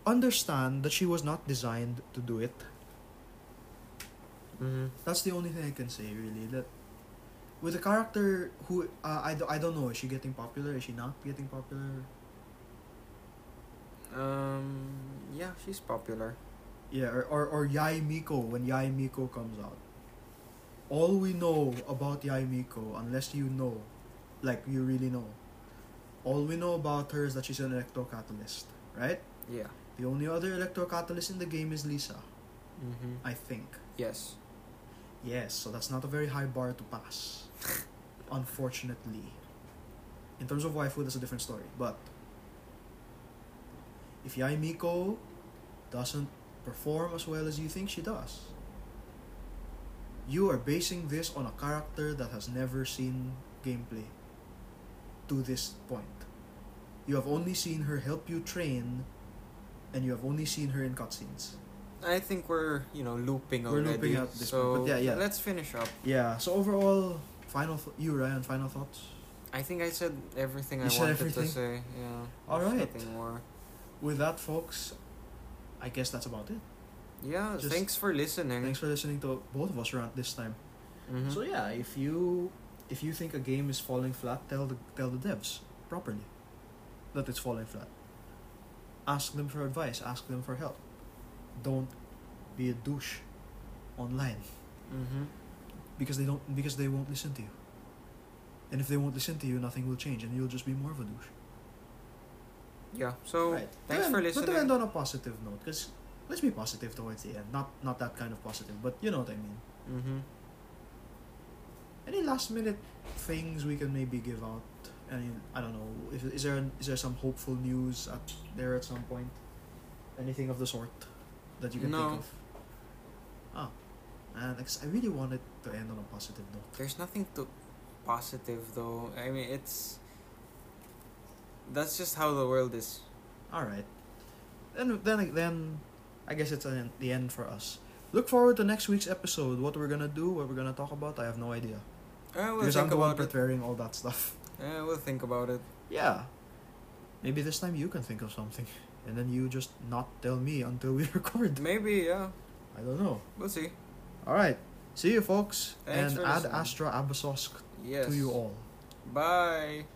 Speaker 1: understand that she was not designed to do it.
Speaker 2: Mm-hmm.
Speaker 1: That's the only thing I can say really. That with a character who uh, I, do- I don't know is she getting popular? Is she not getting popular?
Speaker 2: Um, yeah, she's popular.
Speaker 1: Yeah, or, or, or Yai Miko when Yai Miko comes out. All we know about Yai Miko, unless you know, like you really know, all we know about her is that she's an electrocatalyst, right?
Speaker 2: Yeah.
Speaker 1: The only other electrocatalyst in the game is Lisa,
Speaker 2: Mm-hmm.
Speaker 1: I think.
Speaker 2: Yes.
Speaker 1: Yes, so that's not a very high bar to pass. Unfortunately. In terms of waifu, that's a different story. But if Yai Miko doesn't perform as well as you think she does, you are basing this on a character that has never seen gameplay to this point. You have only seen her help you train, and you have only seen her in cutscenes.
Speaker 2: I think we're you know looping
Speaker 1: We're
Speaker 2: already.
Speaker 1: looping at this
Speaker 2: so
Speaker 1: point, but yeah, yeah.
Speaker 2: Let's finish up.
Speaker 1: Yeah, so overall, final th- you, Ryan, final thoughts?
Speaker 2: I think I said everything
Speaker 1: You
Speaker 2: I
Speaker 1: said
Speaker 2: wanted
Speaker 1: everything?
Speaker 2: to say. Yeah.
Speaker 1: All
Speaker 2: There's
Speaker 1: right.
Speaker 2: Nothing more.
Speaker 1: with that, folks, I guess that's about it.
Speaker 2: Yeah.
Speaker 1: Just-
Speaker 2: thanks for listening.
Speaker 1: Thanks for listening to both of us rant this time.
Speaker 2: Mhm.
Speaker 1: So yeah, if you if you think a game is falling flat, tell the tell the devs properly that it's falling flat. Ask them for advice. Ask them for help. Don't be a douche online
Speaker 2: Mhm.
Speaker 1: because they don't because they won't listen to you. And if they won't listen to you, nothing will change, and you'll just be more of a douche.
Speaker 2: Yeah. So thanks
Speaker 1: To
Speaker 2: for
Speaker 1: end- But to
Speaker 2: listening.
Speaker 1: end on a positive note, because let's be positive towards the end. Not not that kind of positive, but you know what I mean.
Speaker 2: Mm-hmm.
Speaker 1: Any last minute things we can maybe give out? I mean, I don't know. If, is there is there some hopeful news at there at some point? Anything of the sort that you can
Speaker 2: No.
Speaker 1: think of? Ah, and ex- I really wanted to end on a positive note.
Speaker 2: There's nothing to positive though. I mean, it's that's just how the world is.
Speaker 1: All right, then then then, I guess it's an, the end for us. Look forward to next week's episode. What we're gonna do, what we're gonna talk about, I have no idea.
Speaker 2: Uh, we'll
Speaker 1: because I'm
Speaker 2: think
Speaker 1: the one
Speaker 2: about it.
Speaker 1: preparing all that stuff.
Speaker 2: Uh, we'll think about it.
Speaker 1: Yeah. Maybe this time you can think of something, and then you just not tell me until we record.
Speaker 2: Maybe. Yeah.
Speaker 1: I don't know.
Speaker 2: We'll see.
Speaker 1: All right. See you, folks,
Speaker 2: Thanks
Speaker 1: and
Speaker 2: for
Speaker 1: add
Speaker 2: listening.
Speaker 1: Astra Abasosk
Speaker 2: Yes.
Speaker 1: to you all.
Speaker 2: Bye.